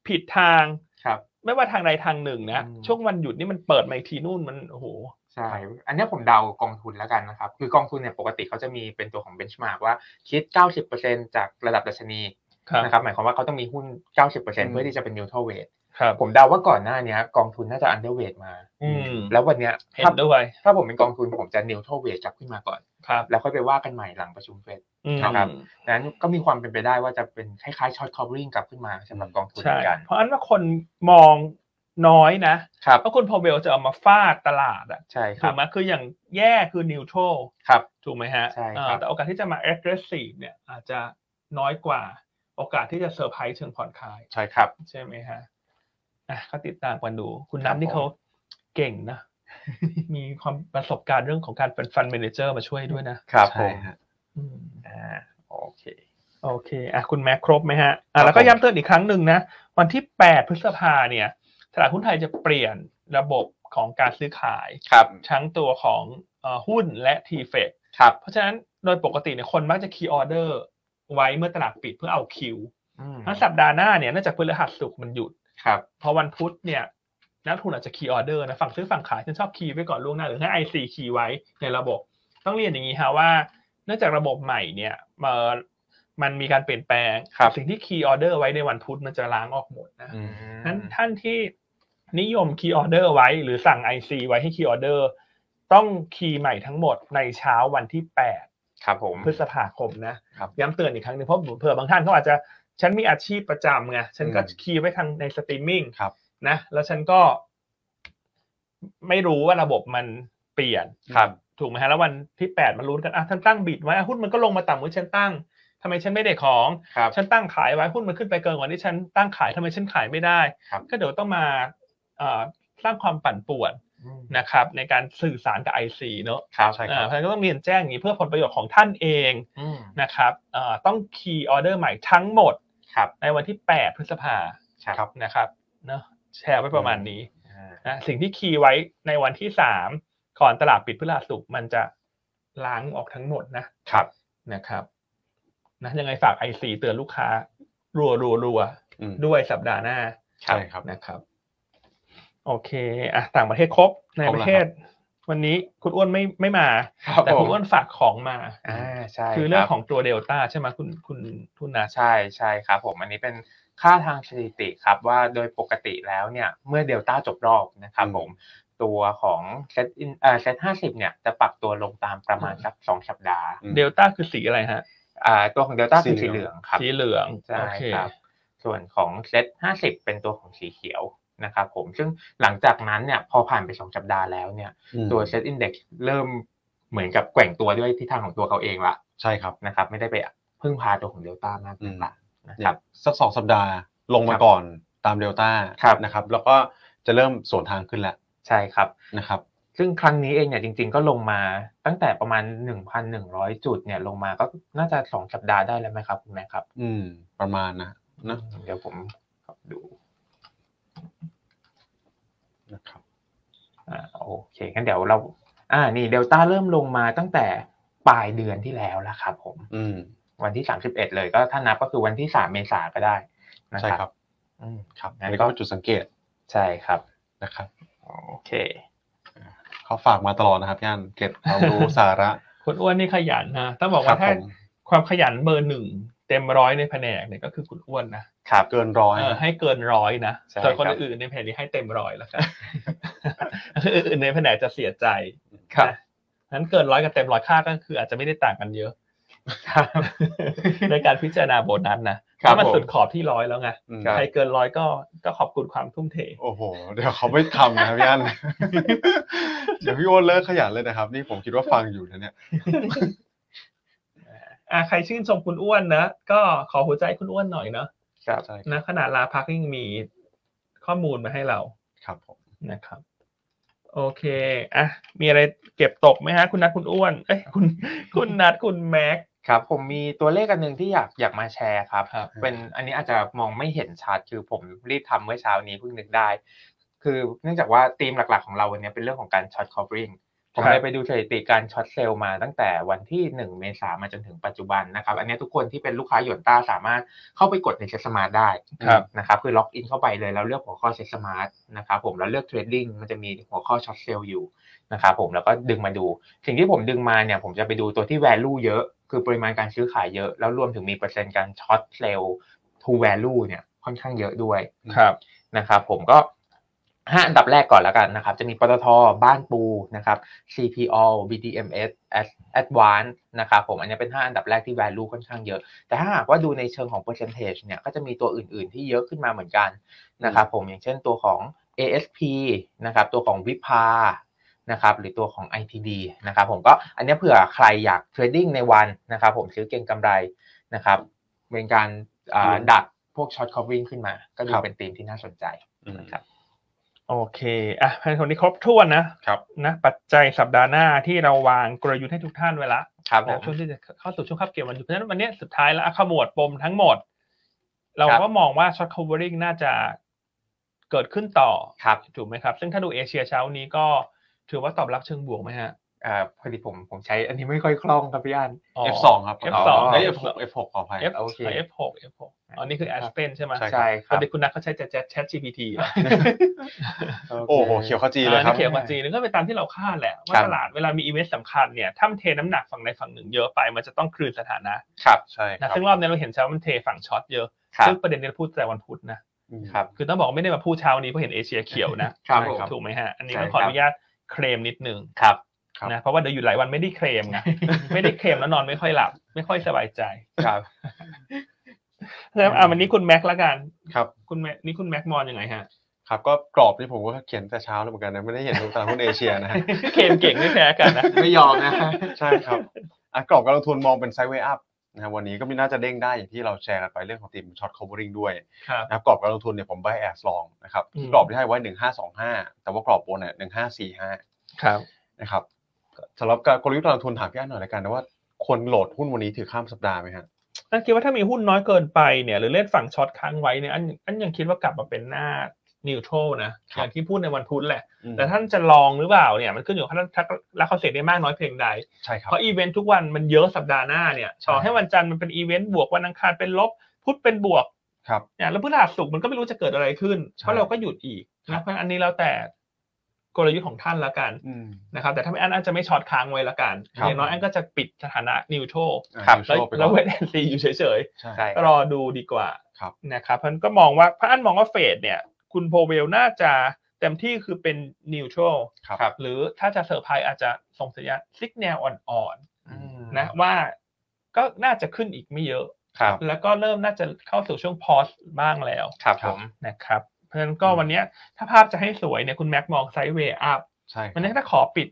Speaker 1: ผิดทาง
Speaker 2: ครับ
Speaker 1: ไม่ว่าทางใดทางหนึ่งนะ
Speaker 2: อืม
Speaker 1: ช่วงวันหยุดนี่มันเปิดมาอีกทีนู่นมันโอ้โห
Speaker 2: ใช่ อันเนี้ยผมเดากองทุนแล้วกันนะครับ คือกองทุนเนี่ยปกติเขาจะมีเป็นตัวของเบนช์มาร์กว่าคิด 90%จากระดับดัชนีนะครับ หมายความว่าเขาต้องมีหุ้น 90%เพื่อที่จะเป็น neutral weight
Speaker 1: ครับ
Speaker 2: ผมเดาว่าก่อนหน้าเนี้ยกองทุนน่าจะ underweight มา
Speaker 1: อืม
Speaker 2: แล้ววันเนี้ย
Speaker 1: เห็
Speaker 2: ถ้าน
Speaker 1: ด้วย
Speaker 2: ถ้าผมเป็นกองทุนผมจะ neutral weight กลับขึ้นมาก่อน
Speaker 1: ครับ
Speaker 2: แล้วค่อยไปว่ากันใหม่หลังประชุมเฟด
Speaker 1: อืม
Speaker 2: นะครับ นั้นก็มีความเป็นไปได้ว่าจะเป็นคล้ายๆ short covering กลับขึ้นมาสำหรับกองทุนเห
Speaker 1: ใช่
Speaker 2: มือนกัน
Speaker 1: เพราะอันว่าคนมองน้อยนะครับ เพราะคุณพอเวลจะเอามาฟาดตลาดอะ
Speaker 2: ใช่ค
Speaker 1: ถูก
Speaker 2: รับ
Speaker 1: ไหมคืออย่างแย่คือนิวโตร
Speaker 2: ครับ
Speaker 1: ถูกไหมฮะ
Speaker 2: ใช่ครับ
Speaker 1: เอ่อแต่โอกาสที่จะมา aggressive เนี่ยอาจจะน้อยกว่า โอกาสที่จะเซอร์ไพรส์เชิงผ่อนคลาย
Speaker 2: ใช่ครับ
Speaker 1: ใช่ไหมฮะ อ่ะก็ติดตามกันดู คุณ
Speaker 2: ครั
Speaker 1: นั
Speaker 2: บ
Speaker 1: ทนี่
Speaker 2: ผม
Speaker 1: เขาเก่งนะ <laughs> มีความประสบการณ์เรื่องของการเป็นฟันเมนเจอร์มาช่วยด้วยนะครับ
Speaker 2: ผ
Speaker 3: ใช่
Speaker 2: ม
Speaker 3: ฮะ
Speaker 1: อืม
Speaker 2: อ่าโอเค
Speaker 1: โอเค อ่ะคุณแม็กครบไหมฮะ
Speaker 2: ครั
Speaker 1: อ่ะ
Speaker 2: บ
Speaker 1: แล้วก็ย้ำเตือนอีกครั้งหนึ่งนะ วันที่ 8 พฤษภาเนี่ย ตลาดหุ้นไทยจะเปลี่ยนระบบของการซื้อขาย
Speaker 2: ครับ
Speaker 1: ทั้งตัวของเอ่อหุ้นและทีเฟด
Speaker 2: ครับ
Speaker 1: เพราะฉะนั้นโดยปกติเนี่ยคนมักจะคีย์ออเดอร์ไว้เมื่อตลาดปิดเพื่อเอาคิว
Speaker 2: อืม
Speaker 1: ทั้งสัปดาห์หน้าเนี่ยเนื่องจากพฤหัสศุกร์มันหยุด
Speaker 2: ครับ
Speaker 1: พอวันพุธเนี่ยนักลงทุนอาจจะคีย์ออเดอร์นะฝั่งซื้อฝั่งขายฉันชอบคีย์ไว้ก่อนล่วงหน้าหรือให้ IC คีย์ไว้ในระบบ ต้องเรียนอย่างนี้ฮะว่า เนื่องจากระบบใหม่เนี่ยเอ่อ มันมีการเปลี่ยนแปลง
Speaker 2: ครับ
Speaker 1: สิ่งที่ key order ไว้ในวันพุธมันจะล้างออกหมดนะ
Speaker 2: อืม
Speaker 1: นั้นท่านที่นิยม key order ไว้หรือสั่ง IC ไว้ให้ key order ต้อง key ใหม่ทั้งหมดในเช้าวันที่
Speaker 2: ครับผม
Speaker 1: 8 พฤษภาคมนะครับ ย้ำเตือนอีกครั้งหนึงเพราะเผื่อบางท่านเขาอาจจะฉันมีอาชีพประจำไงฉันก็
Speaker 3: อืม
Speaker 1: คีย์ไว้ทางในสตรีมมิ่ง
Speaker 3: ครับ
Speaker 1: นะแล้วฉันก็ ไม่รู้ว่าระบบมันเปลี่ยน
Speaker 2: ครับ
Speaker 1: ถูกไหมฮะแล้ววันที่แปดมันลุ้นกันอ่ะท่านตั้งบิดไว้อ่ะหุ้นมันก็ลงมาต่ำกว่าที่ฉันตั้งทำไมฉันไม่ได้ของ
Speaker 2: ครับ
Speaker 1: ฉันตั้งขายไว้หุ้นมันขึ้นไปเกินกว่าที่ฉันตั้งขายทำไมฉันขายไม่ได้
Speaker 2: ครับ
Speaker 1: ก็เดี๋ยวต้องมาเอ่อสร้างความปั่นป่วน
Speaker 2: อืม
Speaker 1: นะครับ ในการสื่อสารกับ IC เนอะ
Speaker 2: ครับ
Speaker 3: ใช่ค
Speaker 1: อ่า
Speaker 3: รับ
Speaker 1: เพราะฉะนั้นก็ต้องเรียนแจ้งอย่างนี้เพื่อผลประโยชน์ของท่านเอง
Speaker 2: อืม
Speaker 1: นะครับเอ่อต้องคีย์ออเดอร์ใหม่ทั้งหมด
Speaker 2: ครับ
Speaker 1: ในวันที่ 8 พฤษภา
Speaker 2: ครับ
Speaker 3: ครับ
Speaker 1: นะครับเนอะแชร์ไว้ประมาณนี้
Speaker 2: อ่า
Speaker 1: นะสิ่งที่คีย์ไว้ในวันที่ 3 ก่อนตลาดปิดพฤหัสศุกร์มันจะล้างออกทั้งหมดนะ
Speaker 2: ครับ
Speaker 1: นะครับนะยังไงฝากไอซีเตือนลูกค้า รัวรัวรัว
Speaker 3: อืม
Speaker 1: ด้วยสัปดาห์หน้า
Speaker 3: ใช่ครับ
Speaker 1: นะครับ โอเคอ่ะต่างประเทศครบใน
Speaker 3: ครบ
Speaker 1: ประ
Speaker 3: แล้วครับ
Speaker 1: เทศ วันนี้คุณอ้วนไม่ไม่มา
Speaker 2: ครับ
Speaker 1: แต่
Speaker 2: ผ
Speaker 1: คุณ
Speaker 2: ม
Speaker 1: อ้วนฝากของมา
Speaker 2: อ่าใช่
Speaker 1: คือเรื่อง
Speaker 2: บ
Speaker 1: ของตัวเดลต้าใช่ไหมคุณคุณคุณนาชา
Speaker 2: ใช่ใช่ครับผมอันนี้เป็นค่าทางสถิติครับว่าโดยปกติแล้วเนี่ยเมื่อเดลต้าจบรอบนะครับผมตัวของเซตอินเอ่อเซตห้าสิบเนี่ยจะปรับตัวลงตามประมาณสักสองสัปดาห์
Speaker 3: อืม
Speaker 1: เดลต้าคือสีอะไรฮะ
Speaker 2: อ่าตัวของเดลต้าคือ
Speaker 3: สี
Speaker 2: สี
Speaker 3: เห
Speaker 2: เห
Speaker 3: ลื
Speaker 2: ลื
Speaker 3: อ
Speaker 2: อง งครับ
Speaker 1: สีเหลือง
Speaker 2: ใช่
Speaker 1: โอเค
Speaker 2: ครับ ส่วนของเซตห้าสิบเป็นตัวของสีเขียวนะครับผมซึ่งหลังจากนั้นเนี่ยพอผ่านไปสองสัปดาห์แล้วเนี่ย
Speaker 3: อืม
Speaker 2: ตัวเซตอินเด็กซ์เริ่มเหมือนกับแกว่งตัวด้วยทิศทางของตัวเขาเองละ
Speaker 3: ใช่ครับ
Speaker 2: นะครับไม่ได้ไปพึ่งพาตัวของเดลต้ามากนักละนะ
Speaker 3: เนี่
Speaker 2: ครั
Speaker 3: ย
Speaker 2: บ
Speaker 3: สักสองสัปดาห์ลงมา
Speaker 2: ครับ
Speaker 3: ก่อนตามเดลต้า
Speaker 2: ครับ
Speaker 3: นะครับ แล้วก็จะเริ่มสวนทางขึ้นแล้ว
Speaker 2: ใช่ครับ
Speaker 3: นะครับ
Speaker 2: ซึ่งครั้งนี้เองเนี่ยจริงๆก็ลงมาตั้งแต่ประมาณ 1,100 จุดเนี่ยลงมาก็น่าจะ 2 สัปดาห์ได้แล้วไหมครับคุณแม่ครับ
Speaker 3: อืม ประมาณนะนะ
Speaker 2: เดี๋ยวผมดู
Speaker 3: นะครับ
Speaker 2: อ่าโอเคงั้นเดี๋ยวเรา อ่านี่เดลต้าเริ่มลงมาตั้งแต่ปลายเดือนที่แล้วแล้วครับผม
Speaker 3: อืม
Speaker 2: วันที่ 31 เลยก็ถ้านับก็คือวันที่ 3 เมษาก็ได้นะ
Speaker 3: ใช่
Speaker 2: ค
Speaker 3: ค
Speaker 2: รั
Speaker 3: รั
Speaker 2: บบ อืม
Speaker 3: ครับอันนี้ก็เป็นจุดสังเกต
Speaker 2: ใช่ครับ
Speaker 3: นะครับ
Speaker 2: โอเค
Speaker 3: เขาฝากมาตลอดนะครับย่านเกร็ดความรู้สาระ
Speaker 1: คุณอ้วนนี่ขยันนะต้องบอก
Speaker 3: ครั
Speaker 1: ว่า
Speaker 3: บ
Speaker 1: ถ้า
Speaker 3: ผม
Speaker 1: ความขยันเบอร์หนึ่งเต็มร้อยในแผนกเนี่ยก็คือคุณอ้วนนะ
Speaker 2: ครับ
Speaker 3: เกินร้อย
Speaker 1: เออให้เกินร้อยนะ
Speaker 2: ใช่
Speaker 1: ส่วนคน
Speaker 2: ครับ
Speaker 1: อื่นๆในแผนนี้ให้เต็มร้อยแล้วกัน <laughs> อื่นๆในแผนกจะเสียใจ
Speaker 2: ครับ
Speaker 1: นะนั้นเกินร้อยกับเต็มร้อยค่าก็คืออาจจะไม่ได้ต่างกันเยอะ
Speaker 2: ครับ
Speaker 1: <laughs> ในการพิจารณาโบนัสนะครับ ถ้ามัน
Speaker 2: ผม
Speaker 1: สุดขอบที่ร้อยแล้วไง
Speaker 3: อืม
Speaker 2: ครับ
Speaker 1: ใครเกินร้อยก็ก็ขอบคุณความทุ่มเท
Speaker 3: โอ้โห เดี๋ยวเขาไม่ทำนะครับพี่อัน <laughs> เดี๋ยวพี่อ้วนเลิกขยันเลยนะครับ นี่ผมคิดว่าฟังอยู่นะเนี่ย
Speaker 1: อ่ะใครชื่นชมคุณอ้วนนะก็ขอหัวใจคุณอ้วนหน่อยเนาะ
Speaker 2: ครับ
Speaker 3: ใช่
Speaker 1: นะขนาดลาพักยังมีข้อมูลมาให้เรา
Speaker 3: ครับผม
Speaker 1: นะครับ โอเคอ่ะมีอะไรเก็บตกไหมฮะ คุณนัทคุณอ้วนเอ้ยคุณคุณนัทคุณแม็ก
Speaker 2: ครับผมมีตัวเลขอันหนึ่งที่อยากอยากมาแชร์ครับ
Speaker 1: ครับ
Speaker 2: เป็นอันนี้อาจจะมองไม่เห็นชัดคือผมรีบทำเมื่อเช้านี้เพิ่งนึกได้ คือเนื่องจากว่าธีมหลักๆของเราวันนี้เป็นเรื่องของการช็อต covering ผม
Speaker 1: ครับ
Speaker 2: เลยไปดูสถิติการช็อตเซลล์มาตั้งแต่วันที่ 1 เมษามาจนถึงปัจจุบันนะครับ อันนี้ทุกคนที่เป็นลูกค้าหยวนต้าสามารถเข้าไปกดในเซ็ตสมาร์ทได้
Speaker 1: ครับ
Speaker 2: นะครับคือล็อกอินเข้าไปเลยแล้วเลือกหัวข้อเซ็ตสมาร์ทนะครับผมแล้วเลือกเทรดดิ้งมันจะมีหัวข้อช็อตเซลล์อยู่นะครับผมแล้วก็ดึงมาดู สิ่งที่ผมดึงมาเนี่ยผมจะไปดูตัวที่ value เยอะ คือปริมาณการซื้อขายเยอะ แล้วรวมถึงมีเปอร์เซ็นต์การช็อตเซลล์ to value เนี่ยค่อนข้างเยอะด้วย
Speaker 1: ครับ
Speaker 2: นะครับผมก็ห้าอันดับแรกก่อนแล้วกันนะครับ จะมีปตทบ้านปูนะครับ CPO BDMs Advance นะครับผมอันนี้เป็น 5 อันดับแรกที่ value ค่อนข้างเยอะ แต่ถ้าหากว่าดูในเชิงของ percentage เนี่ยก็จะมีตัวอื่นๆที่เยอะขึ้นมาเหมือนกันนะครับผมอย่างเช่นตัวของ ASP นะครับตัวของวิภานะครับหรือตัวของ ITD นะครับผมก็อันนี้เผื่อใครอยากเทรดดิ้งในวันนะครับผมซื้อเก็งกำไรนะครับเป็นการอ่าดักพวกช็อตคอฟวิ่งขึ้นมา ก็ดูเป็นธีมที่น่าสนใจ
Speaker 3: อืม
Speaker 2: นะครับ
Speaker 1: โอเค อ่ะแผนคนนี้ครบถ้วนนะครับ นะ ปัจจัยสัปดาห์หน้าที่เราวางกลยุทธ์ให้ทุกท่านไว้ละ
Speaker 2: ครับผ
Speaker 1: นะ
Speaker 2: ม
Speaker 1: ช่วงที่จะเข้าสู่ช่วงคับเกี่ยววันหยุดเพราะฉะนั้นวันเนี้ยสุดท้ายแล้วอ่ะขมวดปมทั้งหมด เรา
Speaker 2: ครับ
Speaker 1: ก็มองว่าช็อต covering น่าจะเกิดขึ้นต่อ
Speaker 2: ครับ
Speaker 1: ถูกไหมครับ ซึ่งถ้าดูเอเชียเช้านี้ก็ถือว่าตอบรับเชิงบวกไหมฮะ
Speaker 2: เอ่อพอดีผมผมใช้อันนี้ไม่ค่อยคล่องครับพี่อัน
Speaker 3: F2 ครับ
Speaker 1: F2
Speaker 3: เอ้ย F6 F6 ขออภัย
Speaker 1: F
Speaker 2: โอเค
Speaker 1: F6 F6 อันนี้คือ Aspen ใช่ไหม
Speaker 3: ใช่
Speaker 2: ใช่ค
Speaker 1: ป
Speaker 2: รั
Speaker 1: ก
Speaker 2: บ
Speaker 1: ติคุณนัทเขาใช้แต่ Chat Chat GPT เหรอ
Speaker 3: โอ้โหเขียวขจีเลย
Speaker 1: อ่า
Speaker 3: ครั
Speaker 1: นี่
Speaker 3: บ
Speaker 1: เขียวกับจีนก็ไปตามที่เราคาดแหละว่า
Speaker 3: ครับ
Speaker 1: ตลาดเวลามีอีเวนต์สำคัญเนี่ยถ้ามันเทน้ำหนักฝั่งใดฝั่งหนึ่งเยอะไปมันจะต้องคืนสถานะครับ
Speaker 3: ใช่ครั
Speaker 1: นะ
Speaker 3: บ
Speaker 1: ซึ่งรอบนี้เราเห็นเช้ามันเทฝั่งช็อตเยอะ
Speaker 2: ครับ
Speaker 1: ซึ่งประเด็นนี้เราพูดแต่วันพุธนะครับ คือต้องบอกว่าไม่ได้มาพูดเช้านี้เพราะเห็นเอเชียเขียวนะครับ ถูก
Speaker 2: ผม
Speaker 1: ถูกไหมฮะอันนี้
Speaker 2: ใช่
Speaker 1: ก็
Speaker 2: ครับ
Speaker 1: ขออนุญาตเคลมนิดนึง
Speaker 2: ครับ
Speaker 3: ครับ
Speaker 1: นะเพราะว่าเดี๋ยวอยู่หลายวันไม่ได้เคลมไง ไม่ได้เคลมแล้วนอนไม่ค่อยหลับ ไม่ค่อยสบายใจ
Speaker 2: ครับ
Speaker 1: <laughs> แล้วอ่ะวันนี้คุณแม็กละกัน
Speaker 3: ครับ
Speaker 1: คุณแม็กนี่คุณแม็กมอนยังไงฮะ
Speaker 3: ครับก็กรอบนี่ผมก็เขียนแต่เช้าแล้วเหมือนกันนะไม่ได้เห็นตามหุ้นเอเชียนะฮะ
Speaker 1: <laughs> เคลมเก่งไม่แพ้กันนะ
Speaker 2: ไม่ยอมนะ
Speaker 3: ใช่ครับอ่ะกรอบการลงทุนมองเป็นไซด์เวย์อัพนะครับวันนี้ก็มีน่าจะเด้งได้อย่างที่เราแชร์กันไปเรื่องของทีมช็อต covering ด้วย
Speaker 1: ครับ
Speaker 3: นะครับกรอบการลงทุนเนี่ยผม buy as long นะครับ
Speaker 1: อืม
Speaker 3: กรอบที่ให้ไว้ 1525 แต่ว่ากรอบบนเนี่ย1545
Speaker 1: ครับ
Speaker 3: นะครับสำหรับการกลยุทธ์การลงทุนถามพี่อันหน่อยละกันนะว่าควรโหลดหุ้นวันนี้ถือข้ามสัปดาห์ไหมฮะ
Speaker 1: อันคิดว่าถ้ามีหุ้นน้อยเกินไปเนี่ยหรือเล่นฝั่งช็อตค้างไว้เนี่ยอันอันยังคิดว่ากลับมาเป็นหน้านิวโตรนะครับ อย่างที่พูดในวันพุธแหละ แต่ท่านจะลองหรือเปล่าเนี่ยมันขึ้นอยู่กับท่านทักรักเขาเสร็จได้มากน้อยเพียงใด
Speaker 3: ใช่ครับ
Speaker 1: เพราะอีเวนต์ทุกวันมันเยอะสัปดาห์หน้าเนี่ยต่อให้วันจันทร์มันเป็นอีเวนต์บวกวันอังคารเป็นลบพุธเป็นบวก
Speaker 3: ครับ
Speaker 1: เนี่ยแล้วพฤหัสศุกร์มันก็ไม่รู้จะเกิดอะไรขึ้น เพราะเราก็หยุดอีกนะเพราะฉะนั้นอันนี้แล้วแต่กลยุทธ์ของท่านละกัน
Speaker 3: อืม
Speaker 1: นะครับแต่ถ้าไม่อันอันจะไม่ช็อตค้างไว้ละกัน
Speaker 3: ครับ
Speaker 1: อย่างน้อยอันก็จะปิดสถานะนิวโตร
Speaker 3: อ่ะ
Speaker 2: ครับ
Speaker 1: แล้ว
Speaker 3: neutral ไปก่อน
Speaker 1: แล้วเวทแอนซี <laughs> อยู่เฉยๆ
Speaker 3: ใช่
Speaker 2: ใช่
Speaker 1: รอดูดีกว่า
Speaker 3: ครับ
Speaker 1: นะครับเพราะฉะนั้นก็มองว่าพระอันมองว่าเฟดเนี่ย คุณโพเวลน่าจะเต็มที่คือเป็นนิวทรัล
Speaker 3: ครับ
Speaker 2: ครับ
Speaker 1: หรือถ้าจะเซอร์ไพรส์อาจจะส่งสัญญาณสัญญาณอ่อน
Speaker 3: อืม
Speaker 1: ๆนะว่าก็น่าจะขึ้นอีกไม่เยอะ
Speaker 2: ครับ
Speaker 1: แล้วก็เริ่มน่าจะเข้าสู่ช่วงพอสบ้างแล้ว
Speaker 2: ครับผม
Speaker 1: นะครับเพราะฉะนั้นก็วันเนี้ยถ้าภาพจะให้สวยเนี่ยคุณแม็กมองไซด์เวย์อัพ
Speaker 3: ใช่
Speaker 1: วันนี้ถ้าขอปิด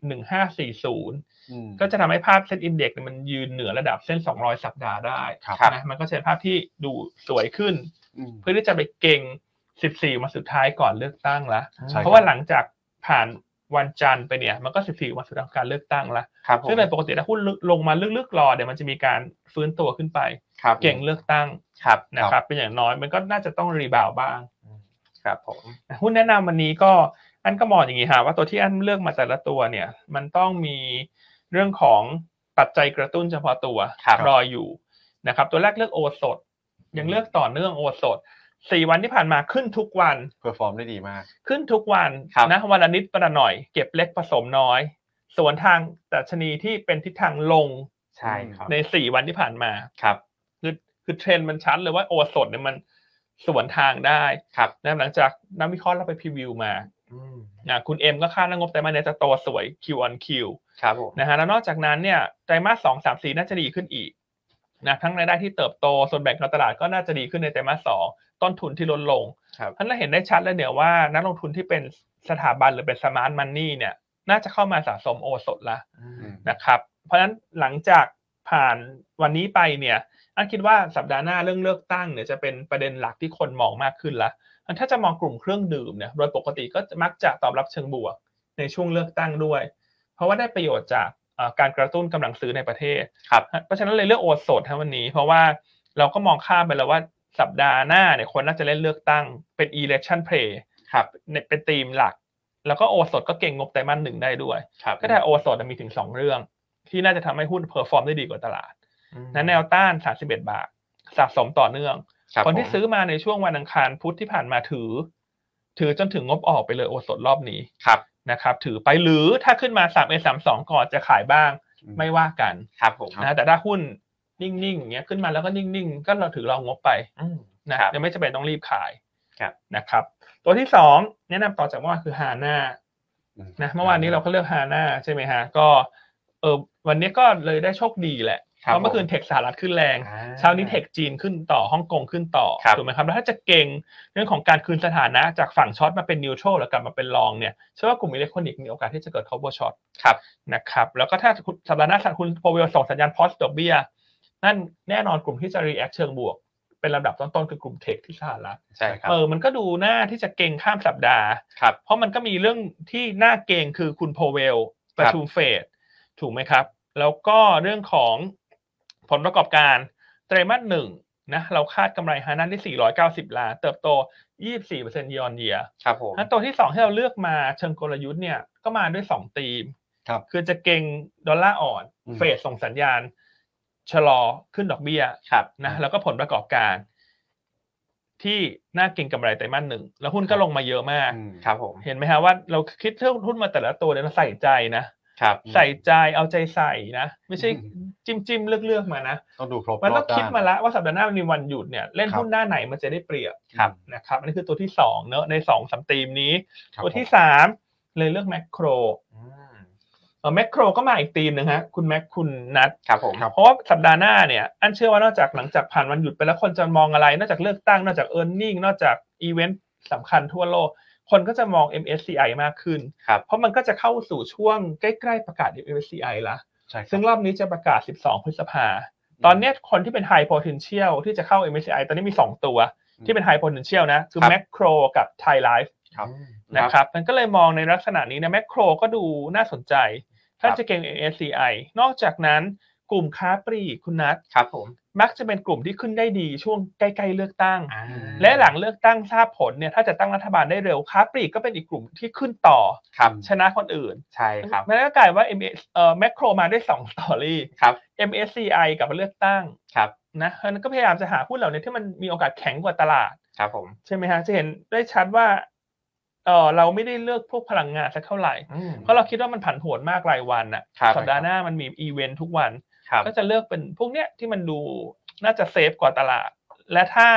Speaker 1: 1540
Speaker 3: อืม
Speaker 1: ก็จะทำให้ภาพเส้นอินเด็กซ์เนี่ยมันยืนเหนือระดับเส้น 200 สัปดาห์ได้
Speaker 3: ครับ
Speaker 2: ครับ
Speaker 1: นะมันก็จะเป็นภาพที่ดูสวยขึ้น
Speaker 3: อืม
Speaker 1: เพื่อที่จะไปเก่ง 14 วันสุดท้ายก่อนเลือกตั้งละ
Speaker 3: ใช่
Speaker 1: เพราะว่าหลังจากผ่านวันจันทร์ไปเนี่ย มันก็ 14 วันสุดท้ายของการเลือกตั้งละ
Speaker 2: ครับผม
Speaker 1: ซึ่งในปกติถ้าหุ้นลงมาลึกๆรอเดี๋ยวมันจะมีการฟื้นตัวขึ้นไป
Speaker 2: ครับ
Speaker 1: เก่งเลือกตั้ง
Speaker 2: ครับ
Speaker 1: นะครับ เป็นอย่างน้อยมันก็น่าจะต้องรีบาวด์บ้าง
Speaker 2: ครับผม
Speaker 1: นะหุ้นแนะนำวันนี้ก็อันก็มองอย่างนี้ฮะว่าตัวที่อันเลือกมาแต่ละตัวเนี่ย มันต้องมีเรื่องของปัจจัยกระตุ้นเฉพาะตัว
Speaker 2: ครับ
Speaker 1: ออยู่นะครับ ตัวแรกเลือกโอสด ยังเลือกต่อเนื่องโอสดสี่วันที่ผ่านมาขึ้นทุกวัน
Speaker 3: เพอร์ฟอร์มได้ดีมาก
Speaker 1: ขึ้นทุกวัน
Speaker 2: ครับ
Speaker 1: นะวันละนิดวันละหน่อย เก็บเล็กผสมน้อย ส่วนทางดัชนีที่เป็นทิศทางลง
Speaker 2: ใช่ครับ
Speaker 1: ในสี่วันที่ผ่านมา
Speaker 2: ครับ
Speaker 1: คือคือเทรนด์มันชัดเลยว่าโอสดเนี่ยมันสวนทางได้
Speaker 2: ครับ
Speaker 1: นะหลังจากนักวิเคราะห์เราไปพรีวิวมานะคุณเอ็มก็คาดว่างบไตรมาสเนี้จะโตสวย Q on Q
Speaker 2: ครับผม
Speaker 1: นะฮะแล้วนอกจากนั้นเนี่ยไตรมาสสองสามสี่น่าจะดีขึ้นอีกนะทั้งรายได้ที่เติบโตส่วนแบ่งการตลาดก็น่าจะดีขึ้นในไตรมาสสองต้นทุนที่ลดลง
Speaker 2: ครับ
Speaker 1: เพราะฉะนั้นเราเห็นได้ชัดเลยเนี่ยว่านักลงทุนที่เป็นสถาบันหรือเป็นสมาร์ทมันนี่เนี่ย น่าจะเข้ามาสะสมโอสดละนะครับ เพราะฉะนั้นหลังจากผ่านวันนี้ไปเนี่ยอันคิดว่าสัปดาห์หน้าเรื่องเลือกตั้งเนี่ยจะเป็นประเด็นหลักที่คนมองมากขึ้นละงั้นถ้าจะมองกลุ่มเครื่องดื่มเนี่ยโดยปกติก็มักจะตอบรับเชิงบวกในช่วงเลือกตั้งด้วย เพราะว่าได้ประโยชน์จากเอ่อการกระตุ้นกำลังซื้อในประเทศ
Speaker 2: ครับ
Speaker 1: เพราะฉะนั้นเลยเลือกโอสดทั้งวันนี้ เพราะว่าเราก็มองข้ามไปแล้วว่าสัปดาห์หน้าเนี่ยคนน่าจะเล่นเลือกตั้งเป็น election play
Speaker 2: ครับ
Speaker 1: เนี่ยเป็นธีมหลัก แล้วก็โอสดก็เก่งงบไตรมาสหนึ่งได้ด้วย
Speaker 2: ครับ
Speaker 1: ก็ได้โอสดมีถึง 2 เรื่อง ที่น่าจะทำให้หุ้นเพอร์ฟอร์มได้ดีกว่าตลาดนั้นแนวต้าน 31 บาทสะสมต่อเนื่อง
Speaker 2: รับ
Speaker 1: คนที่
Speaker 2: ผม
Speaker 1: ซื้อมาในช่วงวันอังคารพุธที่ผ่านมาถือ ถือจนถึงงบออกไปเลยโอสดรอบนี้
Speaker 2: ครับ
Speaker 1: นะครับ ถือไปหรือถ้าขึ้นมา3 1 3 2ก่อนจะขายบ้างไม่ว่ากัน
Speaker 2: ครับผม
Speaker 1: นะแต่ถ้าหุ้นนิ่งๆอย่างเงี้ยขึ้นมาแล้วก็นิ่งๆ ก็เราถือเรางบไป
Speaker 2: อืม
Speaker 1: นะ
Speaker 2: ค
Speaker 1: ค
Speaker 2: รั
Speaker 1: รับบ ยังไม่จำเป็นต้องรีบขาย
Speaker 2: ครับ
Speaker 1: นะครับ ตัวที่สองแนะนำต่อจากเมื่อวานคือฮาน่า
Speaker 3: อืม
Speaker 1: นะเมื่อวานนี้เราก็เลือกฮาน่าใช่ไหมฮะก็เออวันนี้ก็เลยได้โชคดีแหละ
Speaker 2: ครับ
Speaker 1: เพราะเมื่อคืน
Speaker 2: ผม
Speaker 1: เทคสหรัฐขึ้นแรง
Speaker 2: อ่
Speaker 1: เช้านี้เทคจีนขึ้นต่อฮ่องกงขึ้นต่อ
Speaker 2: ครับ
Speaker 1: ถูกไหมครับแล้วถ้าจะเก่งเรื่องของการคืนสถานะจากฝั่งช็อตมาเป็นนิวโตรหรือกลับมาเป็นลองเนี่ยเชื่อว่ากลุ่มอิเล็กทรอนิกส์มีโอกาสที่จะเกิด cover short
Speaker 2: ครับ
Speaker 1: นะครับแล้วก็ถ้าคุณสัปดาห์หน้าคุณโพเวลส่งสัญญาณ pause ดอกเบี้ยนั่นแน่นอนกลุ่มที่จะ react เชิงบวก เป็นลำดับต้นๆคือกลุ่มเทคที่สหรัฐ
Speaker 2: ใช่ครับ
Speaker 1: เออมันก็ดูหน้าที่จะเก่งข้ามสัปดาห์
Speaker 2: ครับ
Speaker 1: เพราะมันก็มีเรื่องที่น่าเก่งคือคุณโพเวลประชุมเฟดถูกไหมครับ แล้วก็เรื่องของผลประกอบการไตรมาสหนึ่งนะเราคาดกำไรฮานันที่ 490 ล้าน เติบโต 24% year on year
Speaker 2: ครับผม
Speaker 1: นั้นตัวที่สองที่เราเลือกมาเชิงกลยุทธ์เนี่ยก็มาด้วยสองธีม
Speaker 3: ครับ
Speaker 1: คือจะเก่งดอลลาร์อ่อน
Speaker 3: อืม
Speaker 1: เฟดส่งสัญญาณ ชะลอขึ้นดอกเบี้ย
Speaker 2: ครับ
Speaker 1: นะแล้วก็ผลประกอบการ ที่น่าเก่งกำไรไตรมาสหนึ่งแล้วหุ้นก็ลงมาเยอะมาก
Speaker 3: อืม
Speaker 2: ครับผม
Speaker 1: เห็นไหมฮะว่าเราคิดเรื่องหุ้นมาแต่ละตัวเนี่ยเราใส่ใจนะ
Speaker 2: ครับ
Speaker 1: ใส่ใจเอาใจใส่นะ ไม่ใช่
Speaker 3: อื
Speaker 1: จิ้มจิ้มๆเลือกเลือกๆมานะ
Speaker 3: ต้องดูครบ
Speaker 1: มัน
Speaker 3: ร
Speaker 1: ต้
Speaker 3: อ
Speaker 1: อบ ง
Speaker 3: ด้าน
Speaker 1: คิดมาละว่าสัปดาห์หน้ามันมีวันหยุดเนี่ยเล่น
Speaker 3: ครับ
Speaker 1: หุ้นหน้าไหนมันจะได้เปรียบ
Speaker 2: ครับ
Speaker 1: นะครับอันนี้คือตัวที่สองเนอะในสองสามธีมนี้
Speaker 3: ครับ
Speaker 1: ตัวที่สามเลยเลือกแมคโคร
Speaker 2: อืม
Speaker 1: เออแมคโครก็มาอีกธีมหนึงฮะคุณแม็กคุณนัท
Speaker 2: ครับผม
Speaker 1: เพราะว่าสัปดาห์หน้าเนี่ยอันเชื่อว่านอกจากหลังจากผ่านวันหยุดไปแล้วคนจะมองอะไร นอกจากเลือกตั้งนอกจากเออร์เน็งนอกจากอีเวนต์สำคัญทั่วโลก คนก็จะมอง MSCI มากขึ้น
Speaker 2: ครับ
Speaker 1: เพราะมันก็จะเข้าสู่ช่วงใกล้ๆประกาศ MSCI ละ
Speaker 3: ใช่ครับ
Speaker 1: ซึ่งรอบนี้จะประกาศ 12 พฤษภา ตอนเนี้ยคนที่เป็น High Potential ที่จะเข้า MSCI ตอนนี้มี 2 ตัว
Speaker 3: อืม
Speaker 1: ที่เป็น High Potential นะ คือ
Speaker 3: ครับ
Speaker 1: Macro กับ Thai Life
Speaker 3: ครับ
Speaker 1: นะค
Speaker 2: ครับ
Speaker 1: รับ มันก็เลยมองในลักษณะนี้นะ Macro ก็ดูน่าสนใจ ถ้า
Speaker 2: ครับ
Speaker 1: จะเก่ง MSCI นอกจากนั้นกลุ่มค้าปลีกคุณนัท
Speaker 2: ครับผม
Speaker 1: มักจะเป็นกลุ่มที่ขึ้นได้ดีช่วงใกล้ๆเลือกตั้ง
Speaker 2: อ่า
Speaker 1: และหลังเลือกตั้งทราบผลเนี่ยถ้าจะตั้งรัฐบาลได้เร็วค้าปลีกก็เป็นอีกกลุ่มที่ขึ้นต่อ
Speaker 2: ครับ
Speaker 1: ชนะคนอื่น
Speaker 2: ใช่ครับ
Speaker 1: มันก็กลายว่า MS เอ่อแมคโครมาได้สองสตอรี่
Speaker 2: ครับ
Speaker 1: MSCI กับเลือกตั้ง
Speaker 2: ครับ
Speaker 1: นะเพราะฉะนั้นก็พยายามจะหาหุ้นเหล่านี้ที่มันมีโอกาสแข็งกว่าตลาด
Speaker 2: ครับผม
Speaker 1: ใช่ไหมฮะจะเห็นได้ชัดว่าเออเราไม่ได้เลือกพวกพลังงานสักเท่าไหร่
Speaker 2: อืม
Speaker 1: เพราะเราคิดว่ามันผันผวนมากรายวันน่ะ
Speaker 2: ครับ
Speaker 1: สัปดาห์หน้ามันมีอีเวนท์ทุกวัน
Speaker 2: ครับ
Speaker 1: ก็จะเลือกเป็นพวกเนี้ยที่มันดูน่าจะเซฟกว่าตลาด และถ้า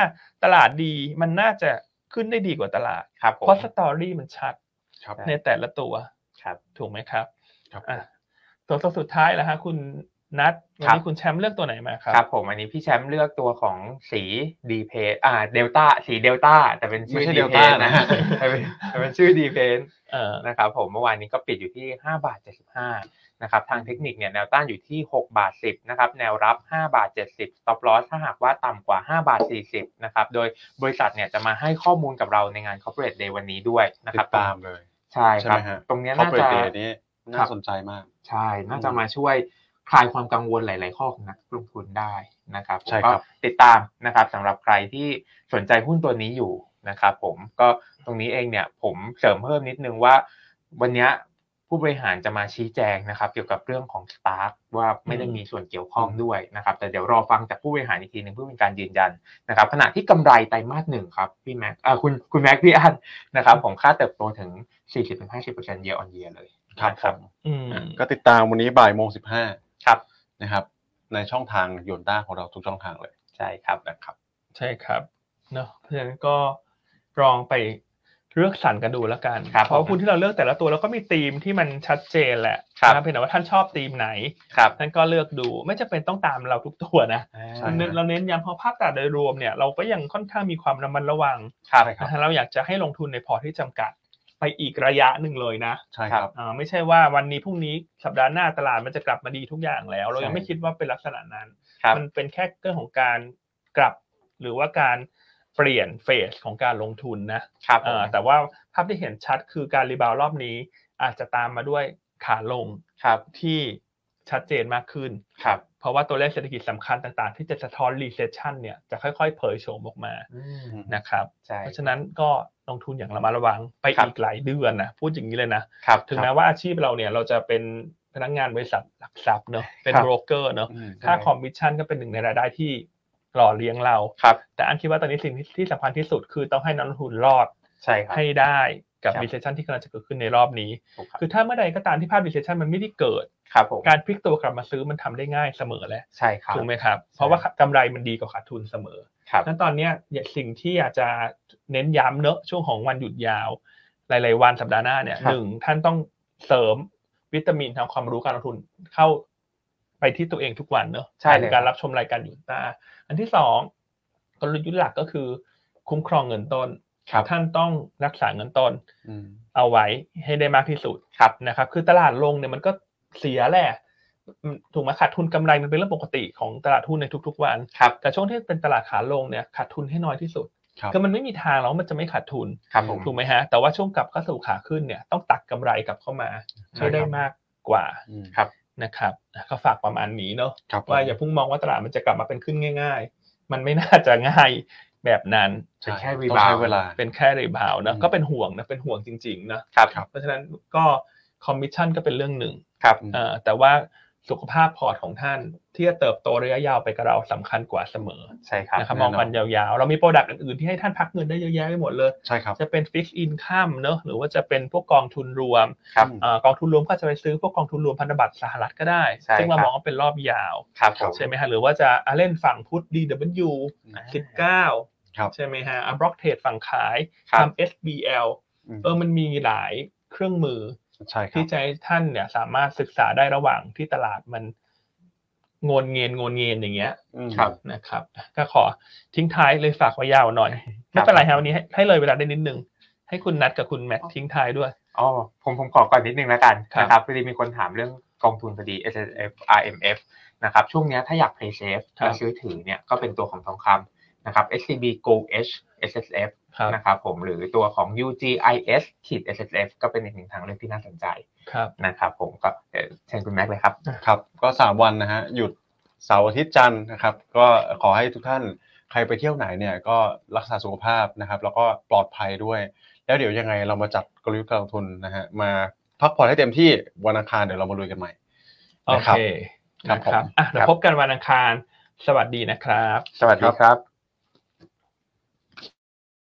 Speaker 1: ตลาดดีมันน่าจะขึ้นได้ดีกว่าตลาด
Speaker 2: ครับผม
Speaker 1: เพราะสตอรี่มันชัด
Speaker 3: ครับ
Speaker 1: ในแต่ละตัว
Speaker 2: ครับ
Speaker 1: ถูกไหมครับ
Speaker 3: ครับ
Speaker 1: อ่ะตัวตัวสุดท้ายแล้วฮะคุณนัทวัน
Speaker 2: ครับ
Speaker 1: นี้คุณแชมป์เลือกตัวไหนมาครั
Speaker 2: ครับผมอันนี้พี่แชมป์เลือกตัวของสีดีเพอ่าเดลต้าสีเดลต้าแต่เป็นชื่
Speaker 3: ไม่
Speaker 2: อ
Speaker 3: ใช่
Speaker 2: ดีเพ
Speaker 3: Delta
Speaker 2: นะ
Speaker 3: นะ
Speaker 2: <laughs> แต่เป็นแต่เป็นชื่อดีเพน
Speaker 1: เออ
Speaker 2: นะครับผมเมื่อวานนี้ก็ปิดอยู่ที่ 5 บาท 75 นะครับทางเทคนิคเนี่ยแนวต้านอยู่ที่ 6 บาท 10 นะครับแนวรับ 5 บาท 70 stop loss ถ้าหากว่าต่ำกว่า 5 บาท 40 นะครับโดยบริษัทเนี่ยจะมาให้ข้อมูลกับเราในงาน corporate day วันนี้ด้วยนะค
Speaker 3: ติ
Speaker 2: รับ
Speaker 3: ดตามเลย
Speaker 2: ใช่ค
Speaker 3: ใช่
Speaker 2: รั
Speaker 3: ไห
Speaker 2: บ
Speaker 3: มฮะ
Speaker 2: ตรงเนี้ย
Speaker 3: คอ
Speaker 2: น่า
Speaker 3: เปอเร
Speaker 2: จะ
Speaker 3: ทนี้
Speaker 2: ครั
Speaker 3: น่า
Speaker 2: บ
Speaker 3: สนใจมาก
Speaker 2: ใช่น่าจะมาช่วยคลายความกังวลหลาย ๆ ข้อของนักลงทุนได้นะครับผม
Speaker 3: ใช่ครั
Speaker 2: ก็
Speaker 3: บ
Speaker 2: ติดตามนะครับสำหรับใครที่สนใจหุ้นตัวนี้อยู่นะครับผมก็ตรงนี้เองเนี่ยผมเสริมเพิ่มนิดนึงว่า วันเนี้ยผู้บริหารจะมาชี้แจงนะครับ เกี่ยวกับเรื่องของสตาร์ว่าไม่ได้มีส่วนเกี่ยวข้องด้วยนะครับ แต่เดี๋ยวรอฟังจากผู้บริหารอีกทีหนึ่งเพื่อเป็นการยืนยันนะครับขณะที่กำไรไตรมาสหนึ่งครับพี่แม็กอ่าคุณคุณแม็กพี่อันนะครับผมค่าเติบโตถึง 40-50% year on year เลย
Speaker 3: ครับ
Speaker 2: นะ
Speaker 3: ผม
Speaker 1: อืม
Speaker 3: ก็ติดตามวันนี้บ่ายโมงสิบห้า
Speaker 2: ครับ
Speaker 3: นะครับ ในช่องทางโยนต้าของเราทุกช่องทางเลย
Speaker 2: ใช่ครับนะครับ
Speaker 1: ใช่ครับเนาะเพราะฉะนั้นก็ลองไปเลือกสรรกันดูแล้วกัน
Speaker 2: ครับ
Speaker 1: เพราะคุณที่เราเลือกแต่ละตัวเราก็มีธีมที่มันชัดเจนแหละ
Speaker 2: ครับ
Speaker 1: นะเพียงแต่ว่าท่านชอบธีมไหน
Speaker 2: ครับ
Speaker 1: ท่านก็เลือกดูไม่จำเป็นต้องตามเราทุกตัวนะ
Speaker 3: ใช่
Speaker 1: เรา
Speaker 3: ฮะ
Speaker 1: เน้นเราเน้นย้ำเพราะภาพตลาดโดยรวมเนี่ยเราก็ยังค่อนข้างมีความระมัดระวัง
Speaker 2: ครับ
Speaker 1: นะฮะเราอยากจะให้ลงทุนในพอร์ตที่จำกัด ไปอีกระยะหนึ่งเลยนะ
Speaker 3: ใช่ครับ
Speaker 1: อ่าไม่ใช่ว่าวันนี้พรุ่งนี้สัปดาห์หน้าตลาดมันจะกลับมาดีทุกอย่างแล้ว เรายั
Speaker 3: ใช่
Speaker 1: งไม่คิดว่าเป็นลักษณะนั้น
Speaker 2: ครับ
Speaker 1: มันเป็นแค่เรื่องของการกลับ หรือว่าการเปลี่ยนเฟสของการลงทุนนะครับ
Speaker 2: ผ
Speaker 1: เอ่อ
Speaker 2: ม
Speaker 1: แต่ว่าภาพที่เห็นชัดคือการรีบาวด์รอบนี้ อาจจะตามมาด้วยขาลง
Speaker 2: ครับ
Speaker 1: ที่ชัดเจนมากขึ้น
Speaker 2: ครับ
Speaker 1: เพราะว่าตัวเลขเศรษฐกิจสำคัญต่างๆ ที่จะสะท้อน recession เนี่ยจะค่อยๆ เผยโฉมออกมา
Speaker 2: อืม
Speaker 1: นะครับ
Speaker 2: ใช่
Speaker 1: เพราะฉะนั้นก็ลงทุนอย่างระมัดระวังไปอีกหลายเดือนนะพูดอย่างนี้เลยนะ
Speaker 2: ครับ
Speaker 1: ถึง
Speaker 2: ค
Speaker 1: แม้
Speaker 2: รับ
Speaker 1: ว่าอาชีพเราเนี่ยเราจะเป็นพนักงานบริษัทหลักทรัพย์เนอะเป็น
Speaker 2: ครับ
Speaker 1: โบรกเกอร์เนอะ
Speaker 3: อืม
Speaker 1: ค่าคอมมิชชั่นก็เป็นหนึ่งในรายได้ที่หล่อเลี้ยงเรา
Speaker 2: ครับ
Speaker 1: แต่อันคิดว่าตอนนี้สิ่งที่ที่สำคัญที่สุดคือต้องให้นักลงทุนรอด
Speaker 2: ใช่ครับ
Speaker 1: ให้ได้กับ
Speaker 2: ครับ
Speaker 1: recession ที่กำลังจะเกิดขึ้นในรอบนี้
Speaker 2: ถูกครับ
Speaker 1: คือถ้าเมื่อใดก็ตามที่ภาพ recession มันไม่ได้เกิด
Speaker 2: ครับผม
Speaker 1: การพลิกตัวกลับมาซื้อมันทำได้ง่ายเสมอแหละ
Speaker 2: ใช่ครับ
Speaker 1: ถูกไหมครับ เพราะว่ากำไรมันดีกว่าขาดทุนเสมอ
Speaker 2: ครับ
Speaker 1: นั้นตอนเนี้ยเนี่ยสิ่งที่อยากจะเน้นย้ำเนอะช่วงของวันหยุดยาว หลายๆวันสัปดาห์หน้าเนี่ย
Speaker 2: ครับ
Speaker 1: หนึ่งท่านต้องเสริมวิตามินทางความรู้การลงทุนเข้าไปที่ตัวเองทุกวันเนอะ
Speaker 2: ใช่เลย
Speaker 1: ผ่านการรับชมรายการหยุดตา อันที่สองกลยุทธ์หลักก็คือคุ้มครองเงินต้น
Speaker 2: ครับ
Speaker 1: ท่านต้องรักษาเงินต้น
Speaker 3: อืม
Speaker 1: เอาไว้ให้ได้มากที่สุด
Speaker 2: ครับ
Speaker 1: นะครับ คือตลาดลงเนี่ยมันก็เสียแหละอืมถูกไหมขาดทุนกำไรมันเป็นเรื่องปกติของตลาดหุ้นในทุก ๆ วัน
Speaker 2: ครับ
Speaker 1: แต่ช่วงที่เป็นตลาดขาลงเนี่ยขาดทุนให้น้อยที่สุด
Speaker 3: ครับ
Speaker 1: อมันไม่มีทางแล้วมันจะไม่ขาดทุน
Speaker 2: ครับผม
Speaker 1: ถูกไหมฮะแต่ว่าช่วงกลับเข้าสู่ขาขึ้นเนี่ยต้องตักกำไรกลับเข้ามา
Speaker 2: ใช่
Speaker 1: ให้
Speaker 2: ค
Speaker 1: ได้
Speaker 2: รับ
Speaker 1: มากกว่า
Speaker 3: อืม
Speaker 1: นะครับอ่ะก็ฝากประมาณนี้เนาะ
Speaker 3: ครับผม
Speaker 1: ว่าอย่าเพุ่งมองว่าตลาดมันจะกลับมาเป็นขึ้นง่าย ๆ มันไม่น่าจะง่ายแบบนั้น
Speaker 2: เป็นแค่
Speaker 3: ใช่
Speaker 2: rebound
Speaker 3: ต้องใช้เวลา
Speaker 1: เป็นแค่รีบาวน์นะ
Speaker 3: อืม
Speaker 1: ก็เป็นห่วงนะเป็นห่วงจริงๆนะครับ เพราะฉะนั้นก็คอมมิชชั่นก็เป็นเรื่องหนึ่ง
Speaker 2: ครับ
Speaker 1: เอ่อแต่ว่าสุขภาพพอร์ตของท่านที่จะเติบโตระยะยาวไปกับเราสำคัญกว่าเสมอ
Speaker 2: ใช่ครับ
Speaker 1: นะครับ
Speaker 3: แน่
Speaker 1: ม
Speaker 3: นอ
Speaker 1: อน งกันยาวๆ เรามีโปรดักต์อื่นๆ ที่ให้ท่านพักเงินได้เยอะแยะไปหมดเลย
Speaker 3: ใช่ครับ
Speaker 1: จะเป็น fixed income เนอะหรือว่าจะเป็นพวกกองทุนรวม
Speaker 2: ครับ
Speaker 3: อืม
Speaker 1: เออกองทุนรวมก็จะไปซื้อพวกกองทุนรวมพันธบัตรสหรัฐก็ได้
Speaker 2: ใช่ครับ
Speaker 1: ซึ่งเรามองว่าเป็นรอบยาว
Speaker 2: ครับผม
Speaker 1: ใช่ไหมฮะหรือว่าจะอ่ะเล่นฝั่งพุทธ DW
Speaker 3: อ่าครั
Speaker 1: 19
Speaker 3: บ
Speaker 1: ใช่ไหมฮะอ่ะบล็อกเทรดฝั่งขาย
Speaker 2: ครับ
Speaker 1: ทำ SBL
Speaker 3: อืม
Speaker 1: เออมันมีหลายเครื่องมือ
Speaker 3: ใช่ครับ
Speaker 1: ที่จะให้ท่านเนี่ยสามารถศึกษาได้ระหว่างที่ตลาดมันงวนเงียนงวนเงียนอย่างเงี้ย
Speaker 3: อืม
Speaker 2: ครับ
Speaker 1: นะครับ ก็ขอทิ้งท้ายเลยฝากไว้ยาวหน่อย ไม่เป็นไรฮะวันนี้ให้ให้เลยเวลาได้นิดนึง ให้คุณนัดกับคุณแม็กซ์ทิ้งท้ายด้วย
Speaker 2: อ๋อผมผมขอก่อนนิดนึงแล้วกัน
Speaker 1: ครับ
Speaker 2: นะครับพอดีมีคนถามเรื่องกองทุนพอดี S F R M F นะครับช่วงเนี้ยถ้าอยาก play safe และซื้อถือเนี่ยก็เป็นตัวของทองคำนะครับ S C B Gold H S S F
Speaker 1: ครับ
Speaker 2: นะครับผมหรือตัวของ U G I S ขีด S S F ก็เป็นอีกหนึ่งทางเลือกที่น่าสนใจ
Speaker 1: ครับ
Speaker 2: นะครับผมก็เอ่อเชิญคุณแม็กซ์เลยครับ
Speaker 3: ครับก็สามวันนะฮะหยุดเสาร์อาทิตย์จันทร์นะครับก็ขอให้ทุกท่านใครไปเที่ยวไหนเนี่ยก็รักษาสุขภาพนะครับ แล้วก็ปลอดภัยด้วย แล้วเดี๋ยวยังไงเรามาจัดกลยุทธ์การลงทุนนะฮะมาพักผ่อนให้เต็มที่วันอังคารเดี๋ยวเรามาลุยกันใหม่
Speaker 1: โอ
Speaker 3: นะค
Speaker 1: เครับ
Speaker 3: ครับ
Speaker 1: นะ
Speaker 3: ผม
Speaker 1: อ่ะเดี๋ยวพบกันวันอังคาร สวัสดีนะครับ
Speaker 2: สวัสดีครับ